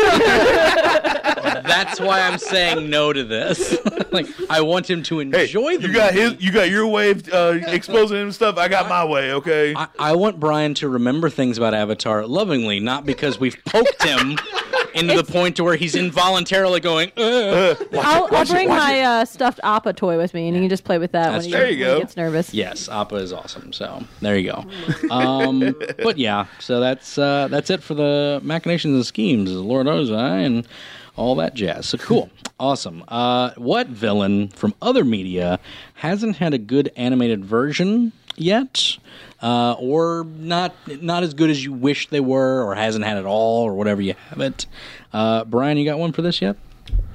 [SPEAKER 1] That's why I'm saying no to this. like, I want him to
[SPEAKER 2] Hey,
[SPEAKER 1] enjoy the
[SPEAKER 2] you got
[SPEAKER 1] movie.
[SPEAKER 2] his, you got your way of uh, exposing him stuff. I got my way. Okay.
[SPEAKER 1] I, I want Brian to remember things about Avatar lovingly, not because we've poked him into the point to where he's involuntarily going. "Ugh."
[SPEAKER 5] I'll, I'll
[SPEAKER 2] watch it,
[SPEAKER 5] bring
[SPEAKER 2] watch
[SPEAKER 5] my
[SPEAKER 2] it.
[SPEAKER 5] uh, stuffed Appa toy with me, and you can just play with that when
[SPEAKER 1] That's
[SPEAKER 5] he,
[SPEAKER 1] true.
[SPEAKER 2] There you
[SPEAKER 5] when he
[SPEAKER 2] go.
[SPEAKER 5] gets nervous.
[SPEAKER 1] Yes, Appa is awesome. So there you go. Um, but yeah, so that's uh, that's it for the machinations and schemes, of Lord Ozai and all that jazz. So cool, awesome. Uh, what villain from other media hasn't had a good animated version yet, uh, or not not as good as you wish they were, or hasn't had at all, or whatever you have it? Uh, Brian, you got one for this yet?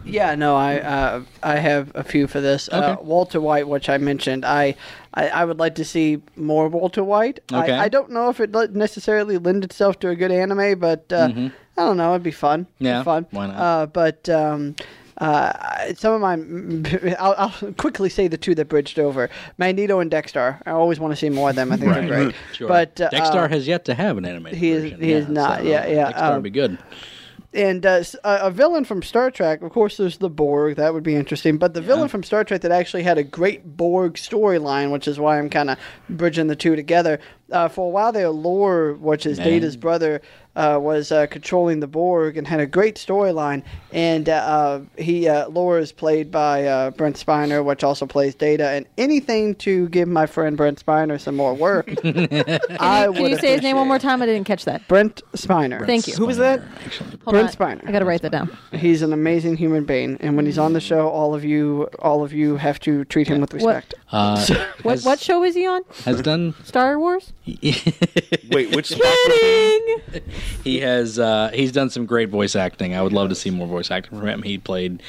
[SPEAKER 3] Yeah, no, I uh, I have a few for this. Uh,
[SPEAKER 1] Okay.
[SPEAKER 3] Walter White, which I mentioned, I, I I would like to see more Walter White.
[SPEAKER 1] Okay.
[SPEAKER 3] I, I don't know if it li- necessarily lend itself to a good anime, but uh, I don't know, it'd be fun. It'd be
[SPEAKER 1] Mm-hmm. Yeah,
[SPEAKER 3] fun.
[SPEAKER 1] why not?
[SPEAKER 3] Uh, but. Um, uh, I- some of my, I'll, I'll quickly say the two that bridged over: Magneto and Dexter. I always want to see more of them. I think they're great. But uh,
[SPEAKER 1] Dexter has yet to have an animated.
[SPEAKER 3] he is-
[SPEAKER 1] version.
[SPEAKER 3] he is not. Yeah, yeah,
[SPEAKER 1] Dexter
[SPEAKER 3] um,
[SPEAKER 1] would be good.
[SPEAKER 3] and uh, s- a a villain from Star Trek, of course, there's the Borg. That would be interesting. But the villain from Star Trek that actually had a great Borg storyline, which is why I'm kind of bridging the two together. Uh, for a while there, Lore, which is
[SPEAKER 1] Yeah.
[SPEAKER 3] Data's brother, uh, was uh, controlling the Borg and had a great storyline. And uh, uh, he uh, Lore is played by uh, Brent Spiner, which also plays Data. And anything to give my friend Brent Spiner some more work, I would.
[SPEAKER 5] Can you say his name one more
[SPEAKER 3] appreciate.
[SPEAKER 5] time? I didn't catch that.
[SPEAKER 3] Brent Spiner.
[SPEAKER 5] Thank you.
[SPEAKER 6] Who was that?
[SPEAKER 5] Hold
[SPEAKER 3] Brent
[SPEAKER 5] on.
[SPEAKER 3] Spiner.
[SPEAKER 5] I gotta write that down.
[SPEAKER 3] He's an amazing human being, and when he's on the show, all of you, all of you have to treat him with respect.
[SPEAKER 1] Uh,
[SPEAKER 5] What
[SPEAKER 1] has-
[SPEAKER 5] what show is he on?
[SPEAKER 1] has done?
[SPEAKER 5] Star Wars?
[SPEAKER 2] Wait, which
[SPEAKER 5] Kidding.
[SPEAKER 1] He has uh, he's done some great voice acting. I would love to see more voice acting from him. He played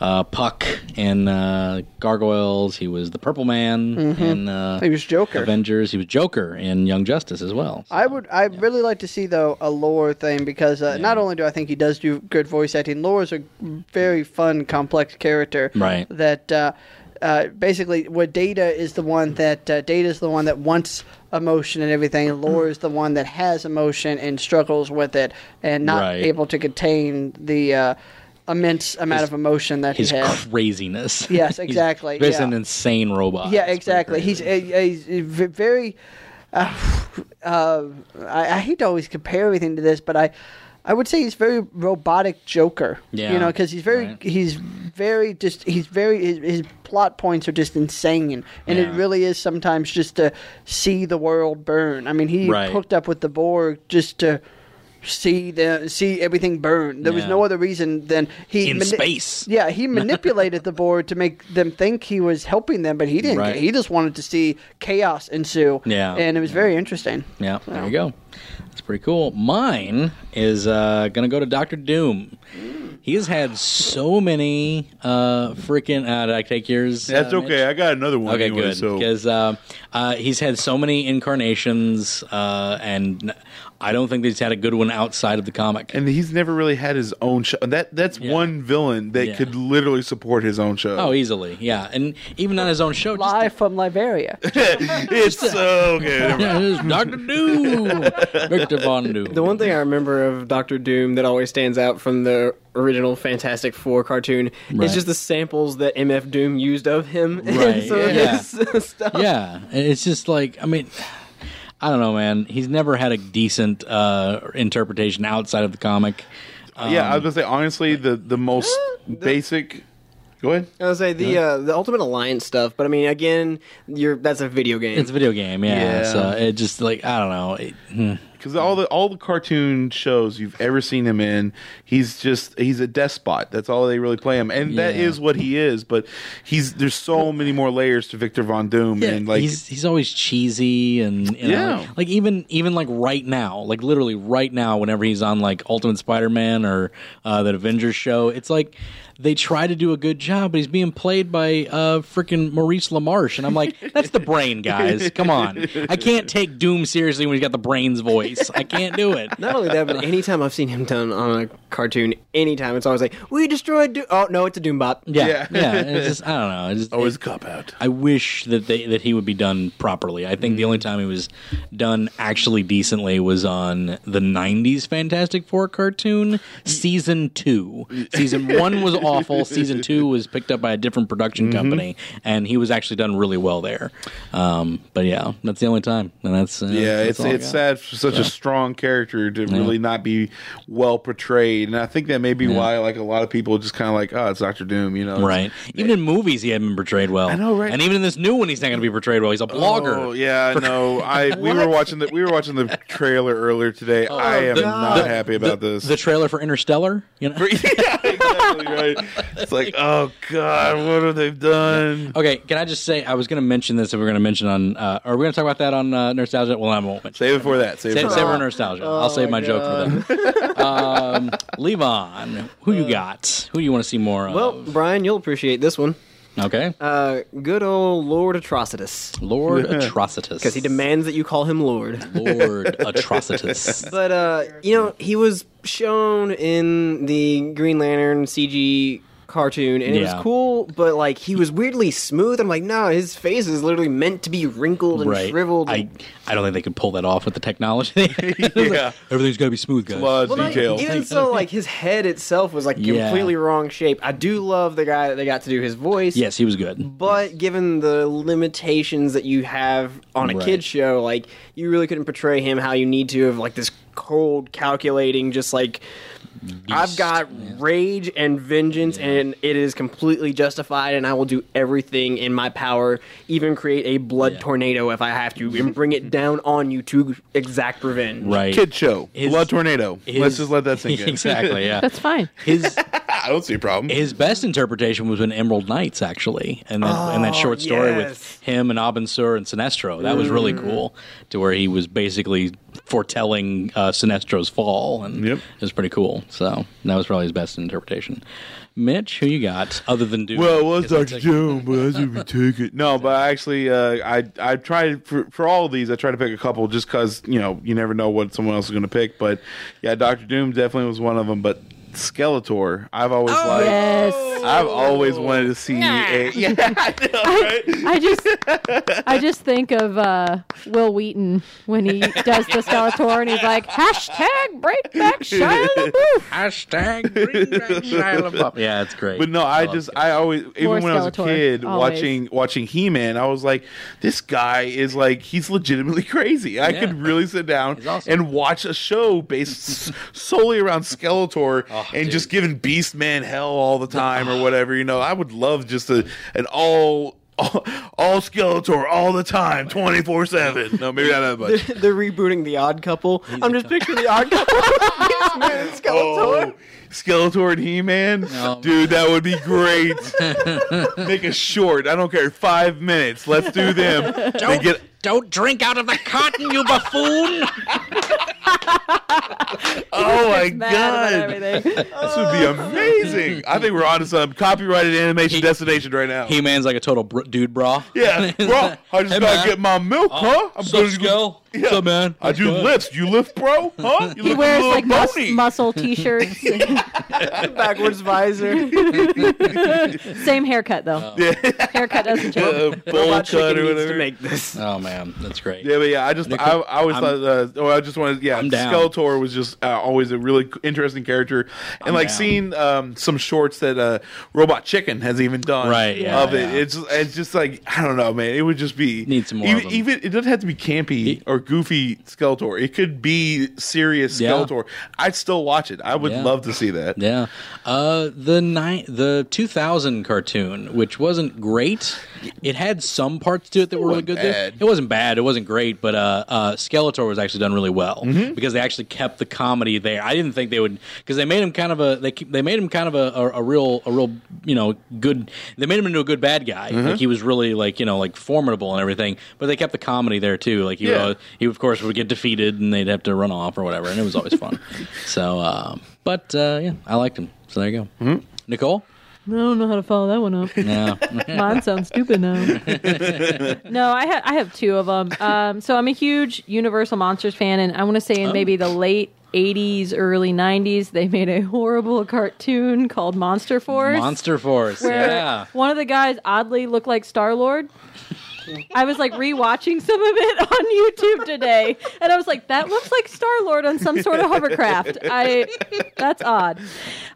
[SPEAKER 1] uh, Puck in uh, Gargoyles. He was the Purple Man in uh,
[SPEAKER 3] Mm-hmm. He was Joker.
[SPEAKER 1] Avengers. He was Joker in Young Justice as well.
[SPEAKER 3] I would, I really like to see though a lore thing because uh, not only do I think he does do good voice acting, lore is a very fun, complex character.
[SPEAKER 1] Right.
[SPEAKER 3] That uh, uh, basically, where Data is the one that uh, Data is the one that wants emotion and everything. and Lore is the one that has emotion and struggles with it, and not
[SPEAKER 1] Right.
[SPEAKER 3] able to contain the uh, immense amount of emotion that
[SPEAKER 1] His
[SPEAKER 3] he has.
[SPEAKER 1] craziness.
[SPEAKER 3] Yes, exactly,
[SPEAKER 1] He's, he's an
[SPEAKER 3] yeah.
[SPEAKER 1] insane robot. It's
[SPEAKER 3] Yeah,
[SPEAKER 1] pretty
[SPEAKER 3] exactly.
[SPEAKER 1] crazy.
[SPEAKER 3] He's a, he's a v- very. Uh, uh, I, I hate to always compare everything to this, but I, I would say he's very robotic Joker.
[SPEAKER 1] Yeah,
[SPEAKER 3] you know, because he's very
[SPEAKER 1] right.
[SPEAKER 3] he's very just he's very his, his plot points are just insane, and it
[SPEAKER 1] Yeah.
[SPEAKER 3] really is sometimes just to see the world burn. I mean, he
[SPEAKER 1] Right.
[SPEAKER 3] hooked up with the Borg just to. See the see everything burn. There was
[SPEAKER 1] Yeah.
[SPEAKER 3] no other reason than he
[SPEAKER 1] In
[SPEAKER 3] mani-
[SPEAKER 1] space.
[SPEAKER 3] Yeah, he manipulated the board to make them think he was helping them, but he didn't.
[SPEAKER 1] Right.
[SPEAKER 3] He just wanted to see chaos ensue.
[SPEAKER 1] Yeah.
[SPEAKER 3] and it was very interesting.
[SPEAKER 1] Yeah, there you go. That's pretty cool. Mine is uh, going to go to Doctor Doom. He has had so many uh, freaking. Uh, did I take yours?
[SPEAKER 2] That's
[SPEAKER 1] uh,
[SPEAKER 2] okay. I got another one.
[SPEAKER 1] Okay,
[SPEAKER 2] anyway,
[SPEAKER 1] good.
[SPEAKER 2] So
[SPEAKER 1] Because uh, uh, he's had so many incarnations, uh, and n- I don't think that he's had a good one outside of the comic.
[SPEAKER 2] and he's never really had his own show. That that's
[SPEAKER 1] Yeah.
[SPEAKER 2] one villain that
[SPEAKER 1] Yeah.
[SPEAKER 2] could literally support his own show.
[SPEAKER 1] oh, easily, yeah, and even on his own show, just
[SPEAKER 3] Live from Liberia.
[SPEAKER 2] it's so good.
[SPEAKER 1] Doctor Doom, Victor Von Doom.
[SPEAKER 6] The one thing I remember of Doctor Doom that always stands out from the original Fantastic Four cartoon
[SPEAKER 1] Right.
[SPEAKER 6] is just the samples that MF Doom used of him.
[SPEAKER 1] Right,
[SPEAKER 6] so
[SPEAKER 1] yeah.
[SPEAKER 6] his stuff.
[SPEAKER 1] yeah it's just like i mean i don't know man he's never had a decent uh interpretation outside of the comic
[SPEAKER 2] yeah, I was gonna say honestly, the the most basic. Go ahead.
[SPEAKER 6] I would say the uh, the Ultimate Alliance stuff, but I mean, again, you're that's a video game.
[SPEAKER 1] It's a video game, yeah.
[SPEAKER 2] Yeah.
[SPEAKER 1] So it just like I don't know. It, hmm.
[SPEAKER 2] because all the all the cartoon shows you've ever seen him in, he's just he's a despot. That's all they really play him, and that
[SPEAKER 1] Yeah.
[SPEAKER 2] is what he is. But he's there's so many more layers to Victor Von Doom, and like
[SPEAKER 1] he's he's always cheesy and you know,
[SPEAKER 2] Yeah.
[SPEAKER 1] like, like, even even like right now, like literally right now, whenever he's on like Ultimate Spider-Man or uh, that Avengers show, it's like they try to do a good job, but he's being played by uh, freaking Maurice LaMarche, and I'm like, that's the brain, guys. Come on, I can't take Doom seriously when he's got the brain's voice. I can't do it.
[SPEAKER 6] Not only that, but anytime I've seen him done on a cartoon, anytime it's always like, "We destroyed." Do- oh no, it's a Doombot.
[SPEAKER 1] Yeah, yeah. It's just I don't know. It's just,
[SPEAKER 2] always a oh, cop out.
[SPEAKER 1] I wish that they that he would be done properly. I
[SPEAKER 2] Mm-hmm.
[SPEAKER 1] think the only time he was done actually decently was on the '90s Fantastic Four cartoon, season two. Season one was awful. Season two was picked up by a different
[SPEAKER 2] Mm-hmm.
[SPEAKER 1] production company, and he was actually done really well there. Um, but yeah, that's the only time, and that's uh,
[SPEAKER 2] Yeah,
[SPEAKER 1] that's
[SPEAKER 2] it's
[SPEAKER 1] all I
[SPEAKER 2] it's
[SPEAKER 1] got.
[SPEAKER 2] sad for such a strong character to really not be well portrayed, and I think that may be why like a lot of people just kind of like, oh, it's Doctor Doom, you know, It's-
[SPEAKER 1] Right. Even in movies, he hadn't been portrayed well. I
[SPEAKER 2] know, right?
[SPEAKER 1] And even in this new one, he's not going to be portrayed well. He's a blogger.
[SPEAKER 2] Oh yeah, no. I we were watching the we were watching the trailer earlier today. I am
[SPEAKER 1] Oh, The-
[SPEAKER 2] not
[SPEAKER 1] the-
[SPEAKER 2] happy about
[SPEAKER 1] the-
[SPEAKER 2] this.
[SPEAKER 1] The trailer for Interstellar, you know.
[SPEAKER 2] yeah, exactly right. It's like, oh god, what have they done?
[SPEAKER 1] Okay, can I just say I was going to mention this if we're going to mention on uh, are we going to talk about that on uh, Nostalgia? Well, I won't mention.
[SPEAKER 2] Save it for that. Save it
[SPEAKER 1] Save,
[SPEAKER 2] for
[SPEAKER 1] save it
[SPEAKER 6] Oh.
[SPEAKER 2] that.
[SPEAKER 1] for Nostalgia. I'll save my joke for that. um, Levon, who you got? Who do you want to see more of?
[SPEAKER 6] Well, Brian, you'll appreciate this one.
[SPEAKER 1] okay,
[SPEAKER 6] Uh, good old Lord Atrocitus,
[SPEAKER 1] Lord Atrocitus,
[SPEAKER 6] because he demands that you call him Lord.
[SPEAKER 1] Lord Atrocitus.
[SPEAKER 6] But uh, you know, he was shown in the Green Lantern CG cartoon, and it
[SPEAKER 1] Yeah.
[SPEAKER 6] was cool. But like, he was weirdly smooth. I'm like, no, his face is literally meant to be wrinkled and
[SPEAKER 1] Right,
[SPEAKER 6] shriveled.
[SPEAKER 1] I I don't think they could pull that off with the technology. yeah, everything's got to be smooth, guys.
[SPEAKER 2] Blood
[SPEAKER 6] Well, like,
[SPEAKER 2] detail.
[SPEAKER 6] even so, like his head itself was like
[SPEAKER 1] Yeah.
[SPEAKER 6] completely wrong shape. I do love the guy that they got to do his voice.
[SPEAKER 1] Yes, he was good.
[SPEAKER 6] But given the limitations that you have on a
[SPEAKER 1] Right.
[SPEAKER 6] kid's show, like you really couldn't portray him how you need to of like this cold, calculating, just like I've got rage and vengeance, and it is completely justified, and I will do everything in my power, even create a blood
[SPEAKER 1] Yeah.
[SPEAKER 6] tornado if I have to, and bring it down on you to exact revenge.
[SPEAKER 1] Right,
[SPEAKER 2] Kid show.
[SPEAKER 1] His-
[SPEAKER 2] Blood tornado. Let's
[SPEAKER 1] His-
[SPEAKER 2] just let that sink in.
[SPEAKER 1] exactly. Yeah,
[SPEAKER 5] That's fine.
[SPEAKER 1] his
[SPEAKER 2] I don't see a problem.
[SPEAKER 1] His best interpretation was in Emerald Knights, actually, and that, and that short story
[SPEAKER 6] yes.
[SPEAKER 1] with him and Abin Sur and Sinestro. That was really cool, to where he was basically foretelling uh, Sinestro's fall, and
[SPEAKER 2] Yep.
[SPEAKER 1] it was pretty cool. So that was probably his best interpretation. Mitch, who you got other than Doom?
[SPEAKER 2] Well, it was
[SPEAKER 1] 'Cause that's
[SPEAKER 2] Doctor
[SPEAKER 1] like-
[SPEAKER 2] Doom, but that's what we take it. No, but I actually, uh, I I tried for for all of these. I tried to pick a couple just because you know you never know what someone else is going to pick. But yeah, Doctor Doom definitely was one of them. But Skeletor, I've always liked.
[SPEAKER 5] Yes.
[SPEAKER 2] I've always wanted to see. A, yeah, I know, right?
[SPEAKER 5] I just, I just think of uh, Will Wheaton when he does the Skeletor and he's like, hashtag break back Shia LaBeouf.
[SPEAKER 1] Hashtag bring back Shia LaBeouf. Yeah, it's great.
[SPEAKER 2] But no, I
[SPEAKER 1] love
[SPEAKER 2] just I always even
[SPEAKER 5] More
[SPEAKER 2] when I was a
[SPEAKER 5] Skeletor,
[SPEAKER 2] kid
[SPEAKER 5] always.
[SPEAKER 2] watching watching He Man, I was like, this guy is like he's legitimately crazy. I
[SPEAKER 1] Yeah.
[SPEAKER 2] could really sit down
[SPEAKER 1] He's awesome.
[SPEAKER 2] and watch a show based s- solely around Skeletor
[SPEAKER 1] Oh,
[SPEAKER 2] and
[SPEAKER 1] dude.
[SPEAKER 2] just giving Beast Man hell all the time or whatever. You know, I would love just a an all. All, all Skeletor all the time, twenty four seven. No, maybe not that much.
[SPEAKER 6] They're rebooting The Odd Couple. I'm just picturing The Odd Couple. Yes, man, it's Skeletor.
[SPEAKER 2] Oh, Skeletor and He Man,
[SPEAKER 1] No.
[SPEAKER 2] dude, that would be great. Make a short. I don't care. Five minutes. Let's do them. They get
[SPEAKER 1] Don't drink out of the carton, you buffoon!
[SPEAKER 2] Oh my
[SPEAKER 5] Mad about
[SPEAKER 2] god,
[SPEAKER 5] everything.
[SPEAKER 2] this would be amazing. I think we're on to some copyrighted animation destination right now.
[SPEAKER 1] He Man's like a total br- dude bra.
[SPEAKER 2] yeah, bro. I just
[SPEAKER 1] Hey,
[SPEAKER 2] gotta
[SPEAKER 1] man. Oh,
[SPEAKER 2] get my milk, huh? I'm
[SPEAKER 1] Sup,
[SPEAKER 2] gonna go-
[SPEAKER 1] Skell? What's up, man?
[SPEAKER 2] I do
[SPEAKER 1] What's good?
[SPEAKER 2] lifts. You lift, bro? Huh? You
[SPEAKER 5] He
[SPEAKER 2] look
[SPEAKER 5] wears
[SPEAKER 2] a little
[SPEAKER 5] like mus-
[SPEAKER 2] bony.
[SPEAKER 5] muscle t-shirts.
[SPEAKER 6] Backwards visor.
[SPEAKER 5] Same haircut though. Haircut doesn't change.
[SPEAKER 2] Uh, bowl
[SPEAKER 6] Robot Chicken
[SPEAKER 2] cut or
[SPEAKER 6] needs
[SPEAKER 2] whatever.
[SPEAKER 6] to make this.
[SPEAKER 1] Oh man, that's great.
[SPEAKER 2] Yeah, but yeah, I just I, I always
[SPEAKER 1] I'm-
[SPEAKER 2] thought uh, oh, I just wanted yeah,
[SPEAKER 1] I'm down.
[SPEAKER 2] Skeletor was just uh, always a really c- interesting character, and like
[SPEAKER 1] down.
[SPEAKER 2] seeing um, some shorts that uh, Robot Chicken has even done
[SPEAKER 1] Right, yeah,
[SPEAKER 2] of it.
[SPEAKER 1] yeah.
[SPEAKER 2] It's just, it's just like I don't know, man. It would just be
[SPEAKER 1] Need some more of
[SPEAKER 2] Even,
[SPEAKER 1] 'em.
[SPEAKER 2] even it doesn't have to be campy or goofy Skeletor. It could be serious
[SPEAKER 1] Yeah.
[SPEAKER 2] Skeletor. I'd still watch it. I would
[SPEAKER 1] Yeah.
[SPEAKER 2] love to see that.
[SPEAKER 1] Yeah, uh, the ni- the 2000 cartoon, which wasn't great. It had some parts to it that were really
[SPEAKER 2] wasn't
[SPEAKER 1] good.
[SPEAKER 2] bad.
[SPEAKER 1] It wasn't bad. It wasn't great, but uh, uh, Skeletor was actually done really well because they actually kept the comedy there. I didn't think they would because they made him kind of a they ke- they made him kind of a, a, a real a real you know good. They made him into a good bad guy. Like he was really like you know like formidable and everything. But they kept the comedy there too. Like he would
[SPEAKER 2] Yeah.
[SPEAKER 1] always- he of course would get defeated and they'd have to run off or whatever, and it was always fun. so, uh, but uh, yeah, I liked him. So there you go. Nicole.
[SPEAKER 5] I don't know how to follow that one up.
[SPEAKER 1] No.
[SPEAKER 5] Mine sounds stupid now. no, I ha- I have two of them. Um, so I'm a huge Universal Monsters fan, and I want to say in maybe the late. 80s, early 90s, they made a horrible cartoon called Monster Force.
[SPEAKER 1] Monster Force.
[SPEAKER 5] where
[SPEAKER 1] Yeah.
[SPEAKER 5] one of the guys oddly looked like Star Lord. I was like rewatching some of it on YouTube today, and I was like, "That looks like Star Lord on some sort of hovercraft." I, that's odd.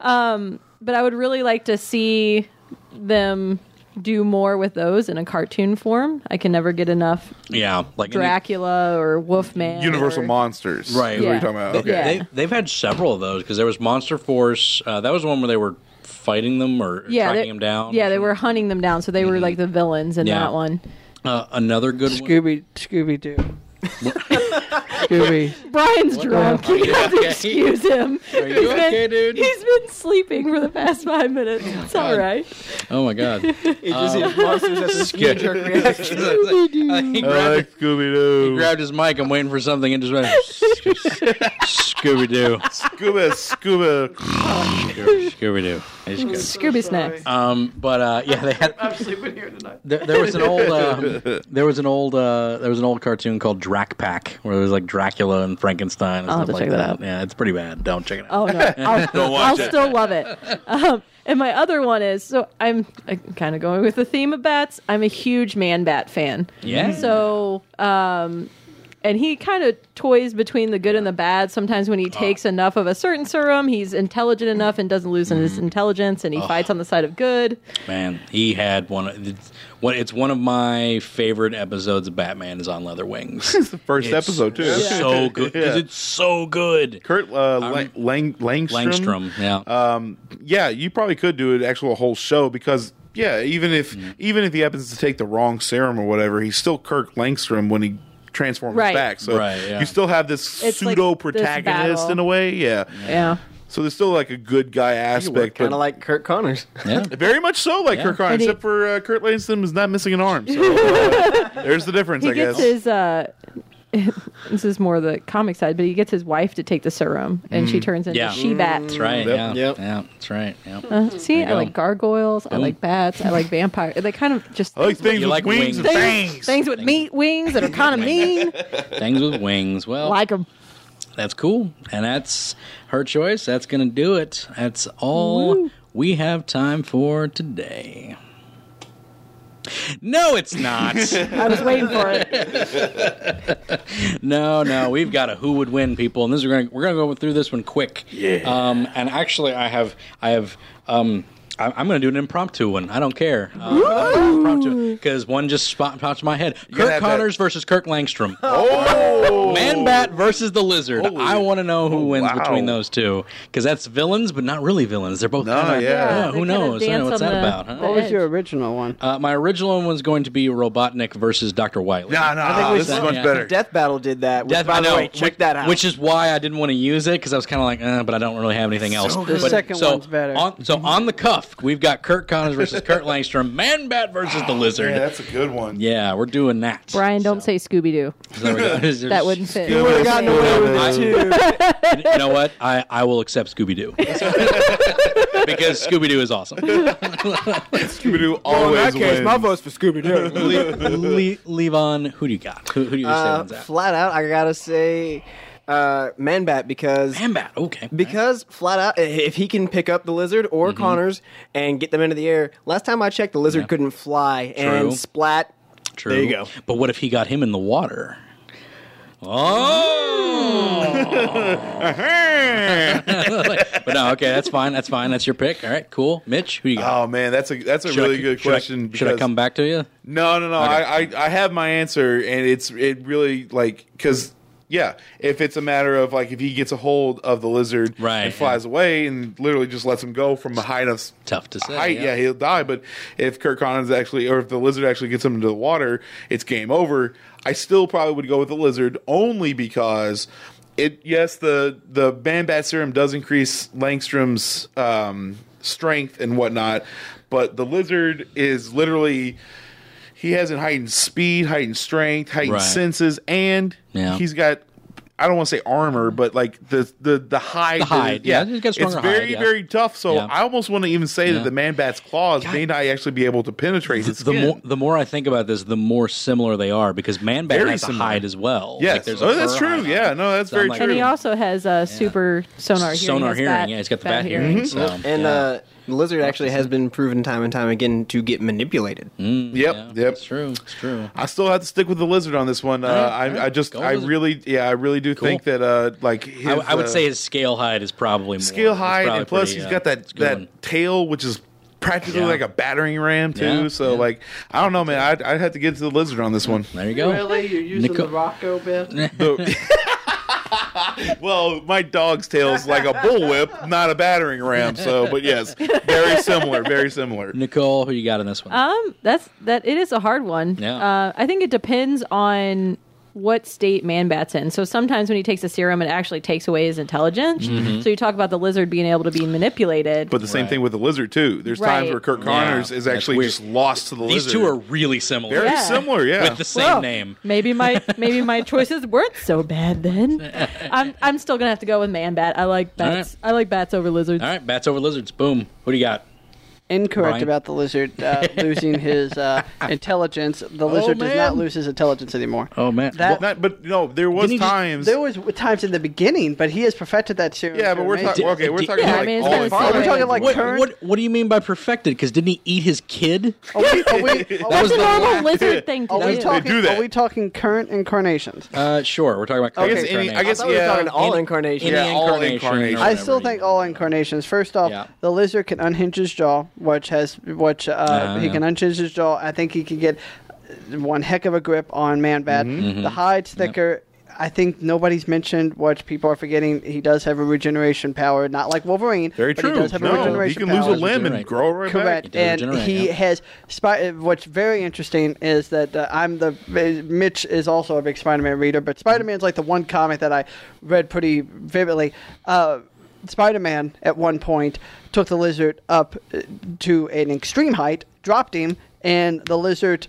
[SPEAKER 5] Um, but I would really like to see them do more with those in a cartoon form. I can never get enough
[SPEAKER 1] Yeah. Like any-
[SPEAKER 5] Dracula or Wolfman.
[SPEAKER 2] Universal
[SPEAKER 5] or-
[SPEAKER 2] Monsters.
[SPEAKER 1] Right.
[SPEAKER 2] What are
[SPEAKER 5] Yeah.
[SPEAKER 2] you talking about?
[SPEAKER 1] They,
[SPEAKER 2] Okay.
[SPEAKER 5] Yeah.
[SPEAKER 1] they, they've had several of those because there was Monster Force. Uh, that was the one where they were fighting them or
[SPEAKER 5] they-
[SPEAKER 1] tracking them down.
[SPEAKER 5] Yeah, they were hunting them down, so they were like the villains in
[SPEAKER 1] Yeah.
[SPEAKER 5] that one.
[SPEAKER 1] Uh, another good one.
[SPEAKER 3] Scooby Scooby Doo. Scooby.
[SPEAKER 5] Brian's drunk. You have to excuse him. Are
[SPEAKER 1] you okay, dude?
[SPEAKER 5] He's been sleeping for the past five minutes. It's all right.
[SPEAKER 1] Oh my god.
[SPEAKER 6] It just is
[SPEAKER 1] uh,
[SPEAKER 6] monsters as a
[SPEAKER 1] Scared.
[SPEAKER 6] knee-jerk reaction.
[SPEAKER 1] he,
[SPEAKER 2] I
[SPEAKER 1] grabbed,
[SPEAKER 2] like Scooby Doo.
[SPEAKER 1] grabbed his mic. I'm waiting for something and just went Scooby Doo.
[SPEAKER 2] Scuba, Scuba.
[SPEAKER 1] Scooby Doo.
[SPEAKER 5] Scooby snacks.
[SPEAKER 1] Um, Mm, but uh, yeah, they had.
[SPEAKER 3] I'm sleeping here tonight.
[SPEAKER 1] There, there was an old um, there was an old uh, there was an old cartoon called Drac Pack where there was like Dracula and Frankenstein and
[SPEAKER 5] I'll have
[SPEAKER 1] stuff
[SPEAKER 5] to
[SPEAKER 1] like
[SPEAKER 5] check that
[SPEAKER 1] that.
[SPEAKER 5] out.
[SPEAKER 1] Yeah, it's pretty bad. Don't check it out.
[SPEAKER 5] Oh no, I'll, I'll
[SPEAKER 2] watch it.
[SPEAKER 5] still love it. Um, and my other one is so I'm, I'm kind of going with the theme of bats. I'm a huge man bat fan.
[SPEAKER 1] Yeah.
[SPEAKER 5] So um, and he kind of toys between the good and the bad. Sometimes
[SPEAKER 1] Uh.
[SPEAKER 5] when he takes enough of a certain serum, he's intelligent enough and doesn't lose
[SPEAKER 1] Mm.
[SPEAKER 5] his intelligence, and he fights on the side of good.
[SPEAKER 1] Man, he had one. of- It's, one- it's one of my favorite episodes of Batman is on Leather Wings.
[SPEAKER 2] First
[SPEAKER 1] It's
[SPEAKER 2] episode, too.
[SPEAKER 1] So good. 'cause
[SPEAKER 2] Yeah.
[SPEAKER 1] It's so good.
[SPEAKER 2] Kurt uh, Lang, Lang, Langstrom. Uh,
[SPEAKER 1] Langstrom. Yeah.
[SPEAKER 2] yeah, you probably could do an actual whole show because yeah, even if
[SPEAKER 1] Mm.
[SPEAKER 2] even if he happens to take the wrong serum or whatever, he's still Kirk Langstrom when he transforms
[SPEAKER 5] Right.
[SPEAKER 2] back. So
[SPEAKER 1] Right, yeah.
[SPEAKER 2] you still have this
[SPEAKER 5] It's like
[SPEAKER 2] pseudo
[SPEAKER 5] this
[SPEAKER 2] protagonist
[SPEAKER 5] battle.
[SPEAKER 2] in a way. Yeah.
[SPEAKER 5] Yeah.
[SPEAKER 2] So there's still like a good guy aspect,
[SPEAKER 6] Kind
[SPEAKER 2] but
[SPEAKER 6] of like Kurt Connors.
[SPEAKER 1] yeah.
[SPEAKER 2] very much so like
[SPEAKER 1] Yeah.
[SPEAKER 2] Kirk Connors,
[SPEAKER 5] And he-
[SPEAKER 2] except for uh, Kurt Langstrom is not missing an arm. So uh, there's the difference,
[SPEAKER 5] He
[SPEAKER 2] I
[SPEAKER 5] gets
[SPEAKER 2] guess.
[SPEAKER 5] his. Uh, this is more the comic side, but he gets his wife to take the serum, and she turns into
[SPEAKER 1] Mm. Yeah.
[SPEAKER 3] Mm,
[SPEAKER 5] she bat.
[SPEAKER 1] That's right.
[SPEAKER 2] Yep.
[SPEAKER 1] Yeah.
[SPEAKER 6] Yep.
[SPEAKER 1] Yeah. That's right. Yeah.
[SPEAKER 5] Uh, see, I
[SPEAKER 1] go.
[SPEAKER 5] like gargoyles. I
[SPEAKER 1] Boom.
[SPEAKER 5] like bats. I like vampires. They kind of just
[SPEAKER 2] I like things
[SPEAKER 1] You
[SPEAKER 2] with
[SPEAKER 1] like
[SPEAKER 2] wings, and
[SPEAKER 1] wings.
[SPEAKER 2] fangs.
[SPEAKER 5] things with meat wings that are kind of mean.
[SPEAKER 1] Things with wings. Well,
[SPEAKER 5] like them.
[SPEAKER 1] that's cool. And that's her choice. That's going to do it. That's all we have time for today. No, it's not.
[SPEAKER 5] I was waiting for it.
[SPEAKER 1] no, no, we've got a who would win, people, and this is going. We're going to go through this one quick. Yeah. Um, and actually, I have, I have, um, I, I'm going to do an impromptu one. I don't care. Uh, because one just spot, popped in my head.
[SPEAKER 2] gotta
[SPEAKER 1] Kirk
[SPEAKER 2] have that-
[SPEAKER 1] Connors versus Kirk Langstrom.
[SPEAKER 2] Oh,
[SPEAKER 1] Man Bat versus the Lizard.
[SPEAKER 2] Holy- Oh,
[SPEAKER 1] I want to know who wins
[SPEAKER 2] wow.
[SPEAKER 1] between those two because that's villains, but not really villains. They're both
[SPEAKER 2] No,
[SPEAKER 1] kinda-
[SPEAKER 2] yeah. Yeah,
[SPEAKER 5] they
[SPEAKER 1] who
[SPEAKER 5] kinda
[SPEAKER 1] knows? I don't know
[SPEAKER 5] dance
[SPEAKER 1] what's
[SPEAKER 5] on
[SPEAKER 1] that
[SPEAKER 5] the-
[SPEAKER 1] about? Huh?
[SPEAKER 3] What was your original one?
[SPEAKER 1] Uh, my original one was going to be Robotnik versus Dr. Wiley.
[SPEAKER 2] nah, nah, this is
[SPEAKER 1] should-
[SPEAKER 2] much
[SPEAKER 1] yeah.
[SPEAKER 2] better.
[SPEAKER 6] Death Battle did that. Which,
[SPEAKER 1] Death-
[SPEAKER 6] by
[SPEAKER 1] I
[SPEAKER 6] the
[SPEAKER 1] know,
[SPEAKER 6] way, check
[SPEAKER 1] which,
[SPEAKER 6] that out.
[SPEAKER 1] Which is why I didn't want to use it because I was kind of like, uh, but I don't really have anything else.
[SPEAKER 3] good. The
[SPEAKER 1] But-
[SPEAKER 3] second
[SPEAKER 1] so
[SPEAKER 3] one's better.
[SPEAKER 1] On,
[SPEAKER 6] Mm-hmm.
[SPEAKER 1] so on the cuff, we've got Kurt Connors versus Kurt Langstrom, Man Bat versus the Lizard.
[SPEAKER 2] Yeah,
[SPEAKER 1] Yeah,
[SPEAKER 2] that's a good one.
[SPEAKER 1] we're doing that.
[SPEAKER 5] Brian, don't say Scooby Doo.
[SPEAKER 1] So there we go.
[SPEAKER 5] That wouldn't fit.
[SPEAKER 2] Scooby-
[SPEAKER 6] Would've gotten away with it too.
[SPEAKER 1] You know what? I, I will accept Scooby Doo because Scooby Doo is awesome.
[SPEAKER 2] Scooby Doo
[SPEAKER 6] Well, in that
[SPEAKER 2] always
[SPEAKER 6] case,
[SPEAKER 2] wins.
[SPEAKER 6] my vote's for Scooby Doo.
[SPEAKER 1] Le- Levon, who do you got? Who, who do you say
[SPEAKER 6] Uh,
[SPEAKER 1] wins that?
[SPEAKER 6] flat out, I gotta say, uh, Man Bat because
[SPEAKER 1] Man Bat. Okay.
[SPEAKER 6] Because flat out, i- if he can pick up the lizard or
[SPEAKER 1] Mm-hmm.
[SPEAKER 6] Connors and get them into the air, last time I checked, the lizard couldn't fly
[SPEAKER 1] True.
[SPEAKER 6] and splat.
[SPEAKER 1] True.
[SPEAKER 6] there you go.
[SPEAKER 1] But what if he got him in the water? Oh.
[SPEAKER 2] Hey!
[SPEAKER 1] but But no, okay, that's fine. That's fine. That's your pick. All right, cool. Mitch, who you got?
[SPEAKER 2] Oh man, that's a that's a
[SPEAKER 1] Should I-
[SPEAKER 2] really good
[SPEAKER 1] should I-
[SPEAKER 2] question.
[SPEAKER 1] Should I,
[SPEAKER 2] because-
[SPEAKER 1] come back to you?
[SPEAKER 2] No, no, no.
[SPEAKER 1] Okay.
[SPEAKER 2] I, I I have my answer, and it's it really like because yeah, if it's a matter of like if he gets a hold of the lizard
[SPEAKER 1] Right,
[SPEAKER 2] and flies away and literally just lets him go from a high enough
[SPEAKER 1] Tough to say,
[SPEAKER 2] height,
[SPEAKER 1] yeah.
[SPEAKER 2] yeah. he'll die. But if Kirk Connors actually, or if the lizard actually gets him into the water, it's game over. I still probably would go with the lizard only because. It yes the the Banbat serum does increase Langstrom's um, strength and whatnot, but the lizard is literally he hasn't heightened speed, heightened strength, heightened
[SPEAKER 1] Right.
[SPEAKER 2] senses, and
[SPEAKER 1] Yeah.
[SPEAKER 2] he's got. I don't want to say armor, but like the the the hide,
[SPEAKER 1] The hide, yeah, he's got
[SPEAKER 2] it's
[SPEAKER 1] stronger
[SPEAKER 2] very
[SPEAKER 1] hide, yeah.
[SPEAKER 2] very tough. So
[SPEAKER 1] Yeah.
[SPEAKER 2] I almost want to even say
[SPEAKER 1] Yeah.
[SPEAKER 2] that the man bat's claws may not actually be able to penetrate his
[SPEAKER 1] The
[SPEAKER 2] skin.
[SPEAKER 1] more the more I think about this, the more similar they are because Man Bat
[SPEAKER 2] Very
[SPEAKER 1] has a
[SPEAKER 2] similar.
[SPEAKER 1] hide as well.
[SPEAKER 2] Yes. Oh, that's
[SPEAKER 1] fur
[SPEAKER 2] true.
[SPEAKER 1] hide on
[SPEAKER 2] Yeah,
[SPEAKER 1] it.
[SPEAKER 2] no, that's very
[SPEAKER 1] I'm
[SPEAKER 5] And he
[SPEAKER 2] true.
[SPEAKER 5] also has uh, super sonar hearing.
[SPEAKER 1] Sonar
[SPEAKER 5] his
[SPEAKER 1] hearing,
[SPEAKER 5] bat-
[SPEAKER 1] yeah, he's got the bat, hearing.
[SPEAKER 3] Mm-hmm.
[SPEAKER 1] so,
[SPEAKER 6] And
[SPEAKER 1] yeah.
[SPEAKER 6] uh, the lizard actually has been proven time and time again to get manipulated.
[SPEAKER 1] Mm-hmm.
[SPEAKER 2] yep,
[SPEAKER 1] Yeah,
[SPEAKER 2] yep.
[SPEAKER 1] it's true. It's true.
[SPEAKER 2] I still have to stick with the lizard on this one. Uh,
[SPEAKER 1] right, all
[SPEAKER 2] I, I
[SPEAKER 1] right.
[SPEAKER 2] just,
[SPEAKER 1] Go
[SPEAKER 2] I
[SPEAKER 1] lizard.
[SPEAKER 2] really, yeah, I really do
[SPEAKER 1] Cool.
[SPEAKER 2] think that, uh, like, his,
[SPEAKER 1] I, I would
[SPEAKER 2] uh,
[SPEAKER 1] say his scale hide is probably more.
[SPEAKER 2] scale
[SPEAKER 1] It's
[SPEAKER 2] high,
[SPEAKER 1] probably
[SPEAKER 2] and plus
[SPEAKER 1] pretty,
[SPEAKER 2] he's
[SPEAKER 1] uh,
[SPEAKER 2] got
[SPEAKER 1] it's
[SPEAKER 2] that
[SPEAKER 1] a good
[SPEAKER 2] that
[SPEAKER 1] one.
[SPEAKER 2] tail, which is practically
[SPEAKER 1] Yeah.
[SPEAKER 2] like a battering ram too.
[SPEAKER 1] Yeah,
[SPEAKER 2] so
[SPEAKER 1] yeah.
[SPEAKER 2] like, I don't know, man. I'd, I'd have to get to the lizard on this one.
[SPEAKER 1] There you go.
[SPEAKER 3] Really, you're using
[SPEAKER 1] Nico-
[SPEAKER 3] the Rocco bit?
[SPEAKER 2] The- well, my dog's tail's like a bullwhip, not a battering ram. So, but yes, very similar, very similar.
[SPEAKER 1] Nicole, who you got in this one?
[SPEAKER 5] Um, that's that. It is a hard one.
[SPEAKER 1] Yeah.
[SPEAKER 5] Uh, I think it depends on what state Manbat's in. So sometimes when he takes a serum, it actually takes away his intelligence.
[SPEAKER 1] Mm-hmm.
[SPEAKER 5] So you talk about the lizard being able to be manipulated.
[SPEAKER 2] But the same
[SPEAKER 1] Right.
[SPEAKER 2] thing with the lizard too. There's times
[SPEAKER 5] Right.
[SPEAKER 2] where Kirk Connors
[SPEAKER 1] Yeah,
[SPEAKER 2] is
[SPEAKER 1] that's
[SPEAKER 2] actually
[SPEAKER 1] weird.
[SPEAKER 2] just lost to the
[SPEAKER 1] These
[SPEAKER 2] lizard.
[SPEAKER 1] two are really similar.
[SPEAKER 2] very
[SPEAKER 5] Yeah.
[SPEAKER 2] similar, yeah.
[SPEAKER 1] With the same
[SPEAKER 5] Well,
[SPEAKER 1] name.
[SPEAKER 5] Maybe my maybe my choices weren't so bad then. I'm I'm still gonna have to go with Manbat. I like
[SPEAKER 1] All right.
[SPEAKER 5] bats. I like bats over lizards.
[SPEAKER 1] All right, bats over lizards. Boom. What do you got?
[SPEAKER 3] Incorrect
[SPEAKER 1] Brian?
[SPEAKER 3] about the lizard uh, losing his uh, intelligence. The lizard does not
[SPEAKER 2] man.
[SPEAKER 3] lose his intelligence anymore.
[SPEAKER 1] Oh man,
[SPEAKER 3] That-
[SPEAKER 2] Not- but no, there was
[SPEAKER 1] Didn't he just-
[SPEAKER 2] times.
[SPEAKER 3] There was times in the beginning, but he has perfected that soon.
[SPEAKER 2] yeah, but we're talking.
[SPEAKER 1] Did-
[SPEAKER 2] Okay, we're
[SPEAKER 1] did-
[SPEAKER 2] talking
[SPEAKER 5] Yeah, I
[SPEAKER 2] like
[SPEAKER 5] mean, it's
[SPEAKER 2] all
[SPEAKER 5] been
[SPEAKER 2] in
[SPEAKER 5] the same
[SPEAKER 2] five.
[SPEAKER 3] Are we talking like
[SPEAKER 1] what,
[SPEAKER 3] current?
[SPEAKER 1] what what do you mean by perfected? Because didn't he eat his kid?
[SPEAKER 2] Oh.
[SPEAKER 3] Are we, are we, are
[SPEAKER 5] That's
[SPEAKER 3] we-
[SPEAKER 5] a normal lizard thing to
[SPEAKER 3] are we
[SPEAKER 5] do.
[SPEAKER 3] talking?
[SPEAKER 2] do that.
[SPEAKER 3] Are we talking current incarnations?
[SPEAKER 1] Uh, sure. We're talking about.
[SPEAKER 2] I
[SPEAKER 1] current
[SPEAKER 2] guess any. I
[SPEAKER 1] incarnation.
[SPEAKER 2] guess
[SPEAKER 6] thought we were
[SPEAKER 2] yeah.
[SPEAKER 6] talking all
[SPEAKER 1] Any-
[SPEAKER 6] incarnations.
[SPEAKER 1] any
[SPEAKER 2] Yeah, all
[SPEAKER 1] incarnation or
[SPEAKER 2] incarnations.
[SPEAKER 3] I
[SPEAKER 1] whatever
[SPEAKER 3] still
[SPEAKER 1] you-
[SPEAKER 3] think all incarnations. First off,
[SPEAKER 1] Yeah.
[SPEAKER 3] the lizard can unhinge his jaw, which has which uh,
[SPEAKER 2] Ah,
[SPEAKER 3] he
[SPEAKER 1] yeah.
[SPEAKER 3] can unhinge his jaw. I think he can get one heck of a grip on Man Bat.
[SPEAKER 2] Mm-hmm.
[SPEAKER 3] The hide's thicker. I think nobody's mentioned what people are forgetting. He does have a regeneration power, not like Wolverine.
[SPEAKER 2] Very
[SPEAKER 3] but
[SPEAKER 2] true.
[SPEAKER 3] He does have a
[SPEAKER 2] No, he
[SPEAKER 3] regeneration
[SPEAKER 2] can lose a
[SPEAKER 3] power.
[SPEAKER 2] limb
[SPEAKER 1] Regenerate.
[SPEAKER 2] and grow right
[SPEAKER 3] Correct,
[SPEAKER 2] back.
[SPEAKER 1] He does
[SPEAKER 3] and
[SPEAKER 1] regenerate,
[SPEAKER 3] he
[SPEAKER 1] yeah.
[SPEAKER 3] has. Spi- what's very interesting is that uh, I'm the Mitch is also a big Spider-Man reader, but Spider-Man's like the one comic that I read pretty vividly. Uh, Spider-Man at one point took the lizard up uh, to an extreme height, dropped him, and the lizard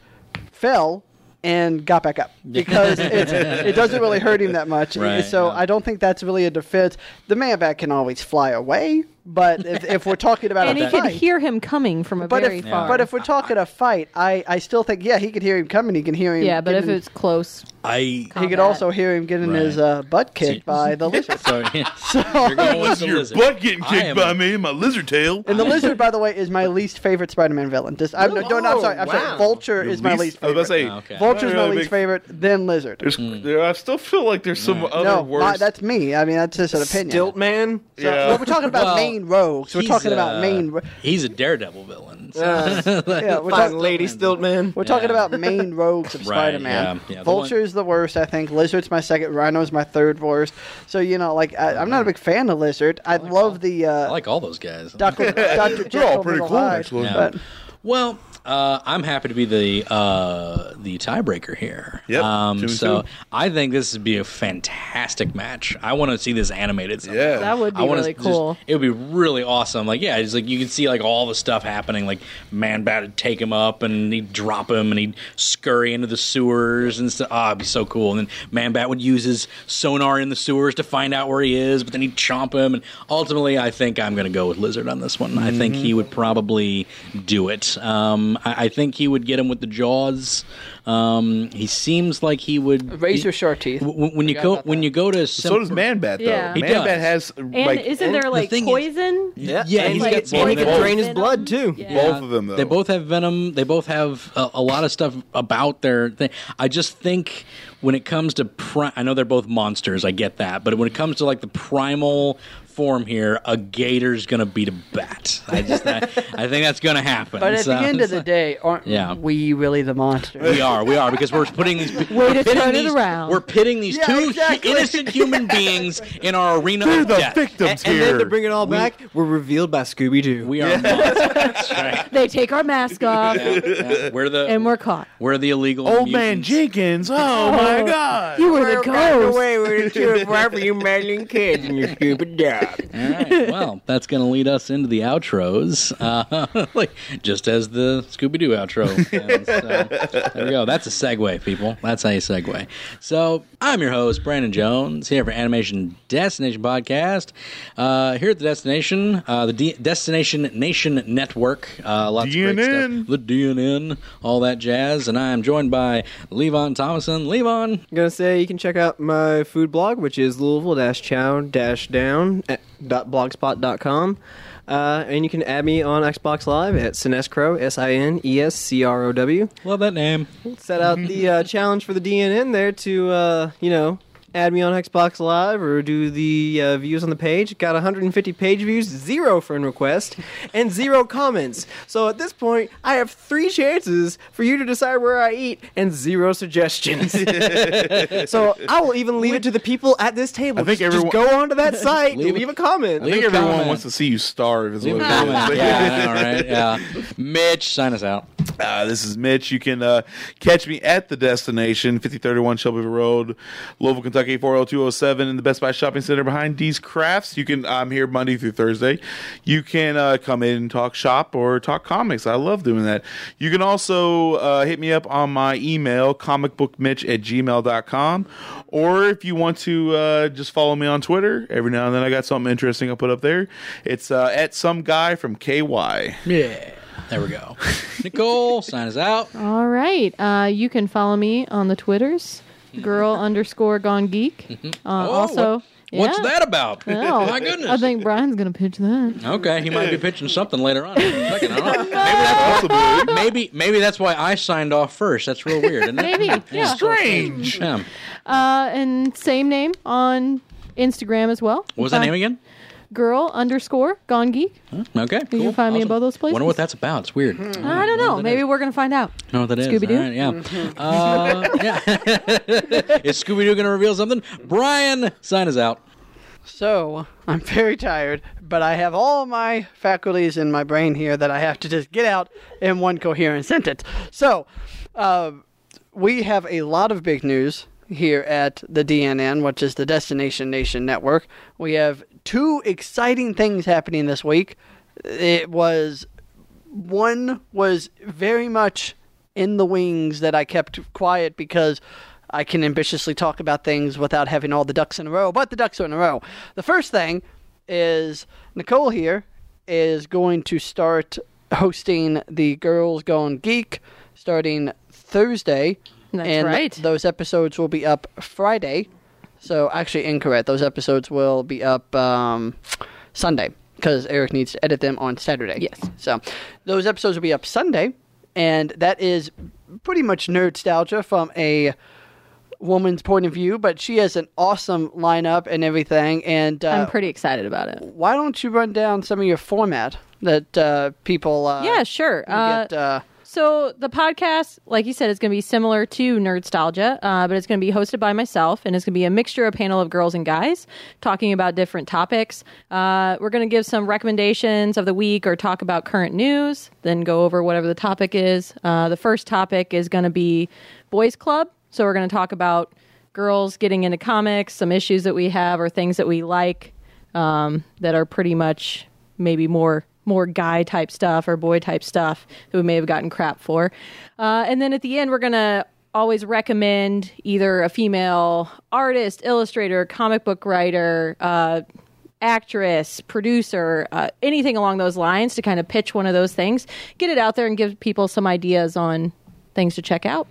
[SPEAKER 3] fell. And got back up because it's, it doesn't really hurt him that much.
[SPEAKER 1] Right,
[SPEAKER 3] so
[SPEAKER 1] yeah.
[SPEAKER 3] I don't think that's really a defense. The man back can always fly away, but if, if we're talking about
[SPEAKER 5] and
[SPEAKER 3] a
[SPEAKER 5] he could
[SPEAKER 3] fight-
[SPEAKER 5] hear him coming from a
[SPEAKER 3] but
[SPEAKER 5] very
[SPEAKER 3] if
[SPEAKER 5] far.
[SPEAKER 3] but if we're talking a fight, I, I still think yeah he could hear him coming. He can hear him.
[SPEAKER 5] yeah, but if
[SPEAKER 3] getting-
[SPEAKER 5] it's close,
[SPEAKER 1] I.
[SPEAKER 3] he could
[SPEAKER 5] combat.
[SPEAKER 3] also hear him getting his
[SPEAKER 1] Right.
[SPEAKER 3] uh, butt kicked
[SPEAKER 1] See-
[SPEAKER 3] by the lizard.
[SPEAKER 1] Sorry. You're
[SPEAKER 3] So,
[SPEAKER 1] going with the
[SPEAKER 2] Your
[SPEAKER 1] lizard.
[SPEAKER 2] butt getting
[SPEAKER 1] I
[SPEAKER 2] kicked
[SPEAKER 1] am-
[SPEAKER 2] by me, my lizard tail.
[SPEAKER 3] and the lizard, by the way, is my least favorite Spider-Man villain. Just I'm, no, no, I'm sorry, I'm sorry.
[SPEAKER 6] wow.
[SPEAKER 3] Vulture
[SPEAKER 2] Your
[SPEAKER 3] is my least
[SPEAKER 2] I was
[SPEAKER 3] favorite.
[SPEAKER 2] about to say,
[SPEAKER 1] Oh, okay.
[SPEAKER 3] Vulture's my
[SPEAKER 2] Really
[SPEAKER 3] least
[SPEAKER 2] big-
[SPEAKER 3] favorite, then lizard.
[SPEAKER 2] There's,
[SPEAKER 1] Hmm.
[SPEAKER 2] there, I still feel like there's some other
[SPEAKER 3] No,
[SPEAKER 2] worse.
[SPEAKER 3] my- that's me. I mean, that's just an opinion.
[SPEAKER 6] Stilt man.
[SPEAKER 3] So,
[SPEAKER 2] Yeah.
[SPEAKER 3] well, we're talking about
[SPEAKER 1] Well,
[SPEAKER 3] main rogues. We're
[SPEAKER 1] he's,
[SPEAKER 3] talking about
[SPEAKER 1] uh,
[SPEAKER 3] main. Ro-
[SPEAKER 1] He's a daredevil villain. so-
[SPEAKER 6] Uh,
[SPEAKER 3] yeah, we're
[SPEAKER 6] fine
[SPEAKER 3] talking.
[SPEAKER 6] lady stilt man.
[SPEAKER 3] We're talking
[SPEAKER 1] Yeah.
[SPEAKER 3] about main rogues of
[SPEAKER 1] Right,
[SPEAKER 3] Spider-Man.
[SPEAKER 1] yeah, yeah, the
[SPEAKER 3] Vulture is the worst, I think. Lizard's my second. Rhino's my third worst. So you know, like I, I'm not a big fan of Lizard. I, love the uh,
[SPEAKER 1] I like all those guys.
[SPEAKER 3] Doctor Doctor
[SPEAKER 2] They're all
[SPEAKER 3] Jekyll
[SPEAKER 2] pretty
[SPEAKER 3] Little
[SPEAKER 2] cool,
[SPEAKER 3] Hyde,
[SPEAKER 2] actually.
[SPEAKER 1] Yeah.
[SPEAKER 3] But
[SPEAKER 1] Well, uh, I'm happy to be the uh, the tiebreaker here.
[SPEAKER 2] Yep, two
[SPEAKER 1] Um,
[SPEAKER 2] and
[SPEAKER 1] so
[SPEAKER 2] two.
[SPEAKER 1] I think this would be a fantastic match. I want to see this animated. Somehow.
[SPEAKER 2] Yeah.
[SPEAKER 5] that would be
[SPEAKER 1] I wanna
[SPEAKER 5] really
[SPEAKER 1] just-
[SPEAKER 5] cool.
[SPEAKER 1] it would be really awesome. Like, yeah, it's like you can see like all the stuff happening. Like, Man Bat would take him up and he'd drop him and he'd scurry into the sewers and stuff. Ah, it'd be so cool. And then Man Bat would use his sonar in the sewers to find out where he is, but then he'd chomp him. And ultimately, I think I'm going to go with Lizard on this one. I think
[SPEAKER 2] Mm-hmm.
[SPEAKER 1] he would probably do it. Um, I, I think he would get him with the jaws. Um, he seems like he would
[SPEAKER 3] razor sharp teeth.
[SPEAKER 1] When, when you go
[SPEAKER 3] about
[SPEAKER 1] when you go to
[SPEAKER 2] so does Man Bat, though.
[SPEAKER 5] Yeah. He
[SPEAKER 2] Man
[SPEAKER 1] does.
[SPEAKER 2] Bat has,
[SPEAKER 5] and
[SPEAKER 2] like,
[SPEAKER 5] isn't there like
[SPEAKER 1] thing is-
[SPEAKER 5] poison?
[SPEAKER 1] Yeah, yeah
[SPEAKER 6] and
[SPEAKER 1] he's
[SPEAKER 6] he
[SPEAKER 1] got
[SPEAKER 6] gets- and he
[SPEAKER 1] both.
[SPEAKER 6] can drain
[SPEAKER 5] Both.
[SPEAKER 6] his blood too.
[SPEAKER 5] Yeah.
[SPEAKER 2] both of them, though.
[SPEAKER 1] They both have venom. They both have a, a lot of stuff about their thing. I just think when it comes to, pri- I know they're both monsters. I get that, but when it comes to like the primal form here, a gator's gonna beat a bat. I just, I, I think that's gonna happen.
[SPEAKER 3] But at
[SPEAKER 1] So-
[SPEAKER 3] the end of the day, aren't
[SPEAKER 1] Yeah.
[SPEAKER 3] we really the monster?
[SPEAKER 1] we are, we are, because we're putting these.
[SPEAKER 5] Way to
[SPEAKER 1] pitting
[SPEAKER 5] turn it
[SPEAKER 1] these-
[SPEAKER 5] around.
[SPEAKER 1] We're pitting these
[SPEAKER 3] Yeah,
[SPEAKER 1] two hu-
[SPEAKER 3] exactly.
[SPEAKER 1] innocent human beings in our arena
[SPEAKER 2] They're
[SPEAKER 1] of
[SPEAKER 2] the
[SPEAKER 1] death.
[SPEAKER 2] victims
[SPEAKER 6] and
[SPEAKER 2] here.
[SPEAKER 6] then to bring it all back, we're revealed by Scooby Doo.
[SPEAKER 1] We are. monsters. That's right.
[SPEAKER 5] They take our mask off
[SPEAKER 1] Yeah, yeah. We're the
[SPEAKER 5] and we're caught.
[SPEAKER 1] we're the illegal
[SPEAKER 2] Old man
[SPEAKER 1] mutants.
[SPEAKER 2] Jenkins. Oh my God.
[SPEAKER 5] You were the ghost.
[SPEAKER 6] with you wherever you meddling kids and your stupid job.
[SPEAKER 1] All right. Well, that's going to lead us into the outros, uh, like just as the Scooby Doo outro. And so, there we go. That's a segue, people. That's how you segue. So I'm your host, Brandon Jones, here for Animation Destination Podcast. Uh, here at the Destination, uh, the D- Destination Nation Network. Uh, lots of great
[SPEAKER 2] DNN.
[SPEAKER 1] stuff. The DNN, all that jazz. And I am joined by Levon Thomason. Levon,
[SPEAKER 6] I'm gonna say you can check out my food blog, which is Louisville-Chow-Down dot blogspot.com, uh, and you can add me on Xbox Live at Sinescrow S I N E S C R O W.
[SPEAKER 1] love that name.
[SPEAKER 6] Set out the uh, challenge for the DNN there to uh, you know add me on Xbox Live or do the uh, views on the page. Got 150 page views, zero friend request, and zero comments. So at this point, I have three chances for you to decide where I eat and zero suggestions. So I will even leave it to the people at this table.
[SPEAKER 2] I think
[SPEAKER 6] just,
[SPEAKER 2] everyone-
[SPEAKER 6] just go onto that site,
[SPEAKER 1] Leave
[SPEAKER 6] leave,
[SPEAKER 1] a-
[SPEAKER 6] a comment.
[SPEAKER 2] I think
[SPEAKER 1] Leave a
[SPEAKER 2] everyone
[SPEAKER 1] comment.
[SPEAKER 2] wants to see you starve. Is what
[SPEAKER 1] Leave a
[SPEAKER 2] it is.
[SPEAKER 1] comment. yeah, all right. Yeah, Mitch, sign us out.
[SPEAKER 2] Uh, this is Mitch. You can uh, catch me at the destination, 5031 Shelbyville Road, Louisville, Kentucky, 40207, in the Best Buy Shopping Center behind D's Crafts. You can I'm here Monday through Thursday. You can uh, come in and talk shop or talk comics. I love doing that. You can also uh, hit me up on my email, comicbookmitch at gmail.com. Or if you want to uh, just follow me on Twitter, every now and then I got something interesting I'll put up there. It's uh, at some guy from KY.
[SPEAKER 1] Yeah. There we go. Nicole, sign us out.
[SPEAKER 5] All right. Uh, you can follow me on the Twitters, girl underscore gone geek. Uh, also,
[SPEAKER 1] Oh, what- what's
[SPEAKER 5] yeah.
[SPEAKER 1] that about?
[SPEAKER 5] Oh,
[SPEAKER 1] My goodness.
[SPEAKER 5] I think Brian's gonna pitch that.
[SPEAKER 1] okay, he might be pitching something later on. in a second, I don't know.
[SPEAKER 2] Possibly.
[SPEAKER 1] Maybe, maybe that's why I signed off first. That's real weird. Isn't it?
[SPEAKER 5] Maybe. Yeah.
[SPEAKER 1] Strange. Um, Yeah.
[SPEAKER 5] Uh, and same name on Instagram as well.
[SPEAKER 1] What was that
[SPEAKER 5] Uh,
[SPEAKER 1] name again?
[SPEAKER 5] Girl underscore gone geek.
[SPEAKER 1] Okay. Cool.
[SPEAKER 5] can find me in both those places.
[SPEAKER 1] Wonder what that's about. It's weird. I
[SPEAKER 5] I don't know. Maybe we're gonna find out.
[SPEAKER 1] know what that is.
[SPEAKER 5] Scooby-Doo? Mm-hmm.
[SPEAKER 1] All right, yeah. Uh, yeah. is Scooby Doo going to reveal something? Brian, sign us out.
[SPEAKER 3] So I'm very tired, but I have all my faculties in my brain here that I have to just get out in one coherent sentence. So uh, we have a lot of big news here at the DNN, which is the Destination Nation Network. We have two exciting things happening this week. It was one was very much in the wings that I kept quiet because I can ambitiously talk about things without having all the ducks in a row, but the ducks are in a row. The first thing is Nicole here is going to start hosting the Girls Gone Geek starting Thursday.
[SPEAKER 5] That's
[SPEAKER 3] and
[SPEAKER 5] right.
[SPEAKER 3] Those episodes will be up Friday. So actually incorrect. Those episodes will be up um, Sunday because Eric needs to edit them on Saturday.
[SPEAKER 5] Yes.
[SPEAKER 3] So those episodes will be up Sunday, and that is pretty much nerdstalgia from a woman's point of view. But she has an awesome lineup and everything. And uh,
[SPEAKER 5] I'm pretty excited about it.
[SPEAKER 3] why don't you run down some of your format that uh, people? Uh,
[SPEAKER 5] Yeah, sure.
[SPEAKER 3] can
[SPEAKER 5] Uh,
[SPEAKER 3] get, uh,
[SPEAKER 5] So the podcast, like you said, is going to be similar to Nerdstalgia, uh, but it's going to be hosted by myself, and it's going to be a mixture of panel of girls and guys talking about different topics. Uh, we're going to give some recommendations of the week or talk about current news, then go over whatever the topic is. Uh, the first topic is going to be Boys Club, so we're going to talk about girls getting into comics, some issues that we have or things that we like um, that are pretty much maybe more more guy type stuff or boy type stuff that we may have gotten crap for. Uh, and then at the end, we're gonna always recommend either a female artist, illustrator, comic book writer. Uh, actress, producer, uh, anything along those lines to kind of pitch one of those things, get it out there and give people some ideas on things to check out.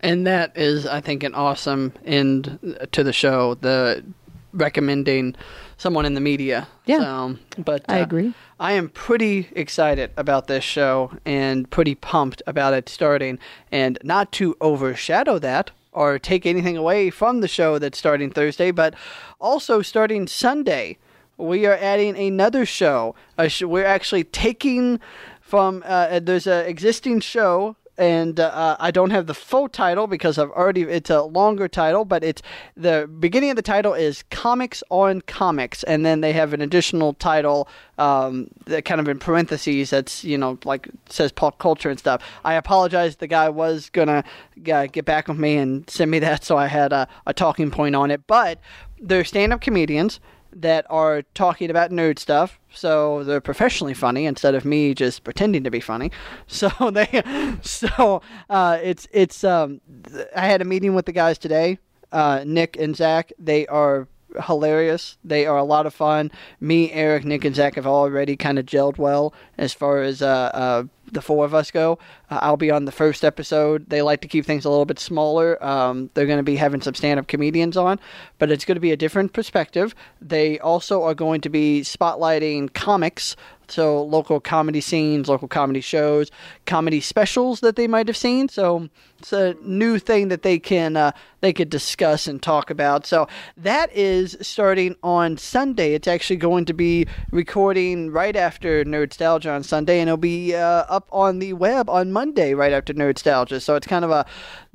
[SPEAKER 3] And that is, I think, an awesome end to the show. The recommending someone in the media.
[SPEAKER 5] Yeah.
[SPEAKER 3] So, but uh,
[SPEAKER 5] I agree.
[SPEAKER 3] I am pretty excited about this show and pretty pumped about it starting. And not to overshadow that or take anything away from the show that's starting Thursday, but also starting Sunday. we are adding another show. A sh- we're actually taking from uh, there's an existing show. And uh, I don't have the full title because I've already. It's a longer title, but it's the beginning of the title is "Comics on Comics," and then they have an additional title um, that kind of in parentheses that's you know like says pop culture and stuff. I apologize. The guy was gonna uh, get back with me and send me that, so I had a, a talking point on it. But they're stand-up comedians that are talking about nerd stuff, so they're professionally funny instead of me just pretending to be funny. So they, so uh, it's it's. Um, th- I had a meeting with the guys today, uh, Nick and Zach. They are hilarious. They are a lot of fun. Me, Eric, Nick, and Zach have already kind of gelled well as far as uh, uh, the four of us go. Uh, I'll be on the first episode. They like to keep things a little bit smaller. Um, they're going to be having some stand up comedians on, but it's going to be a different perspective. They also are going to be spotlighting comics. So, local comedy scenes, local comedy shows, comedy specials that they might have seen. So, it's a new thing that they can uh, they could discuss and talk about. So that is starting on Sunday. It's actually going to be recording right after Nerdstalgia on Sunday, and it'll be uh, up on the web on Monday right after Nerdstalgia. So it's kind of a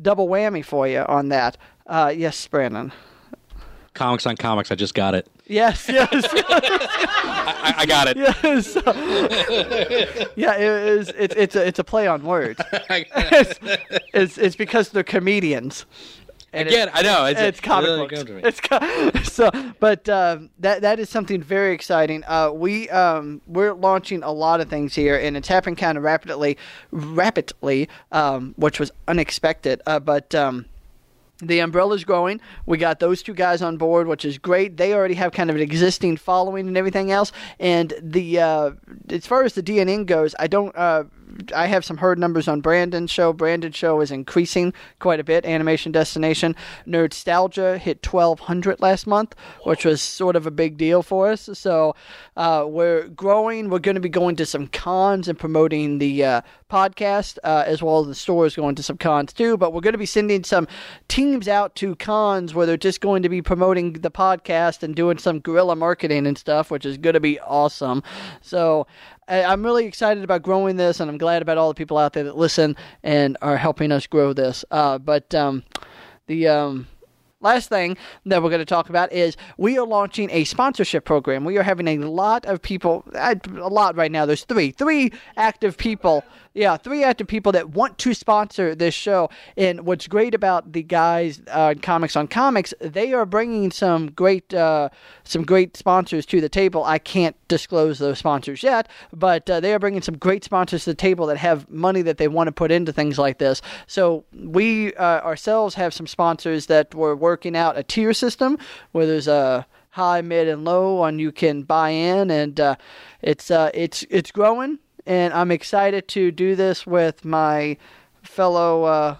[SPEAKER 3] double whammy for you on that. Uh, yes, Brandon.
[SPEAKER 1] Comics on comics. I just got it.
[SPEAKER 3] Yes, yes.
[SPEAKER 1] I, I got it.
[SPEAKER 3] Yes. yeah, it is. It's it's a, it's a play on words. it's, it's it's because they're comedians. And
[SPEAKER 1] Again, I know. It's,
[SPEAKER 3] it's comic
[SPEAKER 1] Really
[SPEAKER 3] books.
[SPEAKER 1] come to me.
[SPEAKER 3] It's co- so, but um that that is something very exciting. Uh, we um, we're launching a lot of things here, and it's happened kind of rapidly, rapidly, um, which was unexpected. Uh, but um, the umbrella's growing. We got those two guys on board, which is great. They already have kind of an existing following and everything else. And the uh, as far as the DNN goes, I don't. Uh, I have some herd numbers on Brandon's show. Brandon's show is increasing quite a bit. Animation Destination, Nerdstalgia hit 1,200 last month, which was sort of a big deal for us. So uh, we're growing. We're going to be going to some cons and promoting the uh, podcast, uh, as well as the store is going to some cons too. But we're going to be sending some teams out to cons where they're just going to be promoting the podcast and doing some guerrilla marketing and stuff, which is going to be awesome. So I- I'm really excited about growing this, and I'm glad about all the people out there that listen and are helping us grow this. Uh, but um, the um, last thing that we're going to talk about is we are launching a sponsorship program. We are having a lot of people, I- a lot right now. There's three, three active people. Yeah, three active people that want to sponsor this show. And what's great about the guys uh, at Comics on Comics, they are bringing some great, uh, some great sponsors to the table. I can't disclose those sponsors yet, but uh, they are bringing some great sponsors to the table that have money that they want to put into things like this. So we uh, ourselves have some sponsors that were working out a tier system where there's a high, mid, and low on you can buy in, and uh, it's uh, it's it's growing, and I'm excited to do this with my fellow. Uh,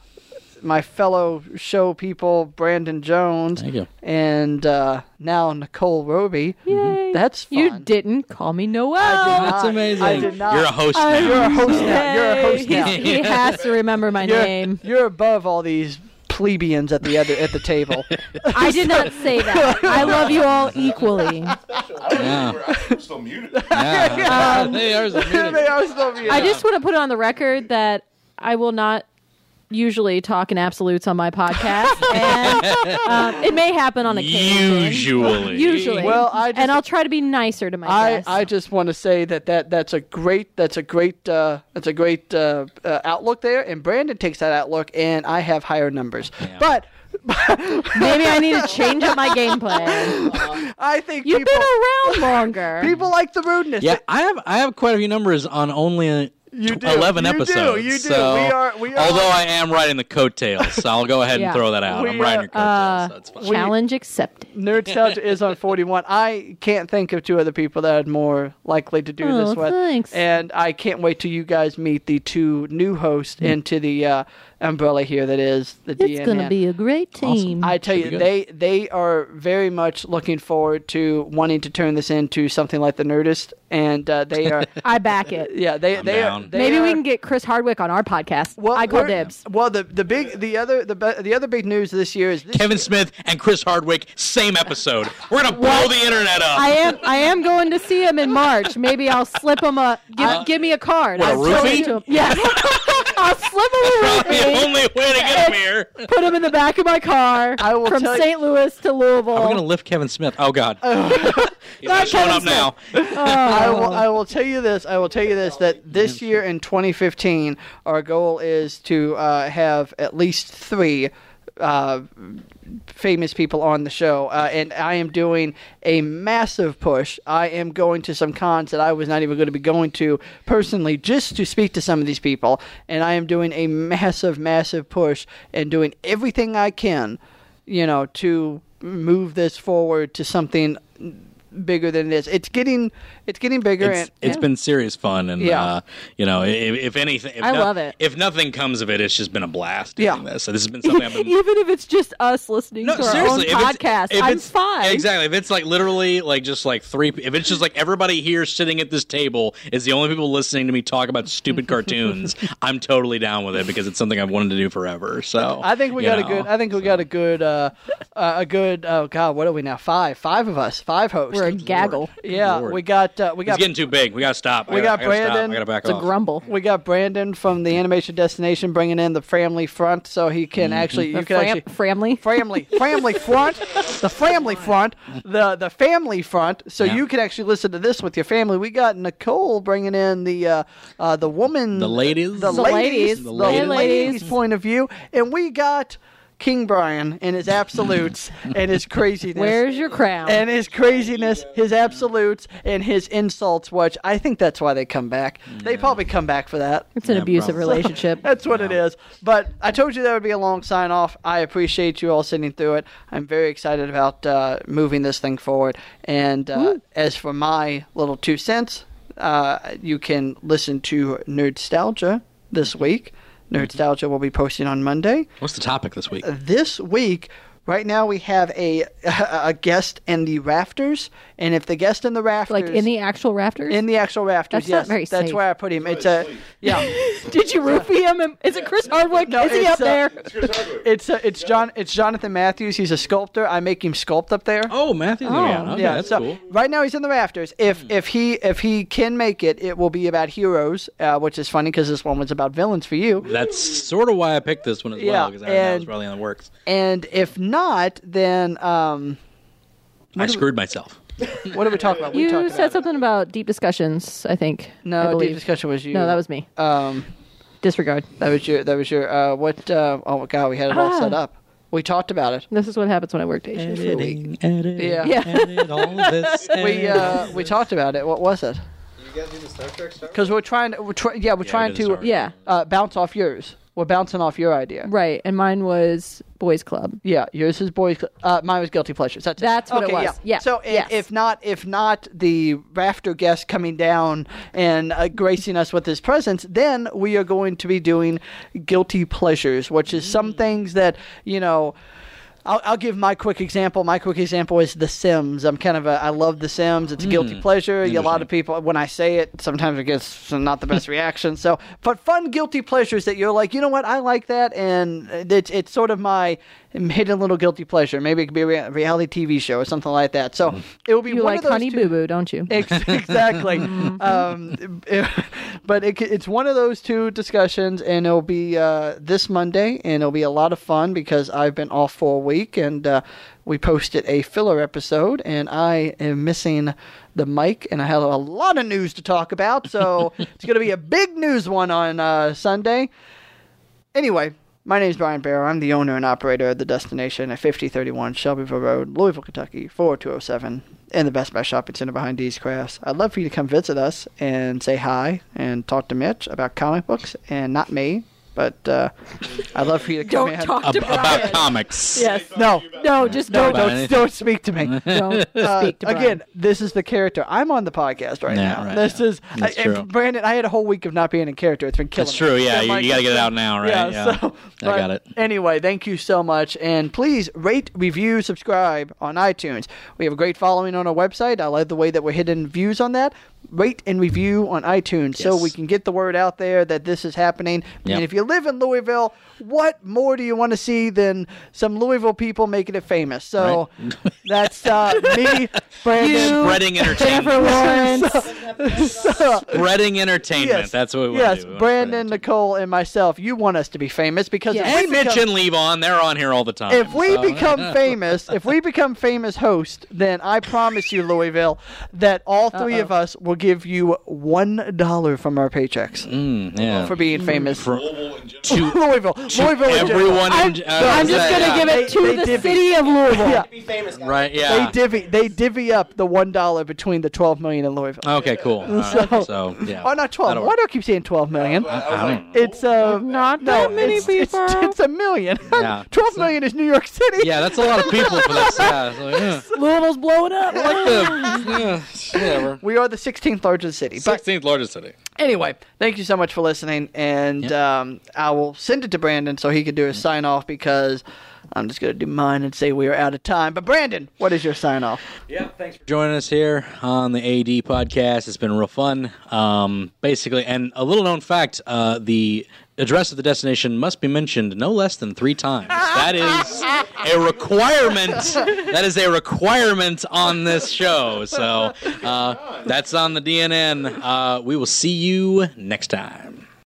[SPEAKER 3] my fellow show people, Brandon Jones,
[SPEAKER 1] Thank you.
[SPEAKER 3] and uh, now Nicole Roby.
[SPEAKER 5] Yay.
[SPEAKER 3] That's fun.
[SPEAKER 5] You didn't call me Noel.
[SPEAKER 3] I
[SPEAKER 1] That's
[SPEAKER 3] I-
[SPEAKER 1] amazing.
[SPEAKER 3] I did not.
[SPEAKER 1] You're a host
[SPEAKER 5] I-
[SPEAKER 1] now.
[SPEAKER 3] You're a host now. You're a host
[SPEAKER 5] Yay.
[SPEAKER 3] now.
[SPEAKER 5] He's- He has to remember my
[SPEAKER 3] You're,
[SPEAKER 5] name.
[SPEAKER 3] you're above all these plebeians at the other at the table.
[SPEAKER 5] I did not say that. I love you all equally.
[SPEAKER 1] Yeah.
[SPEAKER 2] I'm still muted.
[SPEAKER 1] Yeah.
[SPEAKER 5] Um,
[SPEAKER 1] They are so muted.
[SPEAKER 3] they are still here.
[SPEAKER 5] I just want to put it on the record that I will not usually talk in absolutes on my podcast, and um, it may happen on occasion.
[SPEAKER 1] Usually.
[SPEAKER 5] Usually.
[SPEAKER 3] Well, I just-
[SPEAKER 5] and I'll try to be nicer to my
[SPEAKER 3] I,
[SPEAKER 5] guests.
[SPEAKER 3] I just want to say that, that that's a great that's a great uh, that's a great uh, uh, outlook there, and Brandon takes that outlook, and I have higher numbers. But
[SPEAKER 5] Maybe I need to change up my game plan.
[SPEAKER 3] I think
[SPEAKER 5] You've
[SPEAKER 3] people
[SPEAKER 5] been around longer.
[SPEAKER 3] people like the rudeness.
[SPEAKER 1] Yeah, I have I have quite a few numbers on only uh,
[SPEAKER 3] You
[SPEAKER 1] tw-
[SPEAKER 3] do.
[SPEAKER 1] eleven
[SPEAKER 3] You do.
[SPEAKER 1] episodes.
[SPEAKER 3] You do.
[SPEAKER 1] So,
[SPEAKER 3] We are- we are-
[SPEAKER 1] Although I am riding the coattails, so I'll go ahead
[SPEAKER 5] Yeah. uh,
[SPEAKER 1] and throw that out.
[SPEAKER 3] We
[SPEAKER 1] I'm riding
[SPEAKER 3] are-
[SPEAKER 1] your coattails. so it's fine.
[SPEAKER 5] Challenge accepted.
[SPEAKER 3] Nerdstalgia is on 41. I can't think of two other people that are more likely to do
[SPEAKER 5] Oh,
[SPEAKER 3] this with.
[SPEAKER 5] thanks. Mm.
[SPEAKER 3] And I can't wait till you guys meet the two new hosts into the uh, umbrella here that is the
[SPEAKER 7] It's
[SPEAKER 3] DMN.
[SPEAKER 7] going to be a great team.
[SPEAKER 3] I tell
[SPEAKER 4] Should
[SPEAKER 3] you,
[SPEAKER 4] be good.
[SPEAKER 3] they they are very much looking forward to wanting to turn this into something like the Nerdist, and uh, they are.
[SPEAKER 5] I back it.
[SPEAKER 3] Yeah, they they are.
[SPEAKER 1] down.
[SPEAKER 3] they
[SPEAKER 5] Maybe we
[SPEAKER 3] are-
[SPEAKER 5] can get Chris Hardwick on our podcast. I call
[SPEAKER 3] we're-
[SPEAKER 5] dibs.
[SPEAKER 3] Well, the the big the other the be- the other big news this year is this
[SPEAKER 1] Kevin Smith and Chris Hardwick, same episode. We're gonna blow the internet up.
[SPEAKER 5] I am I am going to see him in March. Maybe I'll slip him a give, give me a card.
[SPEAKER 1] Uh, What, a
[SPEAKER 5] I'll throw it
[SPEAKER 1] roofie?
[SPEAKER 5] to him. Yeah. I'll slip him
[SPEAKER 1] the
[SPEAKER 5] a roofie.
[SPEAKER 1] only way to get him here.
[SPEAKER 5] Put him in the back of my car
[SPEAKER 3] I will
[SPEAKER 5] from
[SPEAKER 3] tell you-
[SPEAKER 5] St. Louis to Louisville.
[SPEAKER 1] We're gonna lift Kevin Smith. Oh God, he's
[SPEAKER 5] Not
[SPEAKER 1] not showing up
[SPEAKER 5] Kevin
[SPEAKER 1] now.
[SPEAKER 3] I will, I will tell you this. I will tell you this that this year in 2015, our goal is to uh, have at least three uh, famous people on the show. Uh, and I am doing a massive push. I am going to some cons that I was not even going to be going to personally just to speak to some of these people. And I am doing a massive, massive push and doing everything I can, you know, to move this forward to something bigger than it is. It's getting it's getting bigger
[SPEAKER 1] It's,
[SPEAKER 3] and
[SPEAKER 1] it's been serious fun, and
[SPEAKER 3] Yeah.
[SPEAKER 1] uh, you know, if, if anything, if
[SPEAKER 5] I love it.
[SPEAKER 1] If nothing comes of it, it's just been a blast.
[SPEAKER 3] Yeah.
[SPEAKER 1] doing this. So this has been something I've been.
[SPEAKER 5] Even if it's just us listening
[SPEAKER 1] No,
[SPEAKER 5] to our own
[SPEAKER 1] seriously. if it's-
[SPEAKER 5] podcast,
[SPEAKER 1] if
[SPEAKER 5] I'm
[SPEAKER 1] it's-
[SPEAKER 5] fine.
[SPEAKER 1] Exactly. If it's like literally like just like three, if it's just like everybody here sitting at this table is the only people listening to me talk about stupid cartoons, I'm totally down with it because it's something I've wanted to do forever. So
[SPEAKER 3] I think we
[SPEAKER 1] you
[SPEAKER 3] got
[SPEAKER 1] know.
[SPEAKER 3] a good I think we got a good uh, uh a good oh god, what are we now? Five. Five of us. Five hosts.
[SPEAKER 5] We're a gaggle.
[SPEAKER 3] yeah,
[SPEAKER 1] Lord.
[SPEAKER 3] we got uh, we
[SPEAKER 1] It's
[SPEAKER 3] got
[SPEAKER 1] getting too big. We gotta stop.
[SPEAKER 3] We
[SPEAKER 1] I gotta,
[SPEAKER 3] got
[SPEAKER 1] I gotta Stop.
[SPEAKER 3] Brandon.
[SPEAKER 1] I gotta back
[SPEAKER 5] It's a
[SPEAKER 1] off.
[SPEAKER 5] grumble.
[SPEAKER 3] we got Brandon from the Animation Destination bringing in the family front, so he
[SPEAKER 1] Mm-hmm.
[SPEAKER 3] can actually you
[SPEAKER 5] The
[SPEAKER 3] can
[SPEAKER 5] fram-
[SPEAKER 3] actually
[SPEAKER 5] family.
[SPEAKER 3] family family front the family front the the family front so
[SPEAKER 1] Yeah.
[SPEAKER 3] you can actually listen to this with your family we got nicole bringing in the uh, uh the woman
[SPEAKER 1] The ladies. The
[SPEAKER 3] the, ladies,
[SPEAKER 5] ladies.
[SPEAKER 3] the
[SPEAKER 1] Hey,
[SPEAKER 3] ladies.
[SPEAKER 1] ladies.
[SPEAKER 3] point of view and we got king brian and his absolutes and his craziness
[SPEAKER 5] Where's your crown?
[SPEAKER 3] and his craziness, his absolutes, and his insults, which I think that's why they come back. They probably come back for that.
[SPEAKER 5] it's an
[SPEAKER 1] Yeah,
[SPEAKER 5] abusive
[SPEAKER 1] probably.
[SPEAKER 5] relationship.
[SPEAKER 3] That's what it is. But I told you that would be a long sign off. I appreciate you all sitting through it. I'm very excited about uh, moving this thing forward. And uh, as for my little two cents, uh, you can listen to Nerdstalgia this week. Nerdstalgia will be posting on Monday
[SPEAKER 1] What's the topic this week?
[SPEAKER 3] this week right now we have a a guest in the rafters and if the guest in the rafters
[SPEAKER 5] Like in the actual rafters?
[SPEAKER 3] in the actual rafters
[SPEAKER 5] That's not
[SPEAKER 3] yes
[SPEAKER 5] very
[SPEAKER 3] that's
[SPEAKER 5] safe.
[SPEAKER 3] where i put him it's a yeah
[SPEAKER 5] Did you roofie him? And- Is it Chris Hardwick?
[SPEAKER 3] No,
[SPEAKER 5] Is he
[SPEAKER 3] it's,
[SPEAKER 5] up
[SPEAKER 3] uh,
[SPEAKER 5] there?
[SPEAKER 3] it's a, it's john it's jonathan matthews he's a sculptor i make him sculpt up there
[SPEAKER 1] Oh, Matthew's gonna be on. Okay, that's
[SPEAKER 3] so
[SPEAKER 1] cool. Hmm.
[SPEAKER 3] right now he's in the rafters. If if he if he can make it, it will be about heroes, uh, which is funny because this one was about villains for you.
[SPEAKER 1] That's sort of why I picked this one as
[SPEAKER 3] Yeah,
[SPEAKER 1] well because I know it was
[SPEAKER 3] and-
[SPEAKER 1] probably on the works.
[SPEAKER 3] And if not, then um,
[SPEAKER 1] I screwed myself.
[SPEAKER 3] what did we talk about? we
[SPEAKER 5] You
[SPEAKER 3] talked
[SPEAKER 5] said
[SPEAKER 3] about
[SPEAKER 5] something about deep discussions, I think. I
[SPEAKER 3] no.
[SPEAKER 5] believe.
[SPEAKER 3] Deep discussion was you.
[SPEAKER 5] No, that was me.
[SPEAKER 3] Um,
[SPEAKER 5] Disregard.
[SPEAKER 3] That was your. That was your. Uh, what? Uh, oh God, we had it all
[SPEAKER 5] Ah.
[SPEAKER 3] set up. We talked about it.
[SPEAKER 5] This is what happens when I work day shifts.
[SPEAKER 1] Editing, editing,
[SPEAKER 3] Yeah.
[SPEAKER 5] Yeah.
[SPEAKER 1] edit all this.
[SPEAKER 3] We uh, we talked about it. What was it?
[SPEAKER 6] You guys do the Star Trek stuff?
[SPEAKER 3] Because we're trying to. We're try, yeah, we're trying
[SPEAKER 1] it is
[SPEAKER 3] to
[SPEAKER 1] hard.
[SPEAKER 5] Yeah.
[SPEAKER 3] uh, bounce off yours. We're bouncing off your idea.
[SPEAKER 5] Right. And mine was Boys Club.
[SPEAKER 3] Yeah, yours is boys. Cl- Uh, mine was guilty pleasures. That's, it.
[SPEAKER 5] That's what it
[SPEAKER 3] okay,
[SPEAKER 5] was. Yeah.
[SPEAKER 3] So i-
[SPEAKER 5] Yes.
[SPEAKER 3] if not, if not the rafter guest coming down and uh, gracing us with his presence, then we are going to be doing guilty pleasures, which is some
[SPEAKER 5] Mm.
[SPEAKER 3] things that you know. I'll, I'll give my quick example. My quick example is The Sims. I'm kind of a I love The Sims. It's a
[SPEAKER 5] Mm.
[SPEAKER 3] guilty pleasure. A lot of people when I say it, sometimes it gets not the best reaction. So, but fun guilty pleasures that you're like, you know what, I like that, and it's it's sort of my hidden little guilty pleasure. Maybe it could be a rea- reality TV show or something like that. So it will be
[SPEAKER 5] You
[SPEAKER 3] one
[SPEAKER 5] like
[SPEAKER 3] of those
[SPEAKER 5] Honey
[SPEAKER 3] two-
[SPEAKER 5] Boo Mm-hmm. Boo, don't you?
[SPEAKER 3] Ex- exactly. um, it- but it, c- it's one of those two discussions, and it'll be uh, this Monday, and it'll be a lot of fun because I've been off for a week, and uh, we posted a filler episode, and I am missing the mic, and I have a lot of news to talk about, so it's going to be a big news one on uh, Sunday. Anyway, my name is Brian Barrow. I'm the owner and operator of the destination at 5031 Shelbyville Road, Louisville, Kentucky, 40207, and the Best Buy Shopping Center behind these crafts. I'd love for you to come visit us and say hi and talk to Mitch about comic books and not me But uh, I'd love for you to come
[SPEAKER 5] Don't
[SPEAKER 3] in.
[SPEAKER 5] talk
[SPEAKER 1] Ab-
[SPEAKER 5] to Brian.
[SPEAKER 1] about comics.
[SPEAKER 5] Yes.
[SPEAKER 3] No,
[SPEAKER 5] No, just
[SPEAKER 3] no,
[SPEAKER 5] don't.
[SPEAKER 1] About
[SPEAKER 3] don't,
[SPEAKER 1] anything.
[SPEAKER 3] don't speak to me.
[SPEAKER 5] Don't
[SPEAKER 3] Uh,
[SPEAKER 5] speak to Brian.
[SPEAKER 3] again, this is the character. I'm on the podcast right
[SPEAKER 1] Yeah,
[SPEAKER 3] now.
[SPEAKER 1] right,
[SPEAKER 3] this
[SPEAKER 1] yeah.
[SPEAKER 3] is
[SPEAKER 1] That's
[SPEAKER 3] I-
[SPEAKER 1] true.
[SPEAKER 3] And Brandon, I had a whole week of not being in character. It's been killing.
[SPEAKER 1] That's
[SPEAKER 3] me.
[SPEAKER 1] true. Yeah,
[SPEAKER 3] I'm
[SPEAKER 1] you,
[SPEAKER 3] like-
[SPEAKER 1] you got to get it out now, right?
[SPEAKER 3] Yeah,
[SPEAKER 1] Yeah,
[SPEAKER 3] so
[SPEAKER 1] I
[SPEAKER 3] but
[SPEAKER 1] got it.
[SPEAKER 3] Anyway, thank you so much, and please rate, review, subscribe on iTunes. We have a great following on our website. I love the way that we're hitting views on that. Rate and review on iTunes so
[SPEAKER 1] Yes.
[SPEAKER 3] we can get the word out there that this is happening.
[SPEAKER 1] Yep.
[SPEAKER 3] And if you live in Louisville, what more do you want to see than some Louisville people making it famous? So that's uh, me, Brandon.
[SPEAKER 1] Spreading entertainment.
[SPEAKER 5] Lawrence.
[SPEAKER 1] Spreading entertainment. That's what we want
[SPEAKER 3] yes,
[SPEAKER 1] to do. We wanna spread
[SPEAKER 3] Brandon, Nicole, and myself. You want us to be famous because
[SPEAKER 5] Yes.
[SPEAKER 3] if we
[SPEAKER 1] And Mitch
[SPEAKER 3] become-
[SPEAKER 1] and Levon, they're on here all the time.
[SPEAKER 3] if we
[SPEAKER 1] so-
[SPEAKER 3] become famous, if we become famous host, then I promise you, Louisville, that all 3 of us will give you one dollar from our paychecks
[SPEAKER 1] Mm, yeah.
[SPEAKER 3] for being famous.
[SPEAKER 1] For- to
[SPEAKER 3] Louisville, Louisville, in general.
[SPEAKER 1] everyone
[SPEAKER 3] I-
[SPEAKER 1] in, uh,
[SPEAKER 5] I'm just
[SPEAKER 1] yeah,
[SPEAKER 5] gonna give it to
[SPEAKER 3] They-
[SPEAKER 5] the
[SPEAKER 3] they divvy.
[SPEAKER 5] city of Louisville.
[SPEAKER 3] yeah,
[SPEAKER 1] right.
[SPEAKER 3] they
[SPEAKER 1] Yeah.
[SPEAKER 3] divvy they divvy up the one dollar between the twelve million in Louisville.
[SPEAKER 1] Okay. Cool. All right,
[SPEAKER 3] So-
[SPEAKER 1] so yeah.
[SPEAKER 3] Oh, not twelve.
[SPEAKER 1] That'll
[SPEAKER 3] Why
[SPEAKER 1] work.
[SPEAKER 3] do I keep saying twelve million?
[SPEAKER 1] I don't.
[SPEAKER 3] It's uh,
[SPEAKER 5] Not
[SPEAKER 3] no,
[SPEAKER 5] that many
[SPEAKER 3] it's, it's-
[SPEAKER 5] people.
[SPEAKER 3] It's, a million.
[SPEAKER 1] Yeah.
[SPEAKER 3] Twelve million is New York City.
[SPEAKER 1] Yeah, that's a lot of people for this. Yeah. So, yeah.
[SPEAKER 5] Louisville's blowing up.
[SPEAKER 1] Like the yeah, whatever.
[SPEAKER 3] We are the 16th largest city. But
[SPEAKER 1] 16th largest city.
[SPEAKER 3] Anyway, thank you so much for listening, and um, I will send it to Brandon so he can do his sign off because I'm just gonna do mine and say we are out of time. But Brandon, what is your sign off?
[SPEAKER 1] joining us here on the AD podcast. It's been real fun. Um, basically, and a little known fact: uh, the address of the destination must be mentioned no less than three times. That is a requirement. That is a requirement on this show. So uh, that's on the DNN. Uh, we will see you next time.